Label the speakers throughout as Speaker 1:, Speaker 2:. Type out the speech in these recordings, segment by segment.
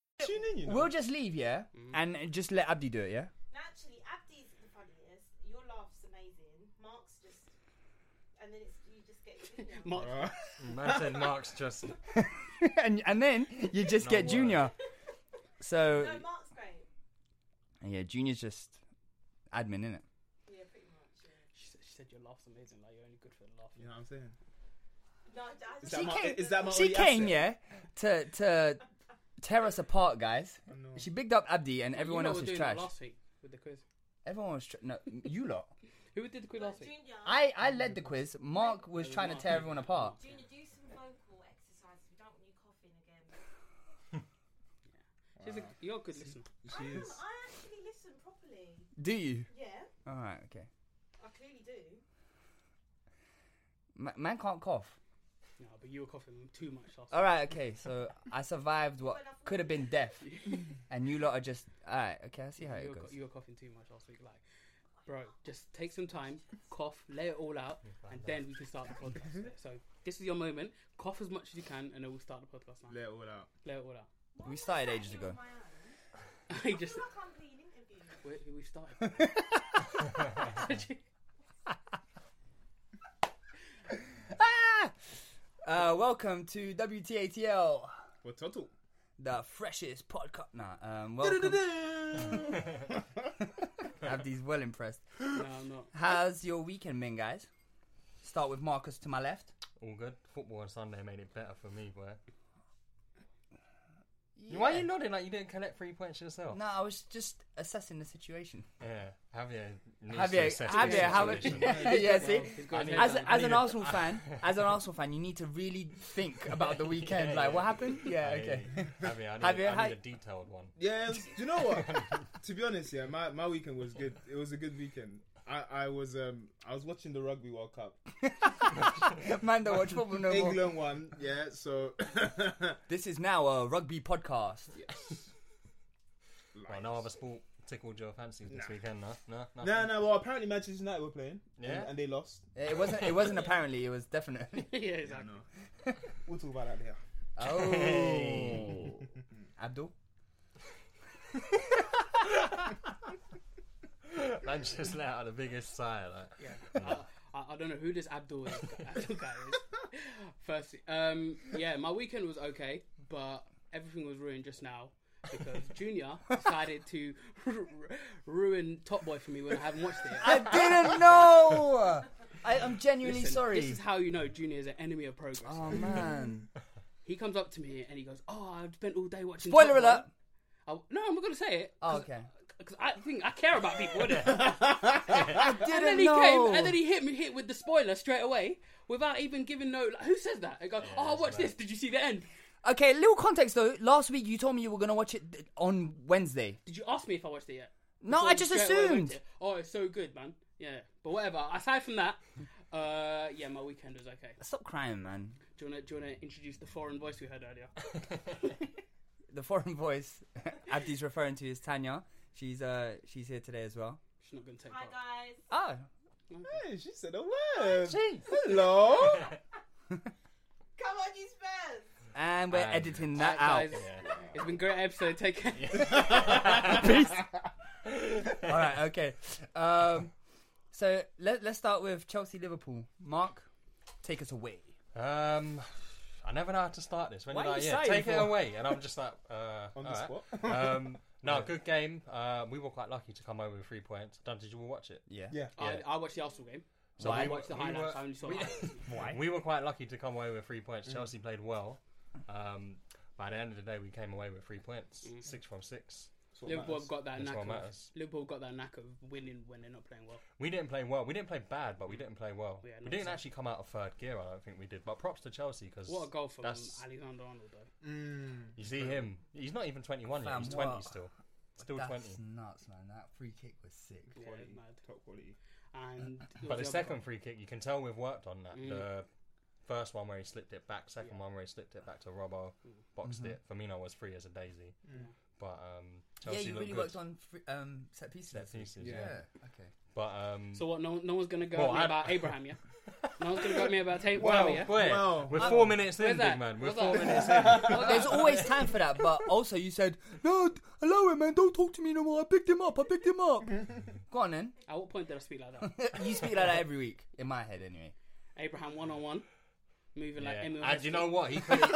Speaker 1: Tune in, you know.
Speaker 2: We'll just leave, yeah,
Speaker 1: Mm.
Speaker 2: and just let Abdi do it, yeah.
Speaker 3: Naturally, Abdi's the funniest. Your laugh's amazing. Mark's just, and then it's you just get.
Speaker 1: Mark-
Speaker 4: Man said Mark's just.
Speaker 2: and and then you just get Junior. So
Speaker 3: No, Mark's great.
Speaker 2: yeah, Junior's just admin in it.
Speaker 1: She said, she said your laugh's amazing. Like you're only good for the laugh.
Speaker 4: You know what I'm saying?
Speaker 3: No, I- I-
Speaker 1: Is that my, is that my
Speaker 2: She
Speaker 1: only
Speaker 2: came,
Speaker 1: asset?
Speaker 2: yeah, to to tear us apart, guys. She bigged up Abdi, and everyone
Speaker 1: Oh, you
Speaker 2: else
Speaker 1: were
Speaker 2: was
Speaker 1: doing that
Speaker 2: trash.
Speaker 1: Last week with the quiz.
Speaker 2: Everyone was tra- no, you lot.
Speaker 1: Who did the quiz last week?
Speaker 3: Junior,
Speaker 2: I I led the quiz. Mark was trying to tear everyone apart.
Speaker 3: Junior, do some vocal exercises. We don't want you coughing again.
Speaker 1: She's a, you're a good listener.
Speaker 4: She is.
Speaker 3: I actually listen properly.
Speaker 2: Do you?
Speaker 3: Yeah,
Speaker 2: All right, okay.
Speaker 3: I clearly do.
Speaker 2: Ma man can't cough.
Speaker 1: No, but you were coughing too much last
Speaker 2: All right, okay. So I survived what could have been death, and you lot are just all right. Okay, I see how
Speaker 1: week.
Speaker 2: it
Speaker 1: You were,
Speaker 2: goes.
Speaker 1: cou- you were coughing too much last week. Like, bro, just take some time, cough, lay it all out, and then we can start the podcast. so this is your moment. Cough as much as you can, and then we'll start the podcast now.
Speaker 4: Let it all out.
Speaker 1: Lay it all out.
Speaker 2: We started ages ago.
Speaker 1: I just
Speaker 3: I can't be an interview.
Speaker 1: we, we started.
Speaker 2: Uh, welcome to WTATL,
Speaker 4: Well, total.
Speaker 2: the freshest podcast. Nah, um, welcome. Abdi's well impressed.
Speaker 1: no, I'm not.
Speaker 2: How's your weekend been, guys? Start with Marcus to my left.
Speaker 4: All good. Football on Sunday made it better for me, boy. Why are you nodding like you didn't collect three points yourself?
Speaker 2: No, I was just assessing the situation.
Speaker 4: Yeah, Javier. needs to
Speaker 2: Javier,
Speaker 4: assess
Speaker 2: Javier,
Speaker 4: the
Speaker 2: how?
Speaker 4: situation.
Speaker 2: yeah, see,
Speaker 1: He's got his head
Speaker 2: as,
Speaker 1: down.
Speaker 2: as an Arsenal fan, as an Arsenal fan, you need to really think about the weekend. Like, what happened? Yeah, okay.
Speaker 4: Javier, I need,
Speaker 2: Javier,
Speaker 4: I
Speaker 2: hi-
Speaker 4: need a detailed one.
Speaker 5: Yeah, it was- do you know what? to be honest, yeah, my, my weekend was good. It was a good weekend. I, I was um I was watching the Rugby World Cup.
Speaker 2: Man, don't watch football no more.
Speaker 5: England won, yeah. So
Speaker 2: This is now a rugby podcast.
Speaker 4: Well, no other sport tickled your fancies this weekend, no? No, no.
Speaker 5: no, no. Well, apparently Manchester United were playing, and-
Speaker 4: Yeah.
Speaker 5: and, they lost.
Speaker 2: It wasn't. It wasn't apparently. It was definitely.
Speaker 1: yeah, exactly.
Speaker 5: We'll talk about that later.
Speaker 2: Oh, Abdul.
Speaker 4: Manchester United are the biggest side. Like.
Speaker 1: I, I don't know who this Abdul is- Abdul guy is. Firstly, um, yeah, my weekend was okay, but everything was ruined just now because Junior decided to ru- ruin Top Boy for me when I haven't watched it.
Speaker 2: I
Speaker 1: Yet.
Speaker 2: didn't know. I, I'm genuinely
Speaker 1: Listen,
Speaker 2: sorry.
Speaker 1: This is how you know Junior is an enemy of progress.
Speaker 2: oh man!
Speaker 1: He comes up to me and he goes, "Oh, I've spent all day watching."
Speaker 2: Spoiler
Speaker 1: Top Boy."
Speaker 2: alert.
Speaker 1: I, no, I'm not gonna say it.
Speaker 2: Oh, okay.
Speaker 1: Because I think I care about people. innit?
Speaker 2: Didn't
Speaker 1: and then he
Speaker 2: know.
Speaker 1: came and then he hit me hit with the spoiler straight away without even giving no. Like, who says that? I go, "Oh, watch this. Did you see the end?"
Speaker 2: Okay, little context though. Last week you told me you were gonna watch it th- on Wednesday.
Speaker 1: Did you ask me if I watched it yet?
Speaker 2: No, I just
Speaker 1: Straight away went
Speaker 2: assumed.
Speaker 1: to- Oh, it's so good, man. Yeah, but whatever. Aside from that, uh, yeah, my weekend was okay.
Speaker 2: Stop crying, man.
Speaker 1: Do you want to do you want to introduce the foreign voice we heard earlier?
Speaker 2: The foreign voice Abdi's referring to is Tanya. She's uh she's here today as well.
Speaker 1: She's not going to take
Speaker 3: Hi
Speaker 1: part.
Speaker 3: guys.
Speaker 2: Oh,
Speaker 5: Hey, she said a word.
Speaker 2: jeez.
Speaker 5: Hello.
Speaker 3: Come on, you Spurs.
Speaker 2: And we're
Speaker 4: Um,
Speaker 2: editing that out.
Speaker 1: Guys, it's been a great episode. Take care.
Speaker 2: All right, okay. Um, so let let's start with Chelsea Liverpool. Mark, take us away.
Speaker 4: Um, I never know how to start this. When
Speaker 2: Why
Speaker 4: did I?
Speaker 2: are you
Speaker 4: Yeah,
Speaker 2: sighing
Speaker 4: take it
Speaker 2: for?
Speaker 4: away, and I'm just like, uh,
Speaker 5: On the
Speaker 4: all right.
Speaker 5: spot.
Speaker 4: um, no, good game. Uh, we were quite lucky to come over with three points. Dan, did you all watch it?
Speaker 2: Yeah.
Speaker 5: yeah.
Speaker 1: I,
Speaker 4: Yeah.
Speaker 1: I watched the Arsenal game.
Speaker 4: So
Speaker 1: I
Speaker 4: we were-
Speaker 1: watched the
Speaker 4: we
Speaker 1: highlights.
Speaker 4: were-
Speaker 1: I only saw
Speaker 4: we-
Speaker 1: highlights.
Speaker 2: Why?
Speaker 4: We were quite lucky to come away with three points. Chelsea played well. Um, by the end of the day, we came away with three points, six from six.
Speaker 5: That's what
Speaker 1: Liverpool
Speaker 5: matters.
Speaker 1: have got that
Speaker 4: That's
Speaker 1: knack.
Speaker 4: what
Speaker 1: Of,
Speaker 4: matters.
Speaker 1: Liverpool got that knack of winning when they're not playing well.
Speaker 4: We didn't play well. We didn't play bad, but we didn't play well.
Speaker 1: Yeah,
Speaker 4: we
Speaker 1: no,
Speaker 4: didn't
Speaker 1: so-
Speaker 4: actually come out of third gear. I don't think we did. But props to Chelsea because
Speaker 1: What a goal from
Speaker 4: that's,
Speaker 1: Alexander Arnold though.
Speaker 5: Hmm.
Speaker 4: you see him. He's not even 21 yet.
Speaker 2: Fam,
Speaker 4: He's 20
Speaker 2: what?
Speaker 4: still. Still
Speaker 2: That's
Speaker 4: 20.
Speaker 2: nuts, man. That free kick was sick.
Speaker 1: Yeah,
Speaker 5: Quality.
Speaker 1: mad.
Speaker 5: Top quality.
Speaker 1: And
Speaker 4: But the second free kick, you can tell we've worked on that.
Speaker 1: Mm.
Speaker 4: The first one where he slipped it back, second one where he slipped it back to Robbo,
Speaker 1: Mm.
Speaker 4: boxed it. Firmino was free as a daisy. But um, Chelsea
Speaker 2: yeah, you
Speaker 4: looked
Speaker 2: really
Speaker 4: good.
Speaker 2: worked on free, um, set pieces.
Speaker 4: Set pieces,
Speaker 2: Yeah.
Speaker 4: yeah.
Speaker 2: Okay.
Speaker 4: But um,
Speaker 1: So what? No, no one's gonna go
Speaker 4: Well,
Speaker 1: at me
Speaker 4: I-
Speaker 1: about Abraham, yeah. No one's gonna go at me about Abraham,
Speaker 4: well,
Speaker 1: yeah.
Speaker 4: we're,
Speaker 5: Wow.
Speaker 4: we're four minutes
Speaker 1: Where's
Speaker 4: in,
Speaker 1: that?
Speaker 4: big man. We're
Speaker 1: What's
Speaker 4: four
Speaker 1: that?
Speaker 4: minutes in.
Speaker 2: There's always time for that, but also you said, no, d- allow it, man. Don't talk to me no more. I picked him up. I picked him up. Go on, then.
Speaker 1: At what point did I speak like that?
Speaker 2: You speak like that every week, in my head, anyway.
Speaker 1: Abraham one on one, moving like
Speaker 4: Yeah.
Speaker 1: Emil.
Speaker 4: And you
Speaker 1: Heskey.
Speaker 4: know what? He couldn't. you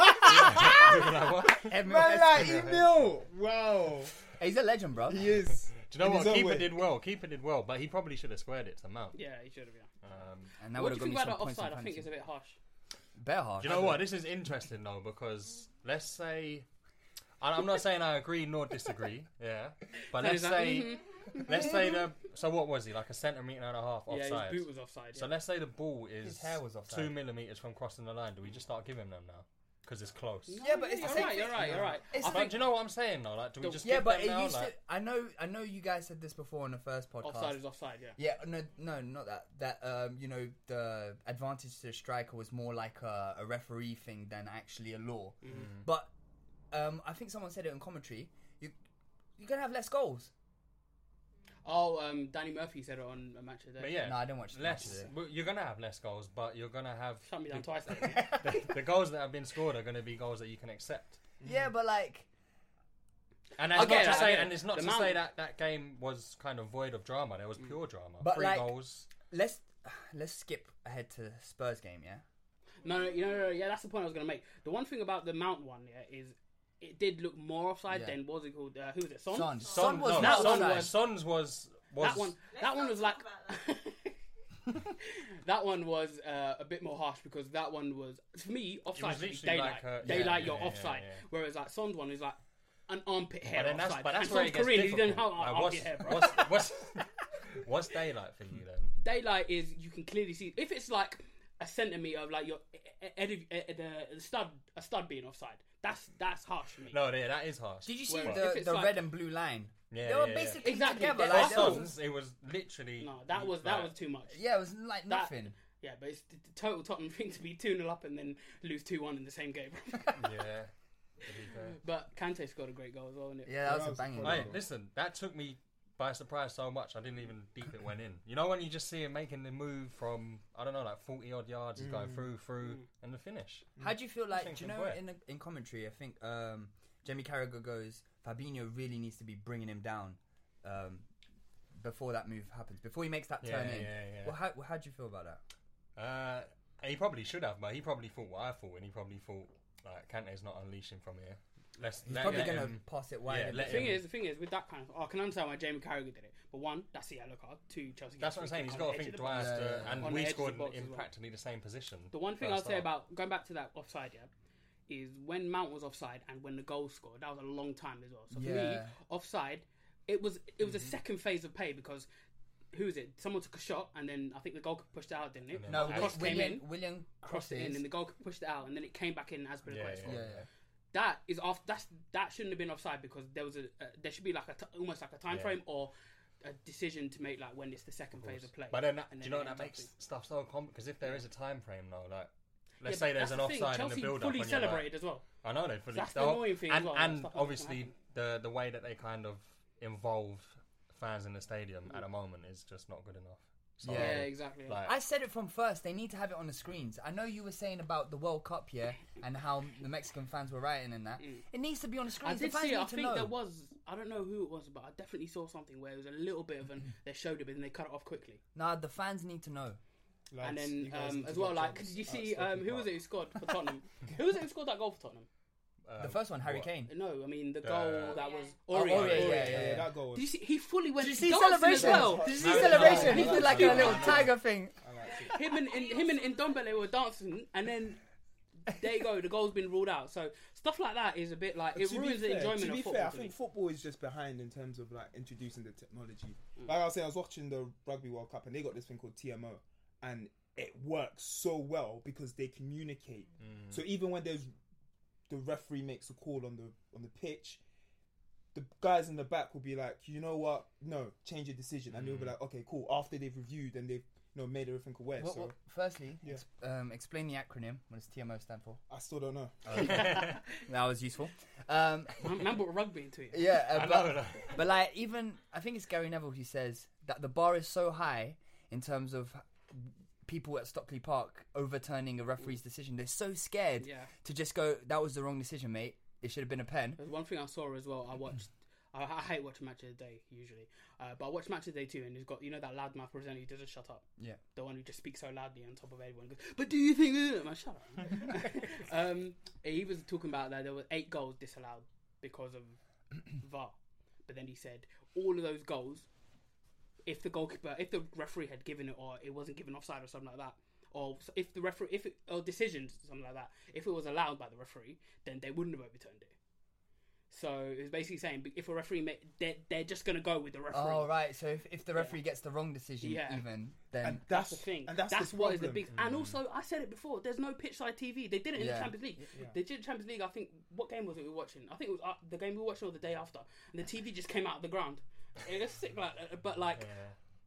Speaker 4: know what?
Speaker 2: Every
Speaker 5: Man, like Emil. Wow.
Speaker 2: He's a legend, bro.
Speaker 5: He is.
Speaker 4: Do you know
Speaker 5: In his
Speaker 4: what?
Speaker 5: own
Speaker 4: Keeper
Speaker 5: way.
Speaker 4: did well. Keeper did well, but he probably should have squared it to Mount.
Speaker 1: Yeah, he should have. Yeah.
Speaker 4: Um,
Speaker 2: And that
Speaker 1: what
Speaker 2: would
Speaker 1: do
Speaker 2: have
Speaker 1: you
Speaker 2: got me
Speaker 1: think about
Speaker 2: some
Speaker 1: that
Speaker 2: points
Speaker 1: offside?
Speaker 2: in
Speaker 1: I think it's
Speaker 2: fantasy.
Speaker 1: a bit harsh.
Speaker 2: Bear hard.
Speaker 4: Do you know what? This is interesting though because let's say, and I'm not saying I agree nor disagree, yeah, but let's
Speaker 1: is that- Mm-hmm.
Speaker 4: say, let's say the so what was he like a centimeter and a half offside?
Speaker 1: Yeah, his boot was offside. Yeah.
Speaker 4: So let's say the ball is
Speaker 2: hair was offside.
Speaker 4: two millimeters from crossing the line. Do we just start giving them now because it's close?
Speaker 2: Yeah, but it's the
Speaker 1: you're
Speaker 2: same
Speaker 1: right.
Speaker 2: thing.
Speaker 1: You're right. You're right.
Speaker 2: It's
Speaker 1: I
Speaker 2: the
Speaker 4: But
Speaker 1: think
Speaker 4: do you know what I'm saying though? Like, do we just
Speaker 2: Yeah,
Speaker 4: give
Speaker 2: but
Speaker 4: them
Speaker 2: it
Speaker 4: now?
Speaker 2: used
Speaker 4: like,
Speaker 2: to. I know. I know you guys said this before in the first podcast.
Speaker 1: offside is offside. Yeah.
Speaker 2: Yeah, no, no, not that. That um, you know, the advantage to the striker was more like a, a referee thing than actually a law.
Speaker 1: Mm.
Speaker 2: But um, I think someone said it in commentary. You you're gonna have less goals.
Speaker 1: Oh, um, Danny Murphy said it on a match today.
Speaker 4: But yeah,
Speaker 2: No, I don't watch the match
Speaker 4: less.
Speaker 2: today.
Speaker 4: well, You're gonna have less goals, but you're gonna have
Speaker 1: Shut me down
Speaker 4: the,
Speaker 1: twice. That
Speaker 4: the goals that have been scored are gonna be goals that you can accept.
Speaker 1: Mm.
Speaker 2: Yeah, but like
Speaker 4: And it's
Speaker 1: Okay,
Speaker 4: not to
Speaker 1: I
Speaker 4: say,
Speaker 1: get it.
Speaker 4: and it's not
Speaker 1: The Mm.
Speaker 4: to
Speaker 1: Mount-
Speaker 4: say that that game was kind of void of drama. There was pure drama.
Speaker 2: But
Speaker 4: Three
Speaker 2: like-
Speaker 4: goals.
Speaker 2: let's let's skip ahead to Spurs game. Yeah,
Speaker 1: No, no, you know, no, no, yeah, that's the point I was going to make. The one thing about the Mount one yeah, is it did look more offside
Speaker 2: Yeah.
Speaker 1: than what was it called? Uh, who was it? Son.
Speaker 2: Son,
Speaker 4: Son,
Speaker 2: Son was
Speaker 4: no,
Speaker 2: not
Speaker 4: Son
Speaker 2: offside.
Speaker 4: was, Son's was was
Speaker 1: That one. that one was like. that one was uh, a bit more harsh because that one was for me offside. should be
Speaker 4: literally
Speaker 1: daylight,
Speaker 4: like a- yeah,
Speaker 1: daylight,
Speaker 4: yeah,
Speaker 1: you're
Speaker 4: yeah,
Speaker 1: offside.
Speaker 4: yeah.
Speaker 1: Whereas like Son's one is like an armpit hair
Speaker 4: But then that's
Speaker 1: offside.
Speaker 4: but that's
Speaker 1: and
Speaker 4: where
Speaker 1: Son's
Speaker 4: it gets
Speaker 1: Korean, he
Speaker 4: difficult.
Speaker 1: doesn't have
Speaker 4: Like,
Speaker 1: armpit
Speaker 4: what's,
Speaker 1: hair, bro.
Speaker 4: what's, what's, what's daylight for you then?
Speaker 1: daylight is you can clearly see if it's like a centimeter of like your e- e- edi- e- the the stud a stud being offside. That's that's harsh for me.
Speaker 4: No, yeah, that is harsh.
Speaker 2: did you see
Speaker 1: Well, if
Speaker 2: the,
Speaker 1: it's
Speaker 2: the
Speaker 1: like-
Speaker 2: red and blue line?
Speaker 4: Yeah,
Speaker 2: they were
Speaker 4: yeah, yeah.
Speaker 2: basically
Speaker 1: Exactly,
Speaker 2: together.
Speaker 1: yeah,
Speaker 2: Like,
Speaker 4: For
Speaker 1: that's
Speaker 2: there was-
Speaker 1: all.
Speaker 4: Son's, it was literally
Speaker 1: No, that was that was too much.
Speaker 2: yeah, it was like
Speaker 1: That-
Speaker 2: nothing.
Speaker 1: yeah, but it's the the total Tottenham thing to be 2 0 up and then lose 2 1 in the same game.
Speaker 4: Yeah. to be fair.
Speaker 1: but Kante scored a great goal as well, didn't it?
Speaker 2: Yeah, that was a
Speaker 5: was
Speaker 2: banging.
Speaker 5: cool.
Speaker 2: goal.
Speaker 4: Hey, listen, that took me by surprise so much. I didn't even deep it went in. You know when you just see him making the move from I don't know like forty odd yards, he's
Speaker 1: Mm.
Speaker 4: going through, through, and the finish.
Speaker 2: How do you feel like? Do
Speaker 4: Thinking
Speaker 2: you know
Speaker 4: quick.
Speaker 2: in the, in commentary? I think um, Jamie Carragher goes. Fabinho really needs to be bringing him down um, before that move happens. Before he makes that
Speaker 4: Yeah,
Speaker 2: turn in.
Speaker 4: yeah, yeah.
Speaker 2: Well, how, well, how do you feel about that?
Speaker 4: Uh, he probably should have, but he probably thought what I thought, and he probably thought like Kante's not unleashing from here. Let's
Speaker 2: He's
Speaker 4: let-
Speaker 2: probably
Speaker 4: let
Speaker 2: going to
Speaker 4: him-
Speaker 2: pass it wide.
Speaker 4: yeah,
Speaker 2: and
Speaker 1: The
Speaker 4: let
Speaker 2: it's-
Speaker 1: thing
Speaker 4: him-
Speaker 1: is, the thing is, with that kind of, oh, I can understand why Jamie Carragher did it. But one, that's the yellow card. Two, Chelsea.
Speaker 4: That's
Speaker 1: get
Speaker 4: what I'm
Speaker 1: free
Speaker 4: saying.
Speaker 1: kick
Speaker 4: He's
Speaker 1: on the
Speaker 4: got to
Speaker 1: edge
Speaker 4: think
Speaker 1: of the
Speaker 4: twice,
Speaker 1: box.
Speaker 2: box. Yeah,
Speaker 4: to,
Speaker 2: yeah,
Speaker 4: and
Speaker 1: On the
Speaker 4: we
Speaker 1: edge of the
Speaker 4: scored
Speaker 1: box
Speaker 4: in
Speaker 1: as well.
Speaker 4: practically the same position.
Speaker 1: The one thing I'll
Speaker 4: first
Speaker 1: say
Speaker 4: half.
Speaker 1: about going back to that offside, yeah, is when Mount was offside and when the goal scored, that was a long time as well. So for me,
Speaker 2: Yeah.
Speaker 1: offside, it was it was
Speaker 4: Mm-hmm.
Speaker 1: a second phase of play because who is it? Someone took a shot and then I think the goalkeeper pushed it out, didn't it?
Speaker 2: no,
Speaker 1: the
Speaker 2: Wi-
Speaker 1: cross came
Speaker 2: William,
Speaker 1: in,
Speaker 2: William
Speaker 1: crossed it in,
Speaker 2: crosses.
Speaker 1: and the goalkeeper pushed it out, and then it came back in as per the
Speaker 4: yeah,
Speaker 1: yeah,
Speaker 4: yeah,
Speaker 2: yeah,
Speaker 4: yeah.
Speaker 1: That is off. That's that shouldn't have been offside because there was a uh, there should be like a t- almost like a time
Speaker 4: Yeah.
Speaker 1: frame or a decision to make like when it's the second phase of play.
Speaker 4: But then, that,
Speaker 1: And
Speaker 4: do you know
Speaker 1: it
Speaker 4: what that
Speaker 1: ends up
Speaker 4: makes
Speaker 1: being-
Speaker 4: stuff so common? Because if there is a time frame, though, like
Speaker 1: Yeah,
Speaker 4: let's
Speaker 1: but
Speaker 4: say
Speaker 1: that's
Speaker 4: there's an
Speaker 1: the thing,
Speaker 4: offside in
Speaker 1: Chelsea
Speaker 4: the build-up,
Speaker 1: fully
Speaker 4: and you're like-
Speaker 1: celebrated as well.
Speaker 4: I know they fully.
Speaker 1: That's the
Speaker 4: they're-
Speaker 1: annoying thing as
Speaker 4: and
Speaker 1: well, that
Speaker 4: and
Speaker 1: stuff like that can
Speaker 4: obviously the the way that they kind of involve fans in the stadium at the moment is just not good enough. So,
Speaker 2: Yeah.
Speaker 1: Yeah, exactly.
Speaker 4: Like,
Speaker 2: I said it from first. They need to have it on the screens. I know you were saying about the World Cup here and how the Mexican fans were rioting and that. It needs to be on the
Speaker 1: Mm. I
Speaker 2: screens.
Speaker 1: did
Speaker 2: the fans
Speaker 1: see. It.
Speaker 2: need
Speaker 1: I
Speaker 2: to
Speaker 1: think
Speaker 2: know.
Speaker 1: there was. I don't know who it was, but I definitely saw something where it was a little bit of an. They showed it, but then they cut it off quickly.
Speaker 2: Nah, the fans need to know.
Speaker 1: and
Speaker 5: Lads, you
Speaker 1: then
Speaker 5: guys
Speaker 1: um,
Speaker 5: need to
Speaker 1: as
Speaker 5: get
Speaker 1: well, like,
Speaker 5: jobs
Speaker 1: did you
Speaker 5: at
Speaker 1: see
Speaker 5: Stockley
Speaker 1: um, who was it
Speaker 5: Park.
Speaker 1: who scored for Tottenham? who was it who scored that goal for Tottenham?
Speaker 4: uh,
Speaker 2: The first one, Harry
Speaker 4: what-
Speaker 2: Kane.
Speaker 1: No, I mean the
Speaker 4: Uh,
Speaker 1: goal that was
Speaker 2: Oh,
Speaker 1: Ori.
Speaker 2: Aurier,
Speaker 5: Yeah,
Speaker 2: Yeah,
Speaker 5: yeah,
Speaker 2: yeah, yeah.
Speaker 5: That goal was.
Speaker 1: Did you see? He fully went.
Speaker 2: Did you see
Speaker 1: dancing as
Speaker 2: celebration?
Speaker 1: well.
Speaker 2: Did you see
Speaker 4: No,
Speaker 2: celebration?
Speaker 4: no,
Speaker 2: He
Speaker 4: no,
Speaker 2: did like a
Speaker 4: no.
Speaker 2: little tiger thing.
Speaker 5: I liked it.
Speaker 1: him and, and him and, and Dombele were dancing, and then there you go. The goal's been ruled out. So stuff like that is a bit like it
Speaker 5: To be
Speaker 1: ruins the
Speaker 5: fair-
Speaker 1: enjoyment
Speaker 5: To
Speaker 1: of
Speaker 5: be
Speaker 1: football.
Speaker 5: fair, I
Speaker 1: to
Speaker 5: think
Speaker 1: me.
Speaker 5: football is just behind in terms of like introducing the technology.
Speaker 1: Mm.
Speaker 5: Like I was saying, I was watching the Rugby World Cup and they got this thing called TMO, and it works so well because they communicate.
Speaker 1: Mm.
Speaker 5: So even when there's the referee makes a call on the on the pitch, the guys in the back will be like, you know what, no, change your decision, and they'll be
Speaker 1: Mm.
Speaker 5: like, okay, cool. After they've reviewed and they've you know made everything aware.
Speaker 2: Well,
Speaker 5: so
Speaker 2: well, firstly,
Speaker 5: Yeah.
Speaker 2: ex- um, explain the acronym. What does TMO stand for?
Speaker 5: I still don't know.
Speaker 2: That was useful. Um,
Speaker 1: Man- Man brought rugby into it.
Speaker 2: yeah, uh,
Speaker 4: I
Speaker 2: but-
Speaker 4: know that.
Speaker 2: But like even I think it's Gary Neville who says that the bar is so high in terms of people at Stockley Park overturning a referee's decision. They're so scared
Speaker 1: Yeah.
Speaker 2: to just go, that was the wrong decision, mate. It should have been a pen.
Speaker 1: There's one thing I saw as well. I watched. I, I hate watching Match of the Day usually, uh, but I watched Match of the Day too, and he's got you know that loudmouth presenter who doesn't shut up.
Speaker 2: Yeah.
Speaker 1: the one who just speaks so loudly on top of everyone. Goes, but do you think? that-" I'm like, Shut up. um, he was talking about that there were eight goals disallowed because of VAR, but then he said all of those goals, if the goalkeeper, if the referee had given it or it wasn't given offside or something like that. Or s- if the referee, if it, or decisions, something like that, if it was allowed by the referee, then they wouldn't have overturned it. So it was basically saying be- if a referee, ma- they're, they're just going to go with the referee.
Speaker 2: Oh right, so if, if the referee gets the wrong decision
Speaker 1: Yeah.
Speaker 2: even, then
Speaker 5: And
Speaker 1: That's, the thing.
Speaker 5: And
Speaker 1: that's
Speaker 5: that's, the
Speaker 1: what is the
Speaker 5: problem.
Speaker 1: big. And also, I said it before. There's no pitchside TV. They did it in the
Speaker 2: Yeah.
Speaker 1: Champions League. They did Champions League. I think what game was it we were watching? I think it was uh, the game we were watching or the day after. And the TV just came out of the ground. It was sick, like, uh, but like,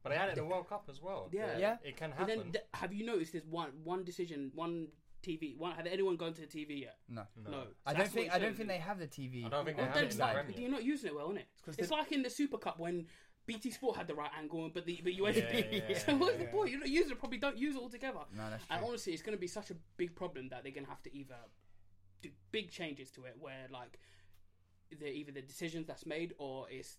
Speaker 4: But they had it in the World Cup as well.
Speaker 1: Yeah.
Speaker 2: Yeah.
Speaker 4: It can
Speaker 1: and
Speaker 4: happen.
Speaker 1: then th- have you noticed there's one one decision, one TV? One have anyone gone to the TV yet?
Speaker 2: no.
Speaker 1: No, So
Speaker 2: I don't
Speaker 1: that's
Speaker 2: think
Speaker 1: what
Speaker 2: I
Speaker 1: it
Speaker 2: don't
Speaker 1: shows
Speaker 2: think
Speaker 1: you.
Speaker 2: they have the TV.
Speaker 4: I don't think they
Speaker 2: on
Speaker 4: have
Speaker 2: the
Speaker 1: Oh,
Speaker 4: it in
Speaker 1: Don't
Speaker 4: the
Speaker 2: side.
Speaker 1: like,
Speaker 4: Premier.
Speaker 1: you're not using it well, innit? It's like in the Super Cup when BT Sport had the right angle, and- but the but USB. so what's the point? You're not using it. Probably don't use it altogether.
Speaker 2: No, that's
Speaker 1: and
Speaker 2: true.
Speaker 1: honestly, it's going to be such a big problem that they're going to have to either do big changes to it, where like the either the decisions that's made, or it's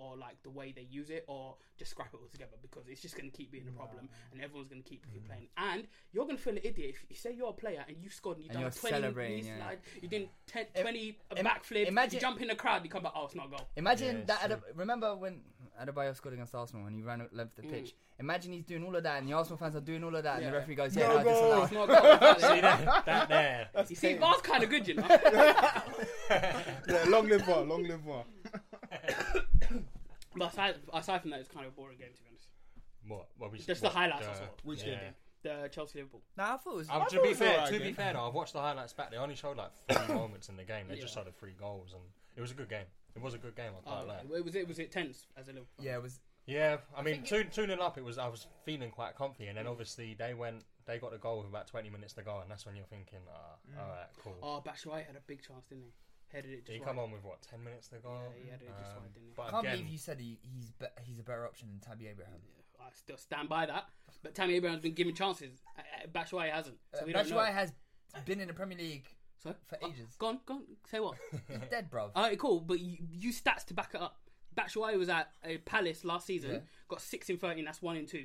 Speaker 1: or like the way they use it, or just scrap it altogether because it's just going to keep being a problem, and everyone's going to keep
Speaker 2: Mm.
Speaker 1: complaining. And you're going to feel an idiot if you say you're a player and you've scored and you've
Speaker 2: And
Speaker 1: done
Speaker 2: you're
Speaker 1: a twenty,
Speaker 2: celebrating,
Speaker 1: knees
Speaker 2: yeah.
Speaker 1: slide, you did 10,
Speaker 2: Im-
Speaker 1: 20
Speaker 2: im-
Speaker 1: backflip,
Speaker 2: imagine-
Speaker 1: you jump in the crowd, you come back, oh, it's not a goal.
Speaker 2: Imagine
Speaker 4: Yeah,
Speaker 2: that.
Speaker 4: so-
Speaker 2: Adab- remember when Adebayo scored against Arsenal when he ran left the pitch? Imagine he's doing all of that and the Arsenal fans are doing all of that and
Speaker 1: Mm. Yeah.
Speaker 2: the referee goes, "Yeah,
Speaker 5: No
Speaker 2: no,
Speaker 5: goal.
Speaker 2: disallowed."
Speaker 1: It's not a goal.
Speaker 4: that there.
Speaker 1: you see, VAR's kind of good, you know.
Speaker 5: Yeah, long live VAR, long live VAR.
Speaker 1: but aside, aside from that, it's kind of a boring game, to be honest.
Speaker 4: What? what we,
Speaker 1: Just
Speaker 4: what,
Speaker 1: the highlights,
Speaker 4: uh,
Speaker 1: I saw.
Speaker 5: Which
Speaker 4: yeah.
Speaker 5: game?
Speaker 1: The Chelsea Liverpool.
Speaker 2: Nah, I thought it was.
Speaker 4: Um, to
Speaker 5: I thought it
Speaker 4: be
Speaker 5: was
Speaker 4: fair,
Speaker 5: alright
Speaker 4: to be
Speaker 5: game.
Speaker 4: fair, though, I've watched the highlights back. They only showed like three moments in the game. They just showed the three goals, and it was a good game. It was a good game. I can't lie.
Speaker 1: Uh, Oh, It was it was it tense as a Liverpool.
Speaker 2: yeah, it was.
Speaker 4: Yeah, I mean, two, tuning up, it was. I was feeling quite comfy, and then obviously they went. They got the goal with about 20 minutes to go, and that's when you're thinking, ah, all right, cool.
Speaker 1: Oh, Batshuayi had a big chance, didn't he? Headed it just
Speaker 4: he
Speaker 1: right.
Speaker 4: come on with what 10 minutes to go. Um,
Speaker 1: Yeah, he had it just right, didn't he?
Speaker 4: but
Speaker 2: I can't
Speaker 4: again,
Speaker 2: believe you said he, he's be- he's a better option than Tabby Abraham.
Speaker 1: I still stand by that. But Tammy Abraham's been given chances. Uh, uh, Batshuayi hasn't. So we
Speaker 2: That's
Speaker 1: don't know.
Speaker 2: why he has been in the Premier League.
Speaker 1: so,
Speaker 2: for
Speaker 1: oh,
Speaker 2: ages.
Speaker 1: Go on, go on. Say what?
Speaker 2: He's dead, bro.
Speaker 1: All right, cool. But you, you stats to back it up. Batshuayi was at uh, Palace last season,
Speaker 2: Yeah.
Speaker 1: got six in thirteen. That's one in two.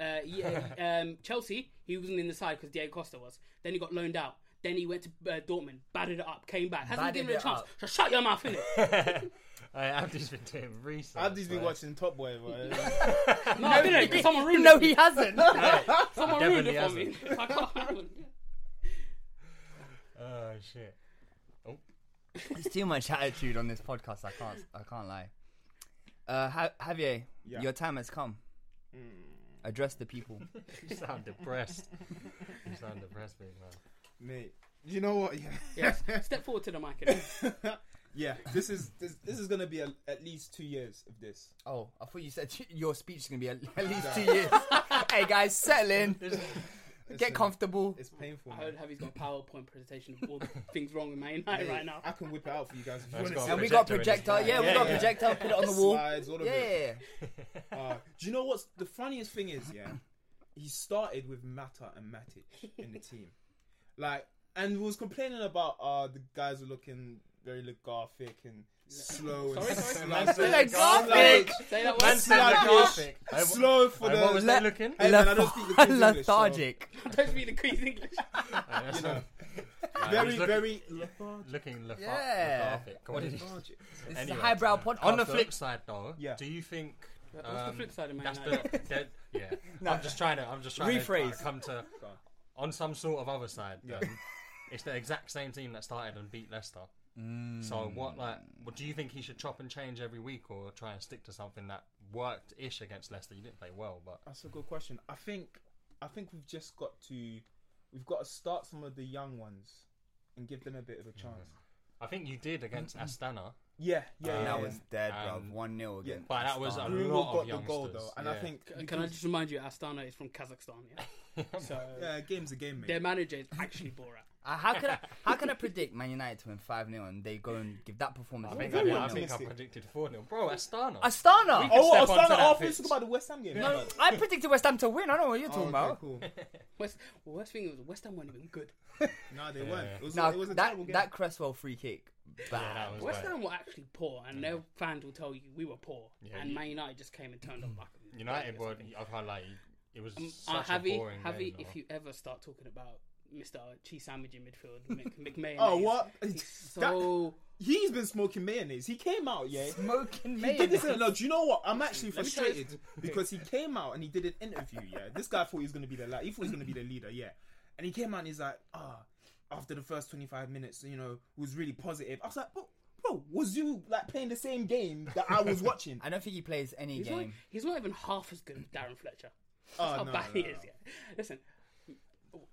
Speaker 1: Uh, yeah, um, Chelsea, he wasn't in the side because Diego Costa was. Then he got loaned out. Then he went to uh, Dortmund, batted it up, came back, hasn't been
Speaker 2: Batted
Speaker 1: given a
Speaker 2: it
Speaker 1: chance.
Speaker 2: up.
Speaker 1: So shut your mouth, innit?
Speaker 4: I, I've just been doing research.
Speaker 5: I've just been
Speaker 4: man.
Speaker 5: watching Top Boy, but
Speaker 1: no, I didn't. 'cause Someone ruined
Speaker 2: no,
Speaker 1: it.
Speaker 2: he hasn't.
Speaker 1: Someone ruined it for
Speaker 4: definitely
Speaker 1: me. I can't.
Speaker 4: Oh shit! Oh,
Speaker 2: There's too much attitude on this podcast. I can't. I can't lie. Uh, ha- Javier,
Speaker 5: Yeah.
Speaker 2: your time has come. Address the people.
Speaker 4: you sound depressed. you sound depressed, big man.
Speaker 5: mate, you know what? Yeah,
Speaker 1: Yes, step forward to the mic. innit?
Speaker 5: yeah. This is this, this is gonna be a, at least two years of this.
Speaker 2: Oh, I thought you said your speech is gonna be at, at least two years. hey guys, settle in. Get comfortable.
Speaker 5: It's painful.
Speaker 1: I
Speaker 5: man.
Speaker 1: heard Javi's got a PowerPoint presentation of all the things wrong with Man United right now.
Speaker 5: I can whip it out for you guys if you
Speaker 4: Let's
Speaker 5: want to
Speaker 4: go.
Speaker 5: see.
Speaker 2: And we got a
Speaker 4: projector
Speaker 2: projector.
Speaker 4: in his
Speaker 2: Yeah, we
Speaker 4: hand.
Speaker 2: got a
Speaker 5: Yeah, yeah.
Speaker 2: projector. Put it on the wall.
Speaker 5: Slides, all of it.
Speaker 2: Yeah.
Speaker 5: Uh, do you know what's the funniest thing is? Yeah, he started with Mata and Matic in the team, like, and was complaining about uh the guys were looking very lethargic and slow and
Speaker 1: Sorry, sorry.
Speaker 5: sluggish.
Speaker 2: Lethargic.
Speaker 1: Say that
Speaker 4: Man
Speaker 1: one.
Speaker 4: said
Speaker 5: Sluggish,
Speaker 4: lethargic. I-
Speaker 5: slow for
Speaker 4: I-
Speaker 5: the
Speaker 4: what was that looking?
Speaker 5: Hey, man, I don't speak the Queen's English, so-
Speaker 2: Lethargic.
Speaker 1: Don't speak the Queen's English.
Speaker 4: you know,
Speaker 5: very, very lethargic.
Speaker 4: looking lethargic.
Speaker 2: Yeah.
Speaker 4: lethargic. What did he-
Speaker 2: This is a
Speaker 4: Anyway.
Speaker 2: highbrow podcast.
Speaker 4: On the
Speaker 2: though.
Speaker 4: flip side, though,
Speaker 5: Yeah.
Speaker 4: do you think
Speaker 1: What's the
Speaker 4: um,
Speaker 1: flip side of Man
Speaker 4: that's the
Speaker 1: United?
Speaker 4: that- yeah? I'm just trying to. I'm just trying to uh,
Speaker 2: Rephrase.
Speaker 4: come to on some sort of other side. um, it's the exact same team that started and beat Leicester. So what like what do you think he should chop and change every week or try and stick to something that worked ish against Leicester? You didn't play well, but
Speaker 5: That's a good question. I think, I think we've just got to, we've got to start some of the young ones, and give them a bit of a
Speaker 4: Mm-hmm.
Speaker 5: chance.
Speaker 4: I think you did against Astana.
Speaker 5: Yeah, yeah, yeah.
Speaker 2: That
Speaker 5: yeah.
Speaker 2: was dead,
Speaker 4: Um,
Speaker 2: bruv. One 0 again.
Speaker 4: But that was a
Speaker 5: Greenwood
Speaker 4: lot
Speaker 5: got
Speaker 4: of
Speaker 5: the goal though,
Speaker 4: youngsters,
Speaker 5: and I
Speaker 4: yeah.
Speaker 5: think
Speaker 1: C- Can I just remind you, Astana is from Kazakhstan. Yeah. so
Speaker 5: yeah, uh, game's a game, mate.
Speaker 1: their manager is actually Borat.
Speaker 2: Uh, how could I? How can I predict Man United to win five 0 and they go and give that performance?
Speaker 4: I
Speaker 2: of
Speaker 4: think I,
Speaker 5: very
Speaker 4: I, think I
Speaker 5: optimistic.
Speaker 4: predicted 4 0. Bro, Astana.
Speaker 2: Astana.
Speaker 4: can
Speaker 5: Oh,
Speaker 4: step
Speaker 5: oh,
Speaker 4: onto
Speaker 5: stand
Speaker 4: that
Speaker 5: off.
Speaker 4: pitch.
Speaker 5: Let's talk about the West Ham game.
Speaker 2: No, I predicted West Ham to win. I don't know what you're talking about.
Speaker 5: Oh, cool.
Speaker 1: West, well, worst thing was West Ham weren't even good.
Speaker 5: No, they weren't. It was,
Speaker 2: Now
Speaker 5: it was a terrible
Speaker 2: that
Speaker 5: game.
Speaker 2: that Cresswell free kick, bad.
Speaker 4: that was
Speaker 1: West
Speaker 4: bad.
Speaker 1: Ham were actually poor,
Speaker 5: Mm.
Speaker 1: and their fans will tell you we were poor. and Man United just came and turned on back. of them.
Speaker 4: United were, I've had like, it was
Speaker 1: Uh,
Speaker 4: such a
Speaker 1: Javi,
Speaker 4: boring game.
Speaker 1: Javi,
Speaker 4: though.
Speaker 1: if you ever start talking about Mr. Cheese Sandwich in midfield, Mc, McMahon.
Speaker 5: Oh, what?
Speaker 1: He's
Speaker 5: That-
Speaker 1: so.
Speaker 5: He's been smoking mayonnaise. He came out, yeah.
Speaker 2: Smoking
Speaker 5: He did
Speaker 2: mayonnaise.
Speaker 5: this. In, no, do you know what? I'm actually
Speaker 1: Let me tell you-
Speaker 5: frustrated because he came out and he did an interview. Yeah, this guy thought he was gonna be the like, he thought he was gonna be the leader. Yeah, and he came out and he's like, ah, after the first 25 minutes, you know, was really positive. I was like, bro, bro was you like playing the same game that I was watching?
Speaker 2: I don't think he plays any
Speaker 1: He's not,
Speaker 2: game.
Speaker 1: he's not even half as good as Darren Fletcher.
Speaker 5: Oh,
Speaker 1: That's how
Speaker 5: no,
Speaker 1: bad
Speaker 5: no,
Speaker 1: he
Speaker 5: no.
Speaker 1: is. Yeah. Listen,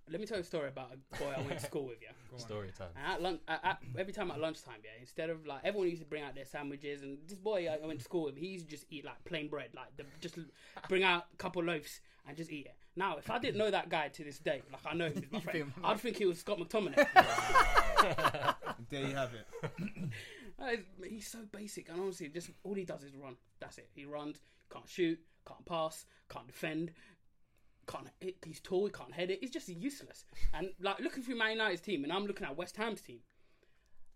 Speaker 1: let me tell you a story about a boy I went to school with. Yeah.
Speaker 4: Story time.
Speaker 1: And at lunch, at, at, every time at lunchtime, yeah, instead of like everyone used to bring out their sandwiches, and this boy I I went to school with, he used to just eat like plain bread, like the, just bring out a couple loaves and just eat it. Now, if I didn't know that guy to this day, like I know him, he's my friend, I'd think he was Scott McTominay.
Speaker 5: There you have it.
Speaker 1: Uh, He's so basic, and honestly, just all he does is run. That's it. He runs, can't shoot, can't pass, can't defend, can't. Hit. He's tall, he can't head it. He's just useless. And like looking through Man United's team, and I'm looking at West Ham's team.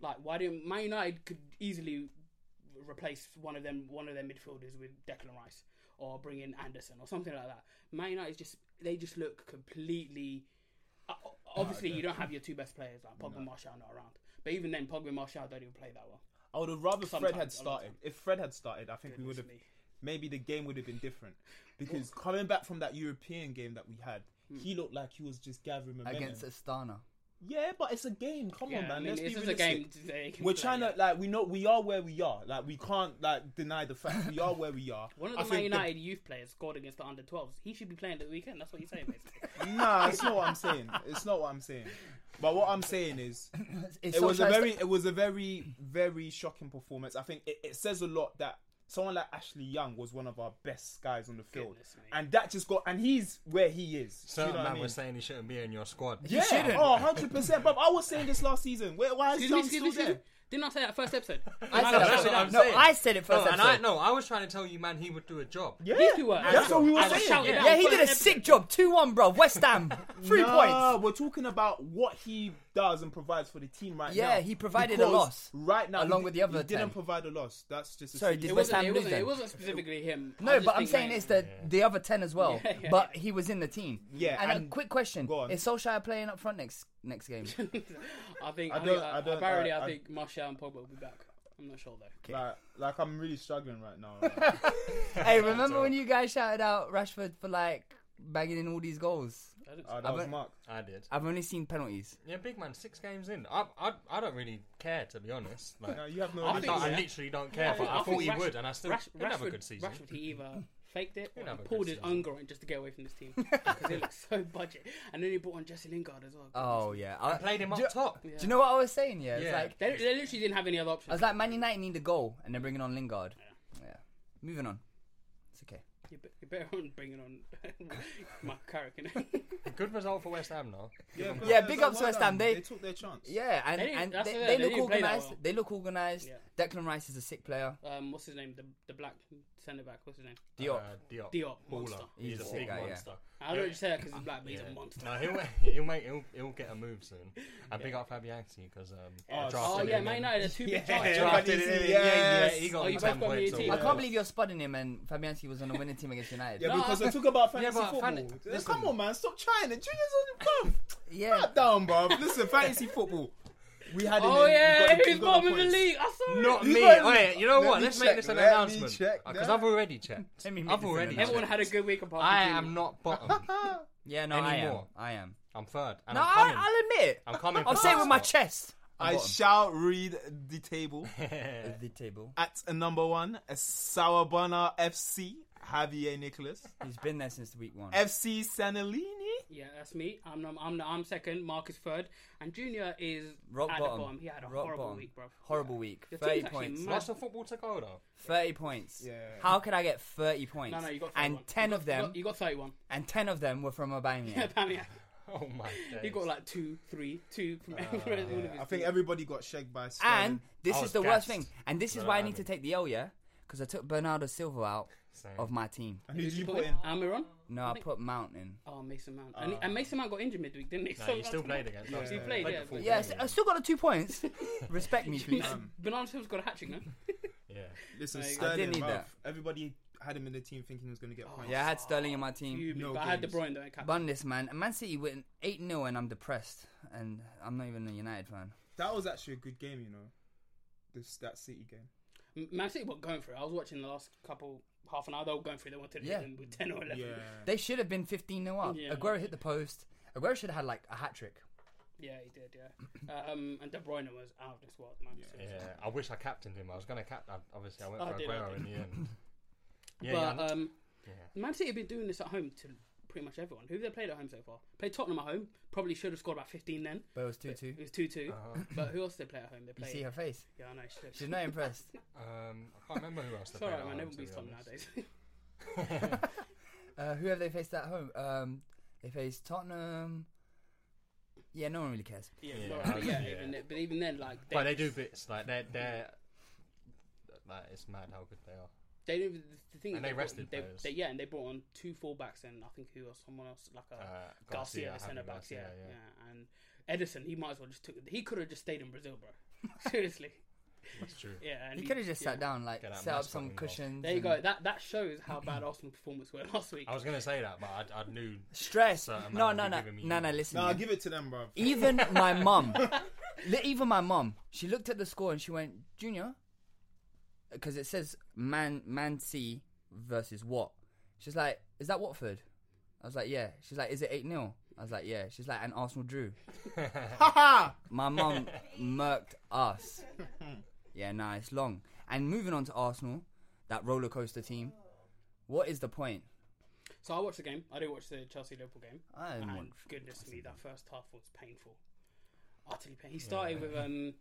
Speaker 1: Like, why didn't Man United could easily replace one of them, one of their midfielders with Declan Rice, or bring in Anderson or something like that. Man United just they just look completely. Uh, o- obviously, you don't have your two best players like Pogba, and Martial not around. But even then, Pogba and Martial don't even play that well.
Speaker 5: I would have rather
Speaker 1: Sometimes,
Speaker 5: Fred had
Speaker 1: a lot of
Speaker 5: started. If Fred had started, I think we would have. Maybe the game would have been different because coming back from that European game that we had, he looked like he was just gathering momentum.
Speaker 2: Against Astana.
Speaker 5: yeah, but it's a game. Come
Speaker 1: Yeah,
Speaker 5: on, man.
Speaker 1: I mean,
Speaker 5: Let's
Speaker 1: this
Speaker 5: be
Speaker 1: is a game.
Speaker 5: realistic.
Speaker 1: they can
Speaker 5: We're
Speaker 1: play,
Speaker 5: trying
Speaker 1: yeah.
Speaker 5: to like we know we are where we are. Like we can't like deny the fact we are where we are.
Speaker 1: One
Speaker 5: I
Speaker 1: of the Man
Speaker 5: think
Speaker 1: United youth players scored against the under 12s. He should be playing the weekend. That's what you're saying, basically.
Speaker 5: Nah, it's not what I'm saying. It's not what I'm saying. But what I'm saying is,
Speaker 2: It's
Speaker 5: it was a
Speaker 2: Solskjaer's-
Speaker 5: very, it was a very, very shocking performance. I think it, it says a lot that someone like Ashley Young was one of our best guys on the field,
Speaker 1: Goodness me.
Speaker 5: and that just got, and he's where he is. Do
Speaker 4: Certain
Speaker 5: you know what
Speaker 4: man
Speaker 5: I mean?
Speaker 4: was saying he shouldn't be in your squad.
Speaker 5: yeah, oh, 100 percent. But I was saying this last season. Where, why is
Speaker 1: Excuse me,
Speaker 5: Young
Speaker 1: excuse
Speaker 5: still
Speaker 1: me, excuse me.
Speaker 5: there?
Speaker 1: Didn't I say that first episode?
Speaker 2: I said
Speaker 4: No,
Speaker 2: it
Speaker 4: that's
Speaker 2: first-
Speaker 4: what I'm
Speaker 2: no,
Speaker 4: saying.
Speaker 2: I said it first.
Speaker 4: No, and I,
Speaker 2: episode.
Speaker 4: no, I was trying to tell you, man, he would do a job.
Speaker 5: Yeah,
Speaker 1: These two were
Speaker 5: that's what we were
Speaker 1: I was
Speaker 5: saying.
Speaker 1: shouting
Speaker 2: Yeah,
Speaker 1: out
Speaker 2: he did a
Speaker 1: first
Speaker 2: sick
Speaker 1: episode.
Speaker 2: job. Two one, bro. West Ham. Three
Speaker 5: Nah,
Speaker 2: points.
Speaker 5: We're talking about what he does and provides for the team right now.
Speaker 2: Yeah, he provided a
Speaker 5: Because
Speaker 2: loss
Speaker 5: right now.
Speaker 2: along
Speaker 5: he,
Speaker 2: with
Speaker 5: di-
Speaker 2: the other
Speaker 5: he didn't
Speaker 2: 10.
Speaker 5: provide a loss. That's just a
Speaker 2: Sorry,
Speaker 5: silly-
Speaker 2: did
Speaker 1: It
Speaker 2: West Ham
Speaker 1: wasn't, it,
Speaker 2: lose
Speaker 1: wasn't,
Speaker 2: then?
Speaker 1: it wasn't specifically him. I
Speaker 2: No,
Speaker 1: just
Speaker 2: but I'm
Speaker 1: think
Speaker 2: saying
Speaker 1: that-
Speaker 2: it's the the other ten as well.
Speaker 1: Yeah, yeah,
Speaker 2: but he was in the team.
Speaker 5: Yeah,
Speaker 2: And, a
Speaker 5: and-
Speaker 2: quick question:
Speaker 5: Go on.
Speaker 2: Is Solskjaer playing up front next next game?
Speaker 1: I think.
Speaker 5: I
Speaker 1: I
Speaker 5: don't-
Speaker 1: think
Speaker 5: I
Speaker 1: I
Speaker 5: don't-
Speaker 1: apparently,
Speaker 5: I-
Speaker 1: I,
Speaker 5: I-
Speaker 1: think Martial and Pogba will be back. I'm not sure though.
Speaker 5: Like, like I'm really struggling right now. like.
Speaker 2: hey, remember when you guys shouted out Rashford for like bagging in all these goals?
Speaker 1: I don't-
Speaker 5: Ah, that was
Speaker 2: bet-
Speaker 5: Mark.
Speaker 4: I did.
Speaker 2: I've only seen penalties.
Speaker 4: Yeah, big man, six games in. I, I, I don't really care, to be honest. Like,
Speaker 5: No, you have no.
Speaker 1: I
Speaker 4: I,
Speaker 5: idea.
Speaker 1: think
Speaker 4: don't- I
Speaker 1: so.
Speaker 4: literally don't care, but I,
Speaker 1: think
Speaker 4: thought he
Speaker 1: Rash-
Speaker 4: would, and I still
Speaker 1: Rash-
Speaker 4: didn't have a
Speaker 1: Rashford-
Speaker 4: good season.
Speaker 1: Rashford, he either faked it or
Speaker 4: have a good
Speaker 1: pulled his
Speaker 4: season.
Speaker 1: own groin just to get away from this team because he looks so budget. And then he brought on Jesse Lingard as well.
Speaker 2: Oh yeah, I,
Speaker 4: Played him up
Speaker 2: do, you-
Speaker 4: top.
Speaker 2: Do you know what I was saying? Yeah, it's
Speaker 4: Yeah.
Speaker 2: like
Speaker 1: They, they literally didn't have any other
Speaker 2: I
Speaker 1: options.
Speaker 2: was like Man United need a goal, and they're bringing on Lingard. Yeah. Moving on. It's okay.
Speaker 1: You're, be- you're better on bringing on Mark Carrick. innit?
Speaker 4: Good result for West Ham, though.
Speaker 5: Yeah,
Speaker 2: Yeah, big ups to West Ham. They-
Speaker 5: they took their chance.
Speaker 2: Yeah, and,
Speaker 1: They didn't-
Speaker 2: and
Speaker 1: that's
Speaker 2: they,
Speaker 1: the-
Speaker 2: they
Speaker 1: they
Speaker 2: look
Speaker 1: didn't play that
Speaker 2: organised.
Speaker 1: well.
Speaker 2: They look organised.
Speaker 1: Yeah.
Speaker 2: Declan Rice is a sick player.
Speaker 1: um, what's his name? The the black centre back. What's his name?
Speaker 2: Diop.
Speaker 4: Uh, Diop.
Speaker 1: Diop,
Speaker 4: Baller.
Speaker 1: monster.
Speaker 4: He's,
Speaker 2: He's
Speaker 4: a
Speaker 2: a
Speaker 4: big
Speaker 2: guy, yeah.
Speaker 4: monster.
Speaker 1: I don't know if you say that because he's black, but he's a monster.
Speaker 4: No, he'll he'll make he'll, he'll get a move soon. And big up Fabianski because um, I drafted
Speaker 1: Oh yeah,
Speaker 4: him
Speaker 1: Man
Speaker 4: in-
Speaker 1: United are two big
Speaker 5: Yeah.
Speaker 1: charges.
Speaker 5: Draft.
Speaker 4: Drafted him in,
Speaker 5: Yes.
Speaker 4: yeah, yeah, he
Speaker 1: Oh,
Speaker 4: got
Speaker 1: you
Speaker 4: ten
Speaker 1: both got
Speaker 4: points.
Speaker 1: me a team.
Speaker 4: all
Speaker 2: I
Speaker 4: over.
Speaker 1: Yeah.
Speaker 2: can't believe you're spudding him and Fabianski was on a winning team against United.
Speaker 5: Yeah,
Speaker 2: Yeah,
Speaker 5: because I talk about
Speaker 4: Yeah,
Speaker 5: fantasy
Speaker 4: but
Speaker 5: football.
Speaker 4: fan- listen.
Speaker 5: Come on, man, stop trying. The juniors on the club.
Speaker 2: yeah.
Speaker 5: Shut down, bro. Listen, fantasy football. We had.
Speaker 1: Oh
Speaker 5: it in, we
Speaker 1: yeah,
Speaker 5: got it- we
Speaker 1: who's
Speaker 5: got
Speaker 1: bottom of the
Speaker 5: points.
Speaker 1: league? I saw
Speaker 4: Not
Speaker 1: it.
Speaker 5: You
Speaker 4: me.
Speaker 5: got-
Speaker 4: Wait, you know
Speaker 5: let
Speaker 4: what?
Speaker 5: me
Speaker 4: Let's
Speaker 5: check,
Speaker 4: make this an
Speaker 5: let me
Speaker 4: announcement
Speaker 5: check
Speaker 4: because
Speaker 5: that.
Speaker 4: I've already checked.
Speaker 2: Let me make
Speaker 4: I've
Speaker 2: this
Speaker 4: already.
Speaker 2: announcement.
Speaker 1: Everyone
Speaker 4: Checked.
Speaker 1: had a good week apart from
Speaker 4: I
Speaker 1: Junior.
Speaker 4: am not bottom.
Speaker 2: yeah, no,
Speaker 4: Anymore.
Speaker 2: I am. I am.
Speaker 4: I'm third. And
Speaker 2: No,
Speaker 4: I'm
Speaker 2: I,
Speaker 4: coming.
Speaker 2: I'll admit.
Speaker 4: I'm coming
Speaker 2: I'll
Speaker 4: for
Speaker 2: say it
Speaker 4: that
Speaker 2: with my
Speaker 4: spot.
Speaker 2: chest. I'm
Speaker 5: I
Speaker 2: bottom.
Speaker 5: shall read the table
Speaker 2: At the table.
Speaker 5: at number one: Sawabana FC, Javier Nicholas,
Speaker 2: He's been there since week one.
Speaker 5: FC Sanalini.
Speaker 1: Yeah, that's me. I'm I'm I'm, I'm second. Mark is third, and Junior is
Speaker 2: Rock
Speaker 1: at
Speaker 2: bottom.
Speaker 1: the bottom. He had a
Speaker 2: Rock
Speaker 1: horrible
Speaker 2: bottom.
Speaker 1: week, bro.
Speaker 2: Horrible week.
Speaker 1: Your team's
Speaker 2: Thirty
Speaker 1: actually
Speaker 2: points.
Speaker 1: mad.
Speaker 4: What's the football to go though?
Speaker 2: 30 points.
Speaker 5: Yeah.
Speaker 2: How could I get 30 points?
Speaker 1: No, no, you got 31.
Speaker 2: and 10
Speaker 1: You
Speaker 2: of
Speaker 1: got-
Speaker 2: them,
Speaker 1: You got, you got 31.
Speaker 2: and 10 of them were from Aubameyang.
Speaker 1: Aubameyang.
Speaker 4: Oh my god.
Speaker 1: You got like two, three, two from everywhere. all of his
Speaker 5: Uh, I think
Speaker 1: team.
Speaker 5: everybody got shagged by.
Speaker 2: and
Speaker 5: Sterling.
Speaker 2: this
Speaker 4: I
Speaker 2: is
Speaker 4: was
Speaker 2: the worst thing.
Speaker 4: gassed.
Speaker 2: And this is
Speaker 4: No,
Speaker 2: why I
Speaker 4: I
Speaker 2: need to
Speaker 4: mean-
Speaker 2: take the L, yeah? Because I took Bernardo Silva out of my team.
Speaker 5: and who did you
Speaker 1: Put
Speaker 5: put in? Uh.
Speaker 1: Almiron.
Speaker 2: No, I put Mount in.
Speaker 1: Oh, Mason Mount. and, and Mason Mount got injured midweek, didn't he?
Speaker 4: No,
Speaker 1: So
Speaker 4: you still
Speaker 1: that's-
Speaker 4: played against. us.
Speaker 1: You played, yeah.
Speaker 4: before.
Speaker 1: but-
Speaker 2: Yes, I still got the two points. Respect me, please.
Speaker 1: Bernardo Silva's got a hat trick, no?
Speaker 4: Yeah.
Speaker 5: Listen,
Speaker 1: Like- I
Speaker 5: Sterling.
Speaker 2: didn't need
Speaker 5: bruv.
Speaker 2: that. Oh,
Speaker 5: Everybody had him in the team thinking he was going to get points.
Speaker 2: Yeah, I had Sterling in my team.
Speaker 1: You,
Speaker 5: No
Speaker 1: but I had De
Speaker 5: games.
Speaker 1: Bruyne though. in cap.
Speaker 2: Bun this, man. And Man City went 8 0, and I'm depressed. And I'm not even a United fan.
Speaker 5: That was actually a good game, you know. This that City game.
Speaker 1: M- Man City were going for it. I was watching the last couple half an hour. They were going for it. They wanted to
Speaker 2: Yeah.
Speaker 1: hit them with ten or eleven.
Speaker 5: Yeah.
Speaker 2: They should have been 15 0 up.
Speaker 1: Yeah.
Speaker 2: Aguero hit the post. Aguero should have had like a hat trick.
Speaker 1: Yeah, he did. Yeah, um, and De Bruyne was out of this world, man.
Speaker 4: Yeah, I wish I captained him. I was going to captain. Obviously, I went
Speaker 1: Oh,
Speaker 4: for
Speaker 1: did,
Speaker 4: Aguero
Speaker 1: okay.
Speaker 4: in the end. Yeah,
Speaker 1: but
Speaker 4: yeah, I-
Speaker 1: um,
Speaker 4: yeah.
Speaker 1: Man City have been doing this at home to pretty much everyone. Who have they played at home so far? Played Tottenham at home. Probably should have scored about fifteen then.
Speaker 2: But it was 2 2.
Speaker 1: It was two two.
Speaker 4: Uh-huh.
Speaker 1: But who else did they play at home? They
Speaker 2: You
Speaker 1: played.
Speaker 2: see her face.
Speaker 1: Yeah, I know. Shit.
Speaker 2: She's not impressed.
Speaker 4: Um, I can't remember who else.
Speaker 1: It's
Speaker 4: they
Speaker 1: alright,
Speaker 4: played
Speaker 1: man.
Speaker 4: at home,
Speaker 1: Everyone
Speaker 4: to be
Speaker 1: beats Tottenham
Speaker 4: honest.
Speaker 1: nowadays.
Speaker 2: Uh, who have they faced at home? Um, they faced Tottenham. Yeah, no one really cares.
Speaker 1: yeah,
Speaker 4: Yeah,
Speaker 1: no,
Speaker 4: I
Speaker 1: but
Speaker 4: was-
Speaker 1: yeah,
Speaker 4: yeah.
Speaker 1: Even then, but even then, like, they,
Speaker 4: But they do bits like they're they're like it's mad how good they are.
Speaker 1: They didn't. The thing is
Speaker 4: And they
Speaker 1: brought-
Speaker 4: rested
Speaker 1: they,
Speaker 4: players.
Speaker 1: they- yeah, and they brought on two fullbacks and I think who else? Someone else like a
Speaker 4: Uh,
Speaker 1: Garcia, Garcia
Speaker 4: Garcia, Javi
Speaker 1: centre back. Yeah,
Speaker 4: Garcia,
Speaker 1: yeah,
Speaker 4: yeah.
Speaker 1: and Edison. He might as well just took. He could have just stayed in Brazil, bro. Seriously.
Speaker 4: That's true.
Speaker 1: Yeah. And
Speaker 2: He could have just
Speaker 1: yeah.
Speaker 2: sat down, like
Speaker 4: Get that
Speaker 2: set up
Speaker 4: mask
Speaker 2: some
Speaker 4: button off.
Speaker 2: cushions.
Speaker 1: There you
Speaker 2: and-
Speaker 1: go. That that shows how bad Arsenal performance were last week.
Speaker 4: I was going to say that, but I, I knew.
Speaker 2: Stress.
Speaker 4: Certain
Speaker 2: No,
Speaker 4: man
Speaker 2: no, no,
Speaker 4: would be giving me-
Speaker 2: no, no. Listen.
Speaker 5: Nah,
Speaker 2: yeah.
Speaker 5: give it to them, bro.
Speaker 2: even my mum, li- even my mum, she looked at the score and she went, "Junior," because it says Man Man C versus what? She's like, "Is that Watford?" I was like, "Yeah." She's like, "Is it eight 0 I was like, "Yeah." She's like, "And Arsenal drew." my mum murked us. Yeah, nah, it's long. And moving on to Arsenal, that roller coaster team. What is the point?
Speaker 1: So I watched the game. I did watch the Chelsea Liverpool game.
Speaker 2: I didn't
Speaker 1: and
Speaker 2: watch
Speaker 1: goodness me, that first half was painful. Utterly painful. He started with um,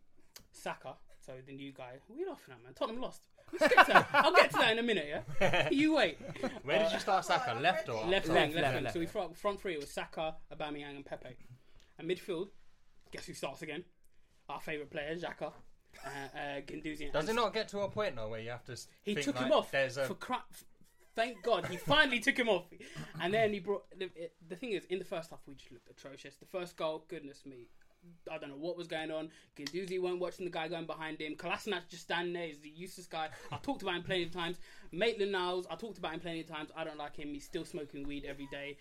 Speaker 1: Saka, so the new guy. What are you laughing at, man? Tottenham lost. Let's get to that. I'll get to that in a minute, yeah? You wait.
Speaker 4: Where did you start Saka? Left or
Speaker 2: Left,
Speaker 1: Left, wing, left,
Speaker 2: left,
Speaker 1: wing.
Speaker 2: left.
Speaker 1: So we front, front three, it was Saka, Aubameyang and Pepe. And midfield, guess who starts again? Our favourite player, Xhaka. Uh, uh, Gundogan.
Speaker 4: Does it
Speaker 1: And
Speaker 4: not get to a point though where you have to? s-
Speaker 1: He
Speaker 4: think,
Speaker 1: took him
Speaker 4: like,
Speaker 1: off
Speaker 4: There's a
Speaker 1: for crap. Thank God he finally took him off. And then he brought the, it- the thing is in the first half we just looked atrocious. The first goal, goodness me, I don't know what was going on. Ginduzi weren't watching the guy going behind him. Kolasinac just standing there. He's the useless guy. I talked about him plenty of times. Maitland Niles, I talked about him plenty of times. I don't like him. He's still smoking weed every day.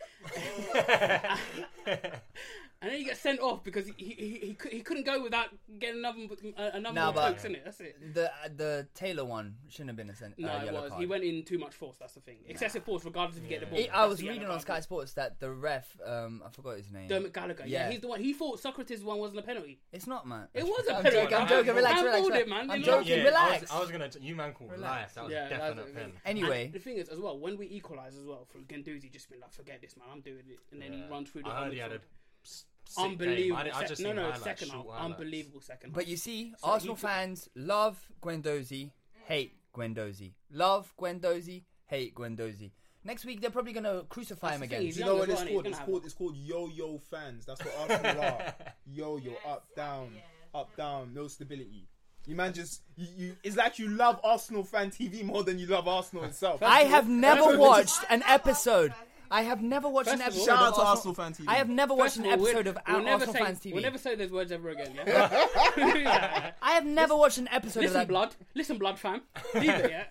Speaker 1: and then he gets sent off because he he, he, he, cou- he couldn't go without getting another uh, another
Speaker 2: Nah,
Speaker 1: no,
Speaker 2: but-
Speaker 1: in it. That's it.
Speaker 2: The uh, the Taylor one shouldn't have been a sen-
Speaker 1: No,
Speaker 2: uh,
Speaker 1: it
Speaker 2: yellow
Speaker 1: was.
Speaker 2: card.
Speaker 1: He went in too much force. That's the thing. Excessive force, regardless if you get the ball.
Speaker 2: He- I
Speaker 1: That's
Speaker 2: was
Speaker 1: the yellow
Speaker 2: reading on
Speaker 1: card.
Speaker 2: Sky Sports that the ref, um, I forgot his name.
Speaker 1: Dermot Gallagher. Yeah.
Speaker 2: Yeah.
Speaker 1: he's the one. He thought Socrates one wasn't a penalty.
Speaker 2: It's not, man.
Speaker 1: It was a
Speaker 2: I'm
Speaker 1: penalty.
Speaker 2: joking. I'm
Speaker 1: man.
Speaker 2: joking. Relax,
Speaker 1: Man
Speaker 2: relax.
Speaker 1: balled
Speaker 2: relax.
Speaker 1: it, man.
Speaker 2: I'm
Speaker 1: They
Speaker 2: joking.
Speaker 1: lost it.
Speaker 4: I was-
Speaker 2: Relax.
Speaker 4: I was, going to. You man called life. That was
Speaker 1: Yeah, that's
Speaker 4: definite
Speaker 1: it.
Speaker 4: pen.
Speaker 2: Anyway.
Speaker 1: And the thing is, as well, when we equalise as well, for Ganduzi just been like, forget this, man, I'm doing it, and then he run through the.
Speaker 4: I heard
Speaker 1: whole
Speaker 4: he had a
Speaker 1: midfield.
Speaker 4: s- sick game.
Speaker 1: unbelievable.
Speaker 4: I, di- I
Speaker 1: sec-
Speaker 4: just
Speaker 1: no,
Speaker 4: seen
Speaker 1: no,
Speaker 4: highlights,
Speaker 1: second half,
Speaker 4: short highlights.
Speaker 1: unbelievable second half.
Speaker 2: But you see, Arsenal
Speaker 1: he-
Speaker 2: fans love Gwendozi, hate Gwendozi. Love Gwendozi, hate Gwendozi. Next week they're probably gonna crucify
Speaker 1: That's
Speaker 2: him
Speaker 1: the
Speaker 2: again.
Speaker 1: thing, he's
Speaker 5: Do you
Speaker 1: young
Speaker 5: know
Speaker 1: as
Speaker 5: what
Speaker 1: well,
Speaker 5: it's
Speaker 1: and
Speaker 5: called?
Speaker 1: gonna
Speaker 5: It's
Speaker 1: have
Speaker 5: called
Speaker 1: one.
Speaker 5: it's called yo-yo fans. That's what Arsenal are. Yo-yo, up, down, up, down, no stability. You man just you, you. It's like you love Arsenal fan TV more than you love Arsenal itself.
Speaker 2: I have never watched an episode. I have never watched an
Speaker 1: First of all,
Speaker 2: episode.
Speaker 5: Shout
Speaker 2: of
Speaker 5: out to Arsenal fan TV.
Speaker 2: I have never watched
Speaker 1: First
Speaker 2: an
Speaker 1: of all, we'll-
Speaker 2: episode of
Speaker 1: we'll never
Speaker 2: Arsenal
Speaker 1: say-
Speaker 2: fans TV.
Speaker 1: We'll never say those words ever again. Yeah? Yeah.
Speaker 2: I have never watched an episode
Speaker 1: Listen,
Speaker 2: of that.
Speaker 1: blood. Listen, blood, fam. Leave it. Yeah.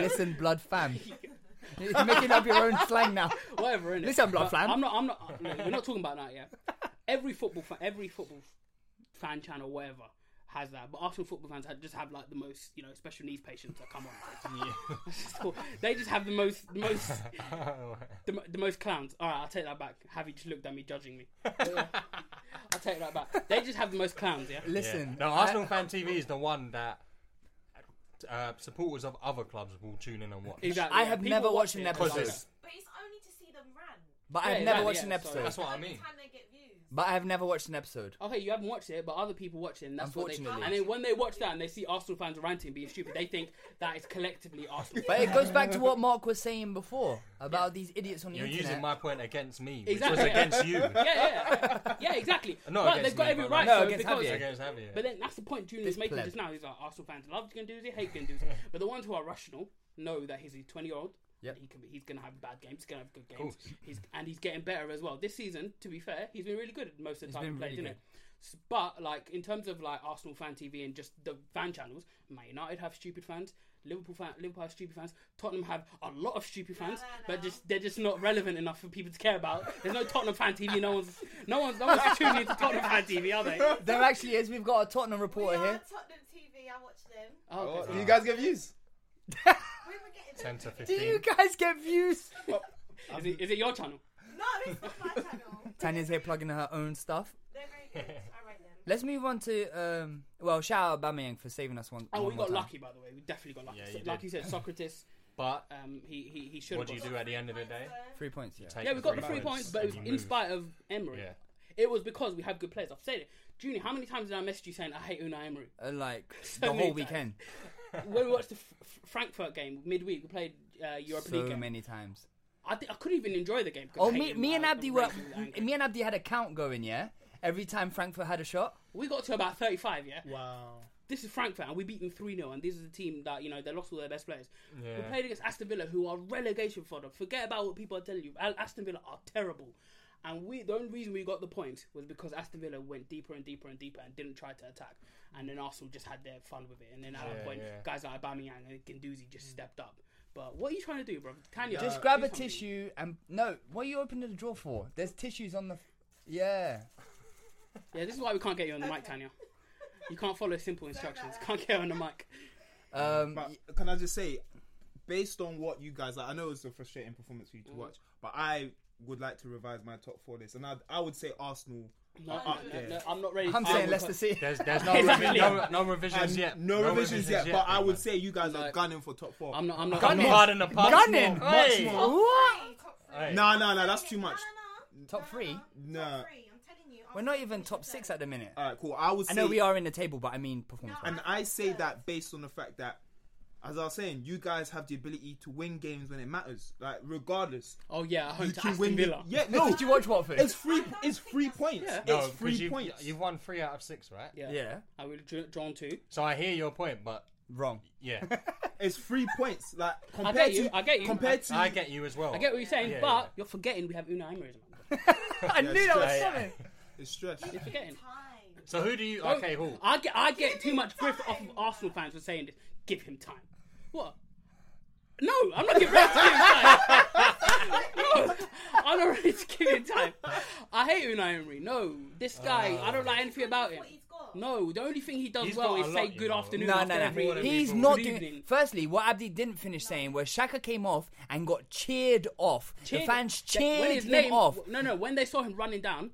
Speaker 2: Listen, blood fam. You're making up your own slang now.
Speaker 1: Whatever. Innit?
Speaker 2: Listen, blood
Speaker 1: But
Speaker 2: fam.
Speaker 1: I'm not. I'm not. uh, no, we're not talking about that yet. Every football fan, every football fan channel, whatever, has that. But Arsenal football fans have, just have like the most, you know, special needs patients that come on. It's just cool. they just have the most, the most, the, mo- the most clowns. All right, I'll take that back. Have you just looked at me judging me? I'll take that back. They just have the most clowns. Yeah.
Speaker 2: Listen,
Speaker 4: No,
Speaker 2: I-
Speaker 4: Arsenal fan TV is the one that uh, supporters of other clubs will tune in and watch.
Speaker 1: Exactly.
Speaker 2: I
Speaker 1: yeah.
Speaker 2: have
Speaker 1: People
Speaker 2: never
Speaker 1: watch
Speaker 2: watched an
Speaker 1: it.
Speaker 2: episode.
Speaker 4: Because
Speaker 3: But it's only to see them rant.
Speaker 2: but I
Speaker 1: Yeah,
Speaker 2: have
Speaker 1: exactly,
Speaker 2: never watched an
Speaker 1: yeah, sorry.
Speaker 2: episode.
Speaker 4: That's what I
Speaker 3: Every
Speaker 4: mean.
Speaker 3: time they get views.
Speaker 2: But I have never watched an episode.
Speaker 1: Okay, you haven't watched it, but other people watch it, and that's what they.
Speaker 2: Unfortunately.
Speaker 1: And then when they watch that and they see Arsenal fans ranting, being stupid, they think that is collectively Arsenal.
Speaker 2: But it goes back to what Mark was saying before about these idiots on the
Speaker 4: You're
Speaker 2: internet.
Speaker 4: using my point against me, which
Speaker 1: Exactly,
Speaker 4: was
Speaker 1: yeah.
Speaker 4: against you.
Speaker 1: yeah, yeah, yeah, exactly.
Speaker 4: Not
Speaker 1: but
Speaker 4: against
Speaker 1: they've got
Speaker 4: me,
Speaker 1: every
Speaker 4: but
Speaker 1: right
Speaker 4: like-
Speaker 2: No,
Speaker 1: to
Speaker 2: against
Speaker 1: because.
Speaker 2: Javier.
Speaker 4: Against Javier.
Speaker 1: But then that's the point Junior's
Speaker 2: This
Speaker 1: making
Speaker 2: pleb.
Speaker 1: just now. He's like, Arsenal fans love Gunduzi, hate Gunduzi. but the ones who are rational know that he's a 20 year old.
Speaker 2: Yep.
Speaker 1: He can be, he's going to have bad games, he's going to have good games.
Speaker 4: course.
Speaker 1: He's, and he's getting better as well. This season, to be fair, he's been really good at most of the time
Speaker 2: been
Speaker 1: he played,
Speaker 2: really
Speaker 1: isn't it? S- But, like, in terms of like Arsenal fan TV and just the fan channels, Man United have stupid fans. Liverpool fan, Liverpool have stupid fans. Tottenham have a lot of stupid fans, but just they're just not relevant enough for people to care about. There's no Tottenham fan TV. No one's, no one's, no one's tuning into Tottenham fan TV, are they?
Speaker 2: There actually is. We've got a Tottenham
Speaker 3: We
Speaker 2: reporter
Speaker 3: are
Speaker 2: here.
Speaker 3: Tottenham TV. I watch them.
Speaker 1: Oh, okay.
Speaker 5: Do you guys get views?
Speaker 3: We were getting
Speaker 4: 10 to
Speaker 3: them.
Speaker 4: 15.
Speaker 2: Do you guys get views?
Speaker 1: Is it, is it your channel?
Speaker 3: No, it's not my channel.
Speaker 2: Tanya's here plugging her own stuff.
Speaker 3: They're very good. I rate them.
Speaker 2: Let's move on to um. Well, shout out Bamiyang for saving us one.
Speaker 1: Oh,
Speaker 2: one
Speaker 1: we
Speaker 2: more
Speaker 1: got
Speaker 2: time.
Speaker 1: lucky, by the way. We definitely got lucky.
Speaker 4: Yeah,
Speaker 1: So-
Speaker 4: you did.
Speaker 1: like you said, Socrates.
Speaker 4: But
Speaker 1: Um, he he, he should.
Speaker 4: what do you do at the end of the day?
Speaker 2: Three points. Yeah.
Speaker 4: Take
Speaker 1: Yeah, we got the three points, but it
Speaker 4: and
Speaker 1: was
Speaker 4: you
Speaker 1: in
Speaker 4: move.
Speaker 1: spite of Emery.
Speaker 4: Yeah.
Speaker 1: It was because we have good players. I've said it. Junior, how many times did I message you saying I hate Unai Emery?
Speaker 2: Uh, like
Speaker 1: So
Speaker 2: the
Speaker 1: many
Speaker 2: whole
Speaker 1: times.
Speaker 2: weekend.
Speaker 1: when we watched the F- F- Frankfurt game midweek, we played uh, Europa
Speaker 2: So
Speaker 1: League. Game.
Speaker 2: many times.
Speaker 1: I, thi- I couldn't even enjoy the game. 'cause
Speaker 2: Oh,
Speaker 1: I
Speaker 2: me,
Speaker 1: hated
Speaker 2: me
Speaker 1: Unai.
Speaker 2: and
Speaker 1: I was
Speaker 2: Abdi were.
Speaker 1: raging angry.
Speaker 2: Me and Abdi had a count going. Yeah. Every time Frankfurt had a shot.
Speaker 1: We got to about thirty-five. Yeah.
Speaker 5: Wow.
Speaker 1: this is Frankfurt, and we beat them 3 0. And this is a team that, you know, they lost all their best players. We
Speaker 4: Yeah.
Speaker 1: played against Aston Villa, who are relegation fodder. Forget about what people are telling you. Al- Aston Villa are terrible. And we, the only reason we got the point was because Aston Villa went deeper and deeper and deeper and didn't try to attack. And then Arsenal just had their fun with it. And then at that point,
Speaker 4: yeah.
Speaker 1: guys like Aubameyang and Ginduzi just stepped up. But what are you trying to do, bro? Tanya, uh,
Speaker 2: Just
Speaker 1: do
Speaker 2: grab a
Speaker 1: something.
Speaker 2: tissue and no. What are you opening the drawer for? There's tissues on the. Yeah.
Speaker 1: Yeah, this is why we can't get you on the mic, Tanya. You can't follow simple instructions. Can't get on the mic.
Speaker 2: Um.
Speaker 5: But can I just say, based on what you guys, like, I know it's a frustrating performance for you to
Speaker 1: Mm.
Speaker 5: watch, but I would like to revise my top four list, and I, I would say Arsenal
Speaker 1: No,
Speaker 5: are up
Speaker 1: no,
Speaker 5: there.
Speaker 1: no, I'm not ready.
Speaker 2: I'm
Speaker 1: to-
Speaker 2: saying
Speaker 1: I-
Speaker 2: Leicester City.
Speaker 4: There's, there's no,
Speaker 1: Exactly.
Speaker 4: revi- no, no revisions
Speaker 5: And
Speaker 4: yet.
Speaker 5: no, revisions yet, but I
Speaker 4: big
Speaker 5: would
Speaker 4: man.
Speaker 5: say you guys are gunning for top four.
Speaker 1: I'm not. I'm not. I'm
Speaker 4: Gunning.
Speaker 1: not-
Speaker 4: Hard in the pub.
Speaker 2: Gunning.
Speaker 4: Much
Speaker 5: Hey.
Speaker 4: more.
Speaker 2: What?
Speaker 3: Top three.
Speaker 4: Hey.
Speaker 5: No, no, no, that's too
Speaker 3: No,
Speaker 5: much.
Speaker 3: no, no.
Speaker 2: Top
Speaker 3: No, no,
Speaker 2: three?
Speaker 3: no.
Speaker 5: Nah.
Speaker 3: Top three. I'm telling you.
Speaker 2: We're not even top six at the minute.
Speaker 5: All right, cool. I would. Say,
Speaker 2: I know we are in the table, but I mean performance.
Speaker 5: and I say that based on the fact that, as I was saying, you guys have the ability to win games when it matters, like regardless.
Speaker 1: Oh yeah, at home
Speaker 5: You
Speaker 1: to
Speaker 5: can
Speaker 1: Aston
Speaker 5: win the-
Speaker 1: Villa.
Speaker 5: Yeah, no.
Speaker 2: Did you watch Watford?
Speaker 5: It's free. It's free points.
Speaker 1: Yeah.
Speaker 4: No,
Speaker 5: It's
Speaker 4: Oh, 'cause
Speaker 5: free
Speaker 4: you've,
Speaker 5: points.
Speaker 4: You've won three out of six, right?
Speaker 1: Yeah.
Speaker 2: Yeah.
Speaker 1: I would have drawn two.
Speaker 4: So I hear your point, but
Speaker 2: Wrong.
Speaker 4: yeah,
Speaker 5: It's three points. Like
Speaker 1: I
Speaker 5: compared
Speaker 1: get you.
Speaker 5: to
Speaker 1: I get you.
Speaker 5: compared to
Speaker 4: I get you as well.
Speaker 1: I get what you're saying,
Speaker 4: Yeah,
Speaker 1: but
Speaker 4: yeah.
Speaker 1: you're forgetting we have Unai Emery. as a manager.
Speaker 2: I knew that was
Speaker 4: Yeah.
Speaker 2: coming.
Speaker 5: it's stress.
Speaker 1: You're forgetting.
Speaker 3: Time.
Speaker 4: So who do you?
Speaker 1: Oh,
Speaker 4: Okay, who?
Speaker 1: I get. I get too much grief off of Arsenal fans for saying this. Give him time. What? No, I'm not giving ready to give him time. no, I'm not ready to give him time. I hate Unai Emery. No, this guy. I don't like anything about him.
Speaker 3: What he's got.
Speaker 1: No, the only thing he does
Speaker 4: He's
Speaker 1: well
Speaker 4: got
Speaker 1: is
Speaker 4: a
Speaker 1: say
Speaker 4: lot, you
Speaker 1: good
Speaker 4: know.
Speaker 1: afternoon.
Speaker 2: No, no,
Speaker 1: after every-
Speaker 2: no. He's
Speaker 4: people.
Speaker 2: not
Speaker 1: Good
Speaker 2: doing.
Speaker 1: evening.
Speaker 2: Firstly, what Abdi didn't finish saying was Shaka came off and got cheered off. The
Speaker 1: Cheered-
Speaker 2: fans
Speaker 1: that- when
Speaker 2: cheered
Speaker 1: his
Speaker 2: him
Speaker 1: name-
Speaker 2: off.
Speaker 1: No, no. When they saw him running down,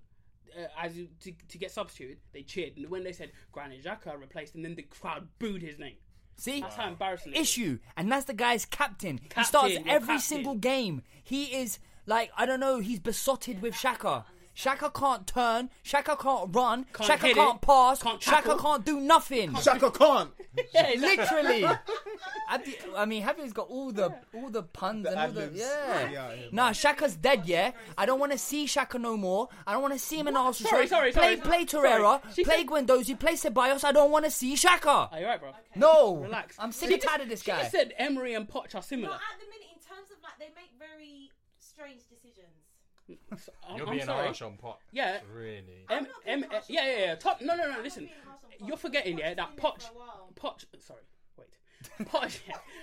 Speaker 1: uh, as you- to, to get substituted, they cheered. And when they said Granit Xhaka replaced, and then the crowd booed his name.
Speaker 2: See,
Speaker 1: That's how embarrassing. it is.
Speaker 2: issue, and that's the guy's captain. he
Speaker 1: Captain,
Speaker 2: starts
Speaker 1: your
Speaker 2: every
Speaker 1: captain.
Speaker 2: single game. He is like I don't know. He's besotted with Shaka. Shaka can't turn. Shaka can't run.
Speaker 1: Can't
Speaker 2: Shaka
Speaker 1: hit
Speaker 2: can't
Speaker 1: it,
Speaker 2: pass.
Speaker 1: can't
Speaker 2: Shaka
Speaker 1: tackle.
Speaker 2: can't do nothing.
Speaker 5: Shaka Khan.
Speaker 2: yeah, literally. Abdi, I mean, Javi's got all the all the puns and all the
Speaker 5: ad-libs.
Speaker 2: yeah.
Speaker 5: Yeah, yeah.
Speaker 2: Nah, Shaka's dead. Yeah, I don't want to see Shaka no more. I don't want to see him in Arsenal.
Speaker 1: Sorry, sorry, sorry.
Speaker 2: Play, play
Speaker 1: Sorry.
Speaker 2: Torreira.
Speaker 1: She
Speaker 2: Play
Speaker 1: said-
Speaker 2: Guendouzi. Play Ceballos. I don't want to see Shaka.
Speaker 1: Are you right, bro?
Speaker 2: No,
Speaker 1: Relax.
Speaker 2: I'm sick
Speaker 1: She
Speaker 2: and
Speaker 1: just-
Speaker 2: tired of this
Speaker 1: she
Speaker 2: guy.
Speaker 1: just said Emery and Poch are
Speaker 3: But
Speaker 1: similar.
Speaker 3: at the minute, in terms of like, they make very strange decisions.
Speaker 1: So, I'm,
Speaker 4: You're
Speaker 1: I'm
Speaker 4: being
Speaker 1: sorry.
Speaker 4: harsh on Pot.
Speaker 1: Yeah.
Speaker 4: Really.
Speaker 1: Em,
Speaker 3: not being
Speaker 1: em,
Speaker 3: harsh on
Speaker 1: yeah, yeah, yeah. Top, no, no, no.
Speaker 3: not
Speaker 1: Listen,
Speaker 3: being harsh on Poch.
Speaker 1: you're forgetting,
Speaker 3: Poch's
Speaker 1: yeah,
Speaker 3: been
Speaker 1: that
Speaker 3: there
Speaker 1: Poch,
Speaker 3: for a while.
Speaker 1: Poch. Sorry, wait. Poch,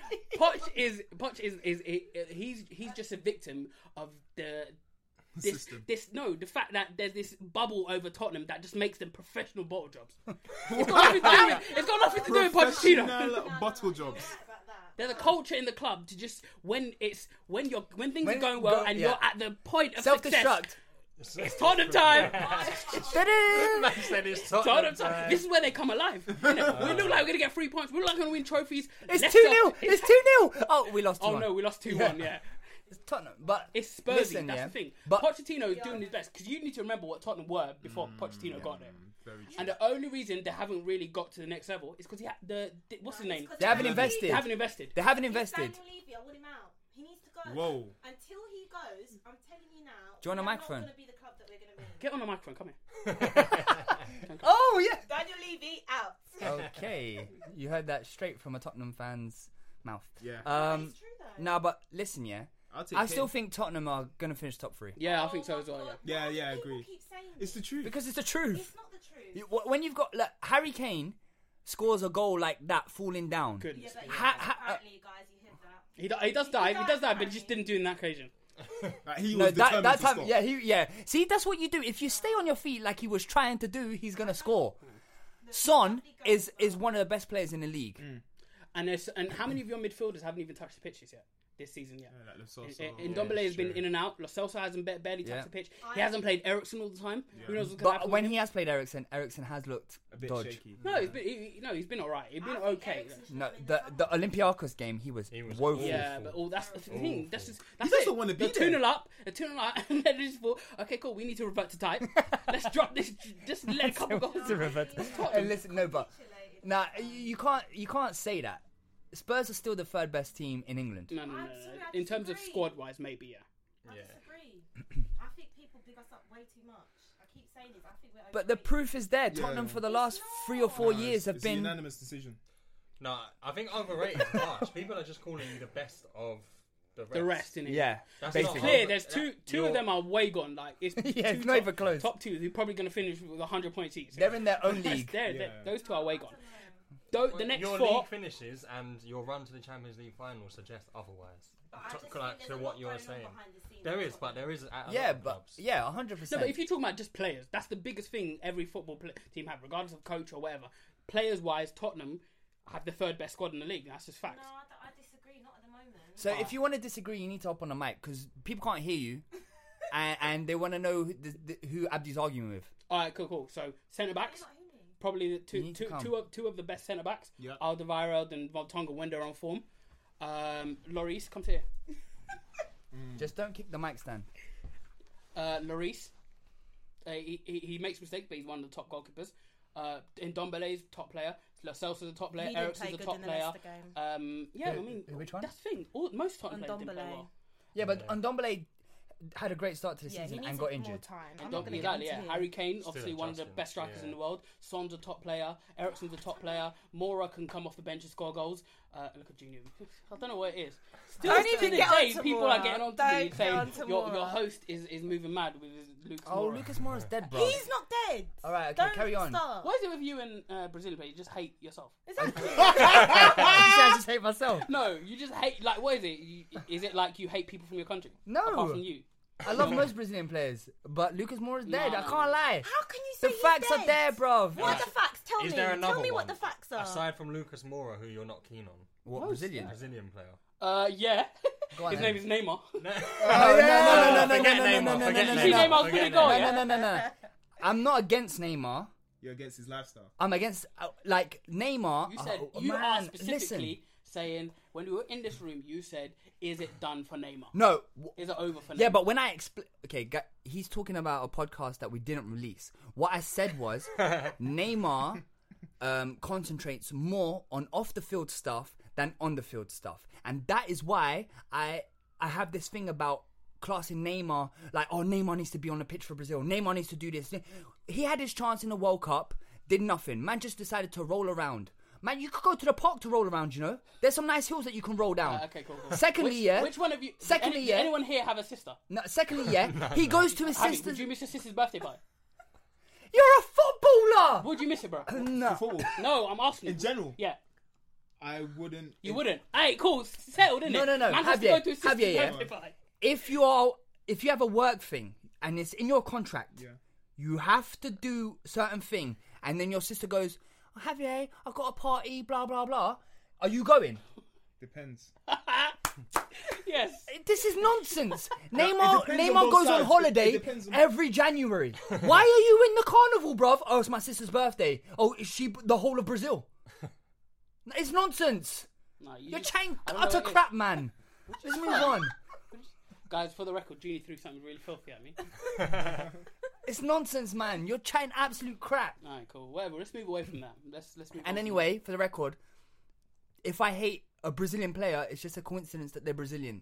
Speaker 1: Poch is Poch is is he's he's just a victim of the. This, this no the fact that there's this bubble over Tottenham that just makes them professional bottle jobs. it's got nothing to do with, it's got nothing to do with Pochettino.
Speaker 5: Professional bottle jobs.
Speaker 3: Right about that.
Speaker 1: There's a culture in the club to just when it's when you're when things
Speaker 2: When
Speaker 1: are going
Speaker 2: it
Speaker 1: well
Speaker 2: go-
Speaker 1: and
Speaker 2: yeah.
Speaker 1: you're at the point of success.
Speaker 2: Self-destruct.
Speaker 1: It's Tottenham time.
Speaker 2: Ta-da!
Speaker 4: said it's
Speaker 1: Tottenham
Speaker 4: Tottenham
Speaker 1: time.
Speaker 4: time.
Speaker 1: This is where they come alive. innit? we look like we're gonna get three points. We look like we're gonna win trophies.
Speaker 2: It's
Speaker 1: Let's
Speaker 2: two
Speaker 1: go-
Speaker 2: 0 It's two 0 Oh, we lost.
Speaker 1: Oh
Speaker 2: 2-1.
Speaker 1: no, we lost two one. Yeah,
Speaker 2: It's Tottenham, but
Speaker 1: it's Spursy.
Speaker 2: Listen,
Speaker 1: That's
Speaker 2: yeah,
Speaker 1: the thing.
Speaker 2: But
Speaker 1: Pochettino is doing his best because you need to remember what Tottenham were before Pochettino got there. And the only reason they haven't really got to the next level is because he had the, the what's his name?
Speaker 2: they haven't invested.
Speaker 1: They haven't invested.
Speaker 2: They haven't
Speaker 3: If
Speaker 2: invested.
Speaker 3: Daniel Levy, I want him out. He needs to go.
Speaker 5: Whoa.
Speaker 3: Until he goes, I'm telling you now.
Speaker 2: Do you want a
Speaker 3: we're
Speaker 2: microphone?
Speaker 3: Not gonna be the club that we're gonna be.
Speaker 1: Get on the microphone. Come here.
Speaker 2: Oh yeah.
Speaker 3: Daniel Levy out.
Speaker 2: okay, you heard that straight from a Tottenham fan's mouth.
Speaker 5: Yeah.
Speaker 2: Um,
Speaker 3: It's true though.
Speaker 2: no, but listen, yeah.
Speaker 5: I'll take
Speaker 2: I still
Speaker 5: Kane.
Speaker 2: think Tottenham are gonna finish top three
Speaker 1: Yeah, I think so as well. Yeah.
Speaker 5: Yeah, yeah, I
Speaker 3: Oh People
Speaker 5: agree.
Speaker 3: keep saying
Speaker 5: It's the
Speaker 3: this.
Speaker 5: truth.
Speaker 2: because it's the truth.
Speaker 3: It's not the truth.
Speaker 2: You- wh- When you've got like, Harry Kane scores a goal like that, falling down.
Speaker 1: Good.
Speaker 3: yeah, but yeah,
Speaker 2: Ha- uh, ha-
Speaker 3: apparently, guys, you heard that.
Speaker 1: He, do- he does dive. He does dive, but he just didn't do it in that occasion.
Speaker 5: Like, he
Speaker 2: No,
Speaker 5: was
Speaker 2: that,
Speaker 5: determined
Speaker 2: that
Speaker 5: to
Speaker 2: time,
Speaker 5: stop.
Speaker 2: yeah, he, yeah. See, that's what you do. If you stay on your feet like he was trying to do, he's gonna score. Son is is one of the best players in the league.
Speaker 5: Mm.
Speaker 1: And there's, and how many of your midfielders haven't even touched the pitches yet this season yet?
Speaker 5: Like, Lo Celso.
Speaker 1: And Ndombele has been in and out. Lo Celso hasn't ba- barely touched
Speaker 2: Yeah.
Speaker 1: the pitch. He hasn't played Ericsson all the time. Who knows what's gonna
Speaker 2: But
Speaker 1: happen
Speaker 2: when
Speaker 1: with
Speaker 2: he
Speaker 1: him?
Speaker 2: has played Ericsson, Ericsson has looked
Speaker 5: a bit
Speaker 2: dodge.
Speaker 5: shaky.
Speaker 1: no, he's been he, he- no, he's been all right. He's been okay.
Speaker 2: No, the the Olympiakos game, he was,
Speaker 4: was
Speaker 2: woeful.
Speaker 4: awful.
Speaker 1: Yeah, but all that's the thing. That's just that's
Speaker 5: doesn't
Speaker 1: it.
Speaker 5: wanna be
Speaker 1: They
Speaker 5: there.
Speaker 1: Tunnel up, they tunnel up, and then they just thought, okay, cool. We need to revert to type. Let's drop this. Just let a couple goals.
Speaker 2: And listen, no, but nah, you, you can't you can't say that. Spurs are still the third best team in England.
Speaker 1: No, no, no, no.
Speaker 3: sorry, I
Speaker 1: In terms of
Speaker 3: disagree.
Speaker 1: squad wise, maybe yeah.
Speaker 3: I
Speaker 4: Yeah.
Speaker 3: disagree. I think people big us up way too much. I keep saying this. I think we're.
Speaker 2: But the
Speaker 3: overrated.
Speaker 2: proof is there. Tottenham for the last three or four
Speaker 5: No,
Speaker 2: years
Speaker 5: it's-
Speaker 2: have
Speaker 5: it's a
Speaker 2: been.
Speaker 5: unanimous decision.
Speaker 4: No, I think overrated is harsh. People are just calling you the best of the rest.
Speaker 1: The rest in it.
Speaker 2: Yeah,
Speaker 4: That's not
Speaker 2: basically.
Speaker 1: Clear.
Speaker 4: Over-
Speaker 1: There's two.
Speaker 4: that-
Speaker 1: Two of
Speaker 4: you're-
Speaker 1: them are way gone. Like it's
Speaker 2: Yeah,
Speaker 1: two
Speaker 2: it's not
Speaker 1: top-
Speaker 2: even close.
Speaker 1: Top two. They're probably gonna finish with 100 points each.
Speaker 2: They're in their own
Speaker 1: Yes,
Speaker 2: league.
Speaker 1: they're- they're- those two are way gone. Tho- the next
Speaker 4: your
Speaker 1: four.
Speaker 4: league finishes and your run to the Champions League final suggests otherwise.
Speaker 3: But I
Speaker 4: To-
Speaker 3: just think
Speaker 4: like,
Speaker 3: there's
Speaker 4: to
Speaker 3: a
Speaker 4: what
Speaker 3: lot
Speaker 4: you were
Speaker 3: going on
Speaker 4: saying,
Speaker 3: behind the scenes
Speaker 4: there
Speaker 3: with
Speaker 4: is, but there is. At a lot
Speaker 2: Yeah,
Speaker 4: of
Speaker 2: but
Speaker 4: clubs.
Speaker 2: yeah, hundred
Speaker 1: No,
Speaker 2: percent.
Speaker 1: but if you're talking about just players, that's the biggest thing every football pl- team have, regardless of coach or whatever. Players wise, Tottenham have the third best squad in the league. That's just
Speaker 3: No,
Speaker 1: facts.
Speaker 3: I, d- I disagree. Not at the moment.
Speaker 2: So if you want to disagree, you need to hop on the mic because people can't hear you, and, and they want to know who, the, the, who Abdi's arguing with.
Speaker 1: All right, cool, cool. So centre backs,
Speaker 3: Not hearing.
Speaker 1: probably the two,
Speaker 2: need to
Speaker 1: two,
Speaker 2: come.
Speaker 1: two, of, two of the best centre backs. Yeah. Alderweireld and Voltonga when they're on form. Um, Lloris, come to here.
Speaker 2: Just don't kick the mic stand.
Speaker 1: Uh, Lloris, uh, he, he he makes mistakes, but he's one of the top goalkeepers. Uh, Ndombele's top player. Lo Celso's a top player.
Speaker 6: He didn't play
Speaker 1: Ericsson's a
Speaker 6: good
Speaker 1: top
Speaker 6: in the
Speaker 1: player.
Speaker 6: Leicester game.
Speaker 1: Um, yeah, I
Speaker 2: Who-
Speaker 1: mean,
Speaker 2: who- which one?
Speaker 1: that's the thing. All, most Tottenham players didn't play
Speaker 6: Ndombele.
Speaker 1: well.
Speaker 2: Yeah, but Ndombele had a great start to the
Speaker 6: Yeah, he
Speaker 2: season
Speaker 6: needs
Speaker 2: and got
Speaker 6: it more
Speaker 2: injured.
Speaker 6: time. I'm
Speaker 1: Don't
Speaker 6: not going to
Speaker 1: exactly,
Speaker 6: get
Speaker 1: yeah.
Speaker 6: into
Speaker 1: Harry
Speaker 6: it.
Speaker 1: Kane, obviously one of the
Speaker 4: adjusting,
Speaker 1: best strikers in
Speaker 4: yeah.
Speaker 1: the world. Son's a top player. Ericsson's a top player. Mora can come off the bench and score goals. Uh, look at Junior. I don't know what it is. Still
Speaker 6: Don't
Speaker 1: to
Speaker 6: even
Speaker 1: this
Speaker 6: get
Speaker 1: day,
Speaker 6: onto
Speaker 1: people
Speaker 6: Mora.
Speaker 1: are getting on to
Speaker 6: Don't
Speaker 1: me
Speaker 6: get
Speaker 1: saying
Speaker 6: onto
Speaker 1: your,
Speaker 6: Mora."
Speaker 1: your host is, is moving mad with his Lucas
Speaker 2: Oh,
Speaker 1: Moura."
Speaker 2: Lucas Mora's dead, bro.
Speaker 6: He's not dead.
Speaker 2: All right, okay,
Speaker 6: Don't
Speaker 2: carry on.
Speaker 6: Start.
Speaker 1: What is it with you and uh, Brazilian players? You just hate yourself.
Speaker 2: You see, I just hate myself.
Speaker 1: No, you just hate. Like, what is it? You, is it like you hate people from your country?
Speaker 2: No.
Speaker 1: apart from you.
Speaker 2: I love most Brazilian players, but Lucas Mora's dead. I
Speaker 1: Nah.
Speaker 2: can't lie.
Speaker 6: How can you say
Speaker 2: The
Speaker 6: he's
Speaker 2: facts
Speaker 6: dead?
Speaker 2: are there, bro.
Speaker 6: What are the facts? Tell
Speaker 4: Is
Speaker 6: me.
Speaker 4: there another
Speaker 6: Tell me what
Speaker 4: one,
Speaker 6: the facts are.
Speaker 4: Aside from Lucas Moura, who you're not keen on,
Speaker 2: What Brazilian?
Speaker 4: Brazilian player.
Speaker 1: Uh, yeah.
Speaker 2: on
Speaker 1: his
Speaker 2: then.
Speaker 1: name is Neymar.
Speaker 2: Oh, no, no, no, no, no,
Speaker 4: Forget
Speaker 2: no,
Speaker 4: Neymar,
Speaker 2: no, no, no,
Speaker 4: forget
Speaker 2: no, no,
Speaker 1: See
Speaker 2: no,
Speaker 4: Neymar.
Speaker 2: no,
Speaker 1: Neymar's gonna
Speaker 4: forget that.
Speaker 1: go.
Speaker 2: no,
Speaker 1: yeah?
Speaker 2: no, no, no, no. I'm not against Neymar.
Speaker 5: You're against his lifestyle.
Speaker 2: I'm against uh, like Neymar.
Speaker 1: You said
Speaker 2: oh,
Speaker 1: you
Speaker 2: man,
Speaker 1: are
Speaker 2: listen.
Speaker 1: specifically saying when we were in this room, you said, "Is it done for Neymar?
Speaker 2: No. w-
Speaker 1: Is it over for Neymar?"
Speaker 2: Yeah, but when I explain, okay, gu- he's talking about a podcast that we didn't release. What I said was Neymar um, concentrates more on off the field stuff than on the field stuff, and that is why I I have this thing about classing Neymar like oh Neymar needs to be on the pitch for Brazil, Neymar needs to do this. He had his chance in the World Cup, did nothing. Man just decided to roll around. Man, you could go to the park to roll around. You know, there's some nice hills that you can roll down.
Speaker 1: Uh, okay, cool, cool.
Speaker 2: Secondly,
Speaker 1: which,
Speaker 2: yeah.
Speaker 1: Which one of you? did
Speaker 2: Secondly,
Speaker 1: any- did
Speaker 2: yeah.
Speaker 1: Anyone here have a sister?
Speaker 2: No, secondly, yeah, he goes to his
Speaker 1: Abby,
Speaker 2: sister's.
Speaker 1: Would you miss your sister's birthday party?
Speaker 2: You're a footballer.
Speaker 1: Would you miss it, bro?
Speaker 2: No.
Speaker 5: Football.
Speaker 1: No, I'm asking.
Speaker 5: In
Speaker 1: you.
Speaker 5: general?
Speaker 1: Yeah.
Speaker 5: I wouldn't.
Speaker 1: You wouldn't. Hey, cool. s- Settled, innit?
Speaker 2: No, no, no.
Speaker 1: Man has to
Speaker 2: Javier,
Speaker 1: go to his sister's
Speaker 2: Javier, yeah.
Speaker 1: birthday party.
Speaker 2: If you are, if you have a work thing and it's in your contract, you have to do certain thing, and then your sister goes, oh, "Javier, I've got a party, blah blah blah." Are you going?
Speaker 5: Depends.
Speaker 2: Ah,
Speaker 1: Yes.
Speaker 2: This is nonsense. Neymar,
Speaker 5: depends on
Speaker 2: Neymar
Speaker 5: both
Speaker 2: goes
Speaker 5: sides.
Speaker 2: on
Speaker 5: It- it
Speaker 2: holiday
Speaker 5: depends on-
Speaker 2: every January. Why are you in the carnival, bruv? Oh, it's my sister's birthday. Oh, is she the whole of Brazil? It's nonsense.
Speaker 1: No, you
Speaker 2: You're
Speaker 1: just-
Speaker 2: chatting
Speaker 1: I don't know
Speaker 2: utter
Speaker 1: what it is.
Speaker 2: crap, man. Let's move on.
Speaker 1: Guys, for the record, Junie threw something really filthy at me.
Speaker 2: It's nonsense, man. You're chatting absolute crap.
Speaker 1: Alright, cool. Whatever. Let's move away from that. Let's let's move. on
Speaker 2: And
Speaker 1: from
Speaker 2: anyway, for the record, if I hate a Brazilian player, it's just a coincidence that they're Brazilian.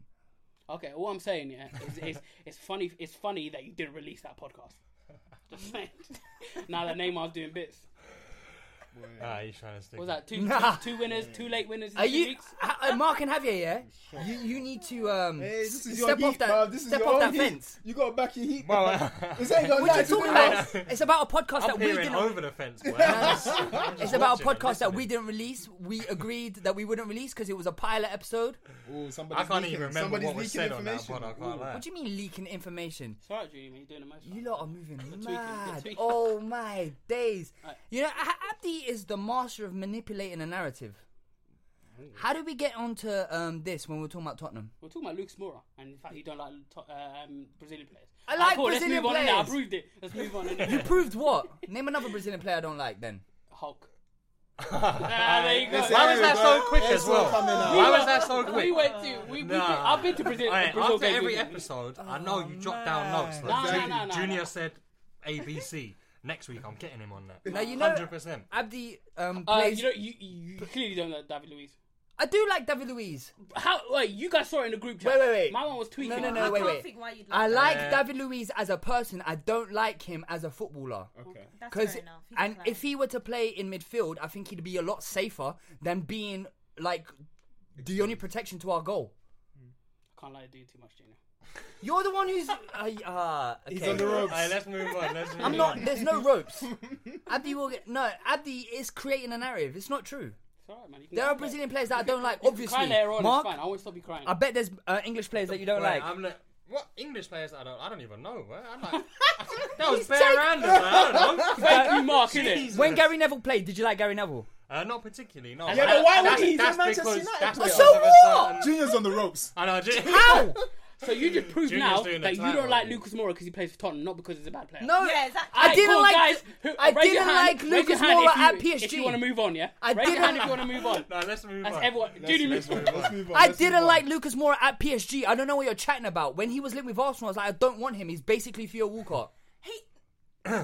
Speaker 1: that. okay. All I'm saying yeah, is, is it's funny. It's funny that you didn't release that podcast. Just saying. now that Neymar's doing bits.
Speaker 4: Ah, he's trying to stick.
Speaker 1: What was that two
Speaker 2: Nah.
Speaker 1: two two winners, two late winners in
Speaker 2: Are
Speaker 1: two
Speaker 2: you,
Speaker 1: weeks?
Speaker 2: Ha- uh, Mark and Javier? Yeah, you, you need to um
Speaker 5: Hey, this is your
Speaker 2: step off
Speaker 5: heat,
Speaker 2: that
Speaker 5: bruv. This is
Speaker 2: step
Speaker 5: your
Speaker 2: off
Speaker 5: own
Speaker 2: that
Speaker 5: heat.
Speaker 2: fence.
Speaker 5: You gotta back your heat.
Speaker 4: Well,
Speaker 5: this ain't gonna
Speaker 2: What are
Speaker 5: lie.
Speaker 2: you
Speaker 5: this ain't
Speaker 2: talking
Speaker 5: gonna
Speaker 2: about? It's about a podcast
Speaker 4: I'm
Speaker 2: that we
Speaker 4: peering
Speaker 2: didn't.
Speaker 4: over the fence. boy.
Speaker 2: It's about a podcast that we didn't release. We agreed that we wouldn't release because it was a pilot episode.
Speaker 5: lie. Ooh,
Speaker 4: I
Speaker 5: somebody's
Speaker 4: can't
Speaker 5: leaking.
Speaker 4: even remember
Speaker 5: somebody's
Speaker 4: what was
Speaker 5: leaking
Speaker 4: said on that
Speaker 5: information.
Speaker 4: pod. I can't
Speaker 5: Ooh.
Speaker 4: lie.
Speaker 2: What do you mean leaking information?
Speaker 1: It's alright, Junie. man, You're doing the most.
Speaker 2: You lot are moving
Speaker 1: tweaking, you're
Speaker 2: mad.
Speaker 1: tweaking.
Speaker 2: Oh my days.
Speaker 1: Right.
Speaker 2: You know, A- Abdi is the master of manipulating a narrative. How did we get onto um, this when we were talking about Tottenham?
Speaker 1: We're talking about Luke Smora, and in fact, you don't like to- um, Brazilian players.
Speaker 2: I like
Speaker 1: cool,
Speaker 2: Brazilian
Speaker 1: let's move On in
Speaker 2: players.
Speaker 1: I proved it. Let's move on. In
Speaker 2: You proved what? Name another Brazilian player I don't like then.
Speaker 1: Hulk. Ah, there you go.
Speaker 5: Listen,
Speaker 4: Why was that so quick
Speaker 5: It's
Speaker 4: as
Speaker 5: all
Speaker 4: well?
Speaker 5: coming out.
Speaker 4: Why was that so
Speaker 1: We
Speaker 4: quick?
Speaker 1: went to. We, we,
Speaker 4: Nah.
Speaker 1: I've been to Brazil.
Speaker 4: Alright,
Speaker 1: Brazil
Speaker 4: after
Speaker 1: games
Speaker 4: every
Speaker 1: with you.
Speaker 4: episode, I know you
Speaker 6: Oh,
Speaker 4: jot down notes. Like,
Speaker 1: Nah, nah,
Speaker 4: Jun-
Speaker 1: nah, nah,
Speaker 4: Junior
Speaker 1: nah.
Speaker 4: said ABC. Next week, I'm getting him on that.
Speaker 2: Now you know
Speaker 4: 100%.
Speaker 2: Abdi um,
Speaker 1: Uh,
Speaker 2: plays.
Speaker 1: you know, you, you clearly don't know David Luiz.
Speaker 2: I do like David Luiz.
Speaker 1: How? Wait, you guys saw it in the group chat.
Speaker 2: Wait, wait, wait.
Speaker 1: My one was tweeting.
Speaker 2: No, no,
Speaker 3: I
Speaker 2: no, wait,
Speaker 3: can't
Speaker 2: wait.
Speaker 3: think why you'd like
Speaker 2: I
Speaker 3: that.
Speaker 2: like
Speaker 4: Yeah.
Speaker 2: David Luiz as a person. I don't like him as a footballer.
Speaker 5: Okay.
Speaker 3: That's fair
Speaker 2: Because
Speaker 3: enough. He's
Speaker 2: and
Speaker 3: clever.
Speaker 2: if he were to play in midfield, I think he'd be a lot safer than being like the only protection to our goal.
Speaker 1: I can't lie, to do too much, Junior.
Speaker 2: You're the one who's uh, uh,
Speaker 5: He's
Speaker 2: okay.
Speaker 5: on the ropes.
Speaker 4: Alright, let's move on. Let's move
Speaker 2: I'm
Speaker 4: on.
Speaker 2: not. There's no ropes. Abdi will get no. Abdi is creating a narrative. It's not true.
Speaker 1: It's alright, man. You can
Speaker 2: There are
Speaker 1: cry
Speaker 2: Brazilian players that I don't like.
Speaker 1: later.
Speaker 2: Obviously,
Speaker 1: Cry later on.
Speaker 2: Mark.
Speaker 1: It's fine. I won't stop you crying.
Speaker 2: I bet there's uh, English players that you don't
Speaker 4: Right,
Speaker 2: like.
Speaker 4: I'm not. What English players? I don't. I don't even know. Man. I'm like, that was
Speaker 2: He's
Speaker 4: bare
Speaker 2: taking-
Speaker 4: random. man. I don't know.
Speaker 1: Thank you, Mark. Innit?
Speaker 4: Jesus.
Speaker 2: When Gary Neville played, did you like Gary Neville?
Speaker 4: Uh, not particularly. No.
Speaker 1: Yeah, but
Speaker 4: Uh,
Speaker 1: why
Speaker 4: that's-
Speaker 5: would he? He's a
Speaker 4: that's
Speaker 5: Manchester
Speaker 4: because-
Speaker 5: United
Speaker 4: that's
Speaker 5: player.
Speaker 4: because of a
Speaker 2: So
Speaker 4: certain-
Speaker 5: Junior's on the ropes.
Speaker 4: I know. Jim-
Speaker 2: How?
Speaker 1: So you just proved
Speaker 4: Junior's
Speaker 1: now
Speaker 4: doing
Speaker 1: that
Speaker 4: the
Speaker 1: you
Speaker 4: time,
Speaker 1: don't like
Speaker 4: aren't you?
Speaker 1: Lucas Moura because he plays for Tottenham, not because he's a bad player.
Speaker 2: No,
Speaker 3: Yeah, exactly.
Speaker 2: I
Speaker 1: Alright,
Speaker 2: didn't
Speaker 1: cool,
Speaker 2: like.
Speaker 1: guys, who-
Speaker 2: I
Speaker 1: raise your
Speaker 2: didn't
Speaker 1: hand-
Speaker 2: like
Speaker 1: raise your
Speaker 2: Lucas
Speaker 1: hand if
Speaker 2: Moura at
Speaker 1: you-
Speaker 2: PSG.
Speaker 1: If you want to move on, yeah.
Speaker 2: I
Speaker 1: raise your
Speaker 2: didn't-
Speaker 1: hand if you want to move on.
Speaker 4: No, let's move
Speaker 1: That's
Speaker 4: on.
Speaker 1: everyone. Judy,
Speaker 5: let's
Speaker 1: move
Speaker 5: move on. Let's move on.
Speaker 2: I
Speaker 5: Let's
Speaker 2: didn't
Speaker 5: move on.
Speaker 2: like Lucas Moura at PSG. I don't know what you're chatting about. When he was linked with Arsenal, I was like, I don't want him. He's basically Theo Walcott.
Speaker 3: He-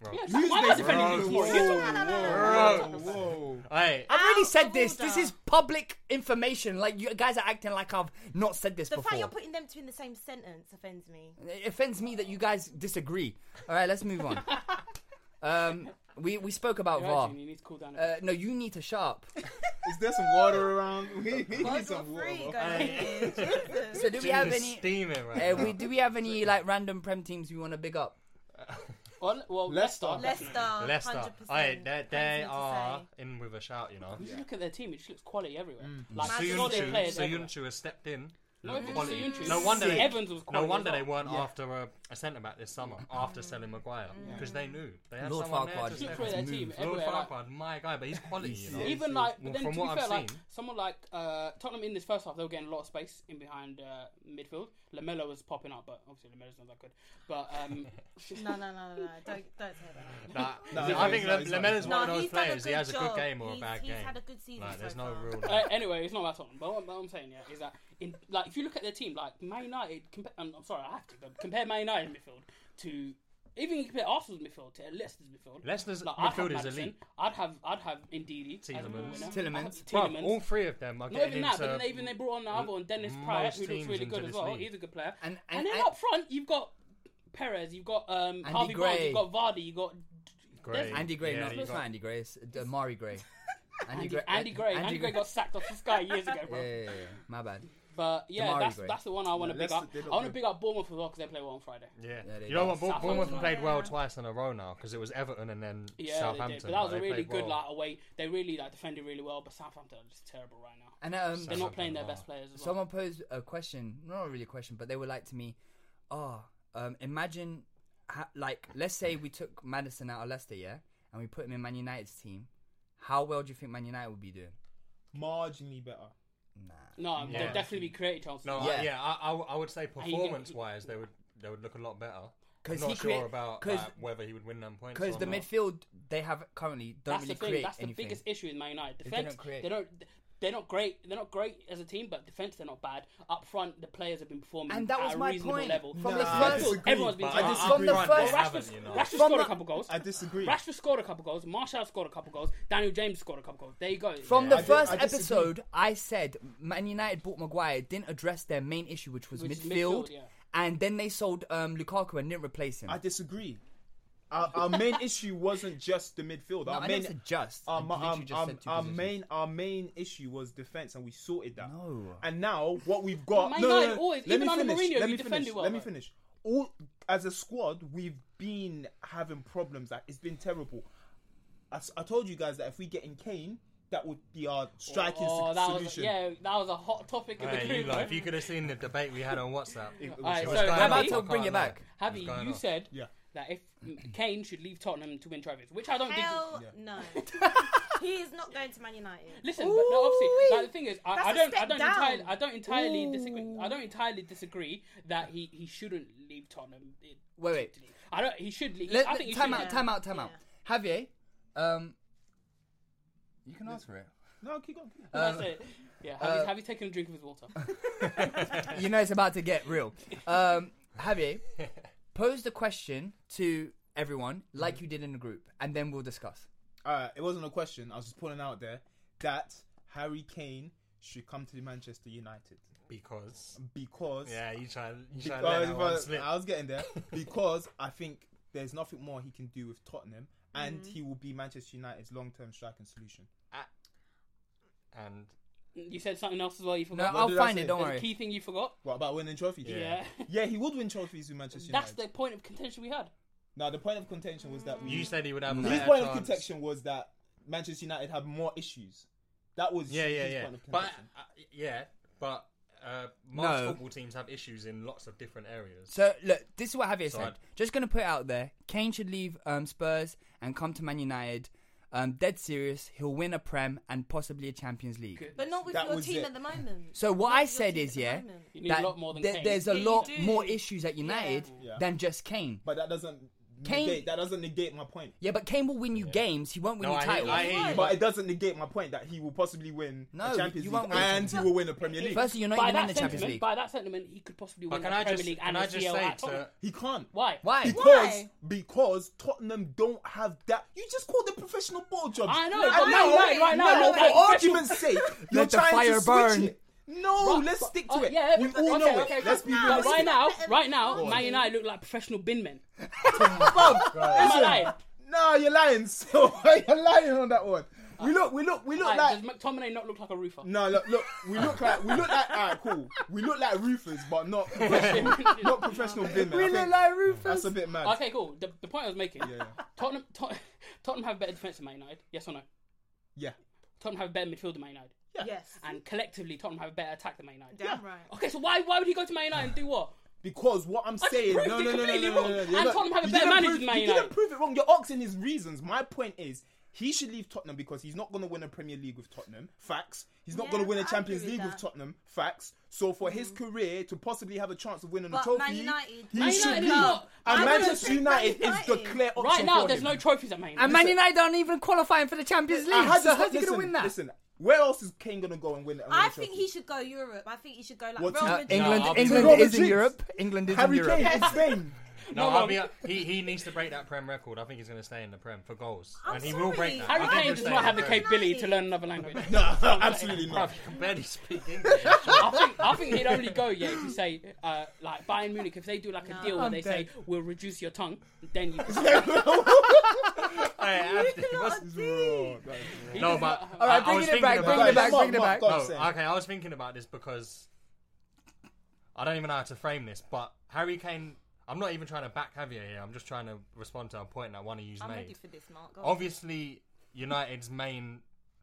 Speaker 1: Why am I defending Lucas Moura? Yes,
Speaker 3: no, no, no, no, no.
Speaker 5: Whoa, whoa.
Speaker 4: Alright.
Speaker 2: I've already said
Speaker 3: of
Speaker 2: this. This
Speaker 3: order.
Speaker 2: is public information. Like you guys are acting like I've not said this
Speaker 3: The
Speaker 2: before.
Speaker 3: fact you're putting them two in the same sentence offends me.
Speaker 2: It offends me that you guys disagree. All right, let's move on. um, we we spoke about
Speaker 1: You're
Speaker 2: VAR.
Speaker 1: actually- You need to cool down. a bit.
Speaker 2: Uh, no, you need to shut up.
Speaker 5: Is there some water around? We
Speaker 3: World
Speaker 5: need
Speaker 3: War
Speaker 5: some water.
Speaker 3: Three
Speaker 5: bro.
Speaker 3: going on here. Jesus.
Speaker 2: So do we have
Speaker 4: Junior's
Speaker 2: any?
Speaker 4: steaming right
Speaker 2: Uh,
Speaker 4: now.
Speaker 2: we do we have any like random prem teams we want to big up?
Speaker 1: Well, well,
Speaker 5: Leicester.
Speaker 1: Leicester.
Speaker 3: Leicester,
Speaker 4: Leicester.
Speaker 3: 100%.
Speaker 4: Alright, they, they
Speaker 3: Pains me to
Speaker 4: are
Speaker 3: say.
Speaker 4: in with a shout. You know.
Speaker 1: You just look at their team; it just looks quality everywhere. Like
Speaker 3: Imagine
Speaker 1: all their
Speaker 3: Soyuncu-
Speaker 1: players.
Speaker 4: So
Speaker 1: everywhere.
Speaker 4: Yunchu has stepped in.
Speaker 1: No,
Speaker 4: Look
Speaker 1: it's
Speaker 4: quality.
Speaker 1: Soyuncu.
Speaker 4: No wonder they,
Speaker 1: Evans was
Speaker 4: no
Speaker 1: quality
Speaker 4: wonder
Speaker 1: as
Speaker 4: they
Speaker 1: well.
Speaker 4: weren't after a, a centre back this summer after selling Maguire because they knew they had
Speaker 2: Lord
Speaker 4: someone there
Speaker 2: Farquaad
Speaker 4: to
Speaker 2: is
Speaker 4: step
Speaker 1: Look at their
Speaker 4: in.
Speaker 1: team
Speaker 4: Lord
Speaker 1: everywhere, like-
Speaker 4: Farquaad, my guy, but he's quality. You know.
Speaker 1: Even like, but
Speaker 4: Well,
Speaker 1: then
Speaker 4: from
Speaker 1: to be
Speaker 4: what I've
Speaker 1: fair, like
Speaker 4: seen-
Speaker 1: someone like uh, Tottenham in this first half, they were getting a lot of space in behind uh, midfield. Lamelo was popping up, but obviously Lamelo's not that good. But um,
Speaker 3: No, no, no, no, no. Don't, don't say that.
Speaker 4: Nah,
Speaker 5: No,
Speaker 4: I
Speaker 5: no,
Speaker 4: think
Speaker 5: he's not, he's not,
Speaker 4: Lamella's
Speaker 5: he's
Speaker 4: one of
Speaker 3: No,
Speaker 4: those
Speaker 3: he's done a
Speaker 4: players. He
Speaker 3: good
Speaker 4: has a
Speaker 3: job.
Speaker 4: good game or
Speaker 3: He's-
Speaker 4: a bad
Speaker 3: he's
Speaker 4: game.
Speaker 3: had a good season
Speaker 4: Like, there's
Speaker 3: so far.
Speaker 4: no real.
Speaker 1: uh, anyway, it's not about Tottenham. But what, what I'm saying yeah, is that in like if you look at their team, like Man United, compa- I'm, I'm sorry, I have to but compare Man United midfield to Even you compare Arsenal's midfield to Leicester's midfield.
Speaker 4: Leicester's
Speaker 1: I'd have
Speaker 4: midfield is
Speaker 1: Maddison,
Speaker 4: elite.
Speaker 1: I'd have I'd have Ndidi. as a
Speaker 4: Tielemans.
Speaker 1: winner.
Speaker 2: Tielemans.
Speaker 1: I'd have
Speaker 4: Bruv,
Speaker 1: Tielemans.
Speaker 4: all three of them are
Speaker 1: Not
Speaker 4: getting
Speaker 1: even that,
Speaker 4: into
Speaker 1: but then they even they brought on the other one, Dennis Pryor,
Speaker 4: most
Speaker 1: who looks
Speaker 4: teams
Speaker 1: really
Speaker 4: into
Speaker 1: good as
Speaker 4: this
Speaker 1: well.
Speaker 4: league.
Speaker 1: He's a good player.
Speaker 2: And-
Speaker 1: And,
Speaker 2: and-
Speaker 1: then
Speaker 2: and-
Speaker 1: up front, you've got Perez, you've got um, Harvey Barnes,
Speaker 2: Gray.
Speaker 1: you've got Vardy, you've got
Speaker 4: Gray.
Speaker 1: Andy
Speaker 2: Andy Gray,
Speaker 4: Yeah,
Speaker 2: no,
Speaker 4: you
Speaker 2: it's
Speaker 4: got-
Speaker 2: not Andy Gray. It's uh, Mari Gray. Andy, Gray.
Speaker 1: Andy Gray. Andy, Gray got sacked off the sky years ago,
Speaker 2: Yeah,
Speaker 1: bro.
Speaker 2: yeah, yeah, yeah. my bad.
Speaker 1: But yeah,
Speaker 2: Damari
Speaker 1: that's
Speaker 2: Gray.
Speaker 1: that's the one I want to
Speaker 5: Yeah,
Speaker 1: pick
Speaker 5: Leicester
Speaker 1: up.
Speaker 5: did
Speaker 1: I
Speaker 5: not
Speaker 1: want to
Speaker 5: good.
Speaker 1: pick up Bournemouth as well because they play well on Friday.
Speaker 4: Yeah,
Speaker 2: Yeah, they
Speaker 4: you know
Speaker 2: did.
Speaker 4: what? Bour-
Speaker 1: Southampton.
Speaker 4: Bournemouth have played well
Speaker 3: Yeah.
Speaker 4: twice in a row now because it was Everton and then
Speaker 1: Yeah, they
Speaker 4: Southampton.
Speaker 1: did. But that was
Speaker 4: they
Speaker 1: a really
Speaker 4: played
Speaker 1: good
Speaker 4: well.
Speaker 1: like away. They really like defended really well, but Southampton are just terrible right now.
Speaker 2: And um,
Speaker 1: They're not playing their
Speaker 4: are.
Speaker 1: best players as well.
Speaker 2: someone posed a question, not really a question, but they were like to me, oh, um, imagine, ha- like, let's say we took Madison out of Leicester, yeah, and we put him in Man United's team. How well do you think Man United would be doing?
Speaker 5: Marginally better.
Speaker 1: No,
Speaker 4: Yeah.
Speaker 1: they'll definitely be created chances.
Speaker 4: No,
Speaker 2: Yeah.
Speaker 4: yeah, I, yeah I, I w- I would say
Speaker 1: you get-
Speaker 4: performance-wise, they would they would look a lot better.
Speaker 2: 'Cause
Speaker 4: I'm not
Speaker 2: he
Speaker 4: sure
Speaker 2: create-
Speaker 4: about
Speaker 2: 'cause-
Speaker 4: like, whether he would win them points.
Speaker 2: Because
Speaker 4: or
Speaker 2: the
Speaker 4: not.
Speaker 2: midfield they have currently don't
Speaker 1: That's
Speaker 2: really
Speaker 1: the thing.
Speaker 2: create
Speaker 1: That's the
Speaker 2: anything.
Speaker 1: biggest issue in Man United.
Speaker 2: If they
Speaker 1: Defense.
Speaker 2: don't create.
Speaker 1: They don't. They're not great. They're not great as a team, but defense they're not bad. Up front, the players have been performing
Speaker 2: And that was
Speaker 1: at a
Speaker 2: my
Speaker 1: reasonable
Speaker 2: point.
Speaker 1: level.
Speaker 2: From
Speaker 5: the
Speaker 1: Midfield,
Speaker 5: first-
Speaker 1: everyone's been.
Speaker 4: But
Speaker 2: I
Speaker 1: terrible.
Speaker 2: disagree. From the
Speaker 4: up front, they
Speaker 2: first-
Speaker 4: haven't,
Speaker 1: Rashford,
Speaker 4: you know.
Speaker 2: From
Speaker 1: Rashford scored a
Speaker 2: the-
Speaker 1: couple goals.
Speaker 5: I disagree.
Speaker 1: Rashford scored a couple goals. Marshall scored a couple goals. Daniel James scored a couple goals. There you go.
Speaker 2: From the
Speaker 5: I di-
Speaker 2: first
Speaker 5: I disagree.
Speaker 2: episode, I said Man United bought Maguire, didn't address their main issue, which was
Speaker 1: Which is
Speaker 2: midfield,
Speaker 1: midfield, yeah.
Speaker 2: and then they sold um, Lukaku and didn't replace him.
Speaker 5: I disagree. Our, our main issue wasn't just the midfield.
Speaker 2: No,
Speaker 5: Our
Speaker 2: I
Speaker 5: main,
Speaker 2: didn't say just. I
Speaker 5: Our, ma-
Speaker 2: literally
Speaker 5: um,
Speaker 2: just
Speaker 5: um,
Speaker 2: said two
Speaker 5: our
Speaker 2: positions.
Speaker 5: main, our main issue was defense, and we sorted that.
Speaker 2: No.
Speaker 5: And now what we've got?
Speaker 1: Man
Speaker 5: no, no,
Speaker 1: United
Speaker 5: no,
Speaker 1: always-
Speaker 5: let
Speaker 1: even
Speaker 5: me
Speaker 1: under
Speaker 5: finish.
Speaker 1: Mourinho,
Speaker 5: let
Speaker 1: you
Speaker 5: me
Speaker 1: defended
Speaker 5: finish.
Speaker 1: well,
Speaker 5: let me
Speaker 1: though.
Speaker 5: finish. All as a squad, we've been having problems. Like, it's been terrible. I, s- I told you guys that if we get in Kane, that would be our striking
Speaker 1: Oh,
Speaker 5: s-
Speaker 1: that was
Speaker 5: solution.
Speaker 1: yeah. That was a hot topic in the
Speaker 4: Hey, you
Speaker 1: group.
Speaker 4: lot, if you could have seen the debate we had on WhatsApp, it was
Speaker 1: Alright,
Speaker 4: going
Speaker 1: so
Speaker 4: on,
Speaker 1: Abby-
Speaker 4: I
Speaker 1: Abby,
Speaker 4: can't
Speaker 2: bring it
Speaker 4: lie.
Speaker 2: back.
Speaker 4: It was
Speaker 1: Javi, you
Speaker 4: going on.
Speaker 1: said
Speaker 5: Yeah.
Speaker 1: that if Kane should leave Tottenham to win trophies, which I don't think.
Speaker 3: Hell no. he is not going to Man United.
Speaker 1: Listen, but no, obviously, like, the thing is,
Speaker 3: That's
Speaker 1: I, I
Speaker 3: a
Speaker 1: don't, I
Speaker 3: step
Speaker 1: don't
Speaker 3: down.
Speaker 1: entirely, I don't entirely disagree. I don't entirely disagree that he, he shouldn't leave Tottenham. It-
Speaker 2: Wait, wait.
Speaker 1: to leave. I don't. He should leave.
Speaker 2: Let-
Speaker 1: I think he
Speaker 2: time
Speaker 1: should
Speaker 2: out,
Speaker 1: leave.
Speaker 2: time out, time out. Javier, um, you can ask for it.
Speaker 5: No, keep going. keep going.
Speaker 1: That's it. Yeah, have, you, have you taken a drink of his water?
Speaker 2: you know it's about to get real. Um, Javier, pose the question to everyone like you did in the group, and then we'll discuss.
Speaker 5: Alright, it wasn't a question. I was just putting out there that Harry Kane should come to Manchester United
Speaker 4: because
Speaker 5: because
Speaker 4: yeah, you try, you try to let
Speaker 5: because
Speaker 4: that one
Speaker 5: because-
Speaker 4: slip.
Speaker 5: I was getting there because I think there's nothing more he can do with Tottenham, and he will be Manchester United's long-term striking solution.
Speaker 4: And
Speaker 1: you said something else as well. You
Speaker 2: No,
Speaker 1: forgot.
Speaker 2: I'll
Speaker 5: did I
Speaker 2: find
Speaker 5: say?
Speaker 2: it. Don't
Speaker 1: There's a
Speaker 2: worry.
Speaker 1: key thing you forgot.
Speaker 5: What about winning trophies?
Speaker 1: Yeah.
Speaker 5: yeah, he would win trophies with Manchester
Speaker 1: That's
Speaker 5: United.
Speaker 1: the point of contention we had.
Speaker 5: Now the point of contention was that we.
Speaker 4: you said he would have a
Speaker 5: his
Speaker 4: better
Speaker 5: point of
Speaker 4: chance.
Speaker 5: contention was that Manchester United had more issues. That was
Speaker 4: Yeah, yeah,
Speaker 5: his
Speaker 4: yeah.
Speaker 5: Point of
Speaker 4: But
Speaker 5: contention.
Speaker 4: uh, yeah, but uh, most
Speaker 2: No.
Speaker 4: football teams have issues in lots of different areas.
Speaker 2: So look, this is what Javier
Speaker 4: So
Speaker 2: said.
Speaker 4: I'd-
Speaker 2: Just gonna put it out there. Kane should leave um, Spurs and come to Man United. Um, dead serious. He'll win a Prem and possibly a Champions League.
Speaker 3: But not with
Speaker 5: That
Speaker 3: your
Speaker 5: was
Speaker 3: team
Speaker 5: it.
Speaker 3: at the moment.
Speaker 2: So what
Speaker 3: Not
Speaker 2: I
Speaker 3: with your
Speaker 2: said
Speaker 3: team
Speaker 2: is,
Speaker 3: at the
Speaker 2: yeah,
Speaker 3: moment.
Speaker 1: You need a lot more than
Speaker 2: there-
Speaker 1: Kane.
Speaker 2: there's a
Speaker 3: Yeah, you
Speaker 2: lot
Speaker 3: do.
Speaker 2: more issues at United
Speaker 5: Yeah.
Speaker 2: than just Kane.
Speaker 5: But that doesn't.
Speaker 2: Kane-
Speaker 5: Negate, that doesn't negate my point.
Speaker 2: Yeah, but Kane will win you games. He won't win
Speaker 4: No,
Speaker 2: you
Speaker 4: I hear,
Speaker 2: titles.
Speaker 4: I hear you.
Speaker 3: Oh,
Speaker 5: But it doesn't negate my point that he will possibly win
Speaker 2: No,
Speaker 5: a Champions
Speaker 2: you
Speaker 5: League
Speaker 2: won't win.
Speaker 5: and he will win a Premier League.
Speaker 2: Firstly, you're not
Speaker 1: by
Speaker 2: even in
Speaker 1: that
Speaker 2: the
Speaker 1: sentiment,
Speaker 2: Champions League.
Speaker 1: by that sentiment, he could possibly win
Speaker 4: But
Speaker 1: the
Speaker 4: can I
Speaker 1: Premier
Speaker 4: just
Speaker 1: League
Speaker 4: can
Speaker 1: and
Speaker 4: I
Speaker 1: the
Speaker 4: just
Speaker 1: CL
Speaker 4: say
Speaker 1: at Tottenham.
Speaker 4: to
Speaker 5: he can't.
Speaker 1: Why?
Speaker 2: Why?
Speaker 5: Because
Speaker 3: Why?
Speaker 5: because Tottenham don't have that. You just called them professional ball jobs.
Speaker 1: I know,
Speaker 5: And
Speaker 1: but Man United right now
Speaker 5: no,
Speaker 1: look like
Speaker 5: for argument's sake, you're
Speaker 2: Let the
Speaker 5: trying
Speaker 2: fire
Speaker 5: to switch
Speaker 2: burn.
Speaker 5: it. No,
Speaker 1: Right,
Speaker 5: let's
Speaker 1: but-
Speaker 5: stick to
Speaker 1: oh,
Speaker 5: it.
Speaker 1: yeah,
Speaker 5: we
Speaker 1: but-
Speaker 5: all
Speaker 1: okay,
Speaker 5: know
Speaker 1: okay,
Speaker 5: it. Let's be
Speaker 1: but
Speaker 5: realistic.
Speaker 1: right now,
Speaker 3: Better
Speaker 1: right
Speaker 3: than
Speaker 1: now,
Speaker 3: Arsenal.
Speaker 1: Man United look like professional bin men. Am I
Speaker 5: Listen,
Speaker 1: lying?
Speaker 5: No, you're lying. So you're lying on that one. We look, we look, we look
Speaker 1: Like,
Speaker 5: like.
Speaker 1: does McTominay not look like a roofer?
Speaker 5: No, look, look, we look like we look like alright, cool. We look like roofers, but not professional, not professional bin men. I think
Speaker 2: roofers.
Speaker 5: That's a bit mad.
Speaker 1: Okay, cool. The, the point I was making.
Speaker 5: Yeah, yeah.
Speaker 1: Tottenham, Tot- Tottenham have better defense than Man United. Yes or no?
Speaker 5: Yeah.
Speaker 1: Tottenham have better midfield than Man United,
Speaker 3: Yes.
Speaker 1: and collectively, Tottenham have a better attack than Man United.
Speaker 3: Damn right.
Speaker 1: Okay, so why why would he go to Man United and do what?
Speaker 5: Because what I'm
Speaker 1: just
Speaker 5: saying,
Speaker 1: proved
Speaker 5: no,
Speaker 1: it
Speaker 5: no, no, no, no,
Speaker 1: completely
Speaker 5: no, no,
Speaker 1: wrong.
Speaker 5: no,
Speaker 1: And
Speaker 5: you're not-
Speaker 1: Tottenham have a
Speaker 5: you
Speaker 1: better
Speaker 5: didn't
Speaker 1: manager
Speaker 5: prove-
Speaker 1: than Man
Speaker 5: You didn't
Speaker 1: United.
Speaker 5: prove it wrong. You're asking his reasons. My point is, he should leave Tottenham because he's not going to win a Premier League with Tottenham. Facts. He's not
Speaker 3: Yeah,
Speaker 5: going to win
Speaker 3: I
Speaker 5: a
Speaker 3: agree
Speaker 5: Champions
Speaker 3: with
Speaker 5: League with
Speaker 3: that. Mm.
Speaker 5: Tottenham. Facts. So for his career to possibly have a chance of winning a
Speaker 3: But
Speaker 5: trophy,
Speaker 3: Man United-
Speaker 5: he
Speaker 3: Man
Speaker 5: should
Speaker 1: United
Speaker 5: leave.
Speaker 1: is not-
Speaker 5: And
Speaker 3: I wouldn't
Speaker 5: Manchester
Speaker 3: pick Man
Speaker 5: United is the
Speaker 3: United.
Speaker 5: clear option
Speaker 1: Right now,
Speaker 5: for
Speaker 1: there's
Speaker 5: him.
Speaker 1: no trophies at Man United.
Speaker 2: And Man United aren't even qualifying for the Champions League.
Speaker 5: I had
Speaker 2: so
Speaker 5: this-
Speaker 2: how's he going to
Speaker 5: listen,
Speaker 2: win that?
Speaker 5: Listen, where else is Kane going to go and win? and win
Speaker 3: I
Speaker 5: a
Speaker 3: think
Speaker 5: trophy?
Speaker 3: he should go Europe. I think he should go like
Speaker 5: What
Speaker 3: Real
Speaker 5: team?
Speaker 2: Uh,
Speaker 3: Madrid.
Speaker 2: England,
Speaker 4: No, I'll be
Speaker 2: England
Speaker 4: Real
Speaker 2: is in
Speaker 5: Madrid.
Speaker 2: Europe. England is in
Speaker 5: Harry
Speaker 2: Europe.
Speaker 5: Kane in Spain.
Speaker 4: No,
Speaker 1: no.
Speaker 4: I'll be, he he needs to break that prem record. I think he's going to stay in the prem for goals,
Speaker 3: I'm
Speaker 4: and he will break
Speaker 3: sorry.
Speaker 4: that.
Speaker 1: Harry
Speaker 4: I think
Speaker 1: Kane
Speaker 4: he'll
Speaker 1: does
Speaker 4: stay
Speaker 1: not
Speaker 4: in
Speaker 1: have the
Speaker 4: the prem.
Speaker 1: capability to learn another language.
Speaker 5: No, absolutely
Speaker 4: Bruv,
Speaker 5: not.
Speaker 4: he can barely speak English.
Speaker 1: I think I think he'd only go yeah if you say uh, like Bayern Munich if they do like a deal where
Speaker 5: I'm
Speaker 1: they say
Speaker 5: dead.
Speaker 1: we'll reduce your tongue then you
Speaker 4: Hey, Anthony, what's-
Speaker 5: Bro, that is wrong.
Speaker 4: no, but
Speaker 2: All
Speaker 4: I- I
Speaker 2: right, bring
Speaker 4: was
Speaker 2: it
Speaker 4: thinking
Speaker 2: back,
Speaker 4: about
Speaker 2: bring it
Speaker 5: Guys,
Speaker 2: back,
Speaker 5: Mark,
Speaker 2: bring it back.
Speaker 5: Mark, Mark,
Speaker 4: No,
Speaker 5: saying.
Speaker 4: okay, I was thinking about this because I don't even know how to frame this, but Harry Kane. I'm not even trying to back Javier here. I'm just trying to respond to a point that one of you's
Speaker 3: I'm
Speaker 4: made.
Speaker 3: ready for this, Mark. Go on.
Speaker 4: Obviously, United's main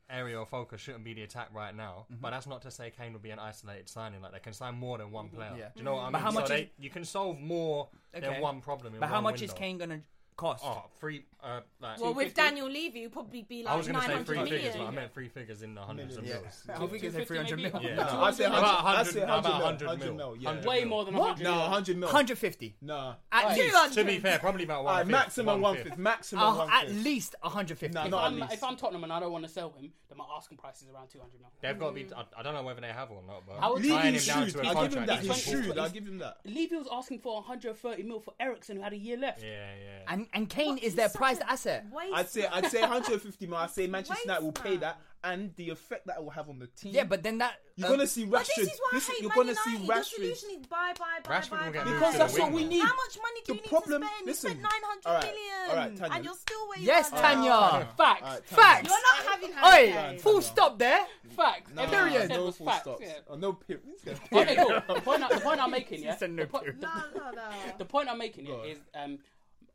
Speaker 4: area of focus shouldn't be the attack right now,
Speaker 2: Mm-hmm.
Speaker 4: but that's not to say Kane will be an isolated signing. Like they can sign more than one player.
Speaker 2: Mm-hmm. Yeah.
Speaker 4: Do you know what I mean?
Speaker 2: But how much
Speaker 4: so
Speaker 2: is-
Speaker 4: they, you can solve more
Speaker 2: Okay.
Speaker 4: than one problem. In
Speaker 2: But how
Speaker 4: one
Speaker 2: much
Speaker 4: window.
Speaker 2: is Kane gonna cost?
Speaker 4: Oh, three. Uh, like,
Speaker 3: Well, with
Speaker 1: 250.
Speaker 3: Daniel Levy, it'd probably be
Speaker 4: I was
Speaker 3: like
Speaker 4: going to say
Speaker 3: 900
Speaker 4: three
Speaker 3: million.
Speaker 4: figures, but I meant three figures in the hundreds of millions.
Speaker 2: I think it's like 300
Speaker 1: maybe?
Speaker 2: million.
Speaker 4: Yeah,
Speaker 1: No,
Speaker 4: no,
Speaker 5: I say
Speaker 4: about
Speaker 5: 100,
Speaker 4: 100
Speaker 5: I say 100
Speaker 4: about
Speaker 5: mil,
Speaker 4: 100 mil.
Speaker 5: yeah.
Speaker 4: 100
Speaker 1: way more than
Speaker 5: What?
Speaker 1: 100
Speaker 5: No,
Speaker 1: million.
Speaker 5: 100 mil.
Speaker 2: 150.
Speaker 5: Nah.
Speaker 2: At
Speaker 1: Right.
Speaker 2: least.
Speaker 4: To be fair, probably about one.
Speaker 5: Alright, maximum 150. Maximum
Speaker 2: Uh, at
Speaker 5: 150.
Speaker 2: least 150.
Speaker 5: No,
Speaker 1: if,
Speaker 5: not at
Speaker 1: I'm,
Speaker 5: least.
Speaker 1: if I'm Tottenham and I don't want to sell him then my asking price is around 200 mil
Speaker 4: They've got to be. I, I don't know whether they have or not, but
Speaker 1: How would-
Speaker 4: tying
Speaker 5: Levy
Speaker 4: him down to
Speaker 5: shoot.
Speaker 4: a
Speaker 5: I'll
Speaker 4: contract.
Speaker 5: give him that.
Speaker 4: is
Speaker 5: He
Speaker 1: He's
Speaker 4: bullshit.
Speaker 5: shoot. I'll give him that.
Speaker 1: Levy was asking for 130 mil for Ericsson who had a year left
Speaker 4: Yeah, yeah.
Speaker 2: And, and Kane
Speaker 3: What,
Speaker 2: is
Speaker 3: he's
Speaker 2: their
Speaker 3: such
Speaker 2: prized
Speaker 3: a
Speaker 2: asset.
Speaker 3: waste
Speaker 5: I'd say uh, I'd say 150 mil. I'd say Manchester
Speaker 3: Waste
Speaker 5: United will pay
Speaker 3: man.
Speaker 5: that and the effect that it will have on the team.
Speaker 2: Yeah, but then that.
Speaker 5: you're
Speaker 2: uh,
Speaker 5: gonna see Rashford.
Speaker 3: But this is why
Speaker 5: Listen,
Speaker 3: I hate
Speaker 5: you're
Speaker 3: Man
Speaker 5: gonna
Speaker 3: United.
Speaker 5: see
Speaker 3: Your
Speaker 5: Rashford.
Speaker 3: solution is buy, buy, buy,
Speaker 4: Rashford
Speaker 3: buy,
Speaker 4: will get
Speaker 3: buy,
Speaker 4: moved
Speaker 5: Because
Speaker 4: to
Speaker 5: that's
Speaker 4: the
Speaker 5: what we
Speaker 4: wing.
Speaker 5: need.
Speaker 3: How much money do
Speaker 5: The
Speaker 3: you
Speaker 5: problem-
Speaker 3: need to spend?
Speaker 5: listen.
Speaker 3: you spent 900
Speaker 5: All right,
Speaker 3: million,
Speaker 5: all right, Tanya.
Speaker 3: and you're still where you
Speaker 2: Yes,
Speaker 3: are now.
Speaker 2: Tanya.
Speaker 1: facts
Speaker 5: Alright, time
Speaker 2: Facts.
Speaker 5: out.
Speaker 3: You're not having Harry
Speaker 2: Oi,
Speaker 3: Kane.
Speaker 2: full stop there.
Speaker 1: facts
Speaker 5: Nah,
Speaker 1: Everything I said
Speaker 5: No
Speaker 1: was
Speaker 5: full
Speaker 1: facts,
Speaker 5: stops.
Speaker 1: yeah.
Speaker 5: Oh, No period.
Speaker 1: okay cool the point, I, the point I'm making yeah
Speaker 2: He said no
Speaker 1: the po-
Speaker 2: period.
Speaker 1: the-
Speaker 3: No, no, no.
Speaker 1: the point I'm making here is um,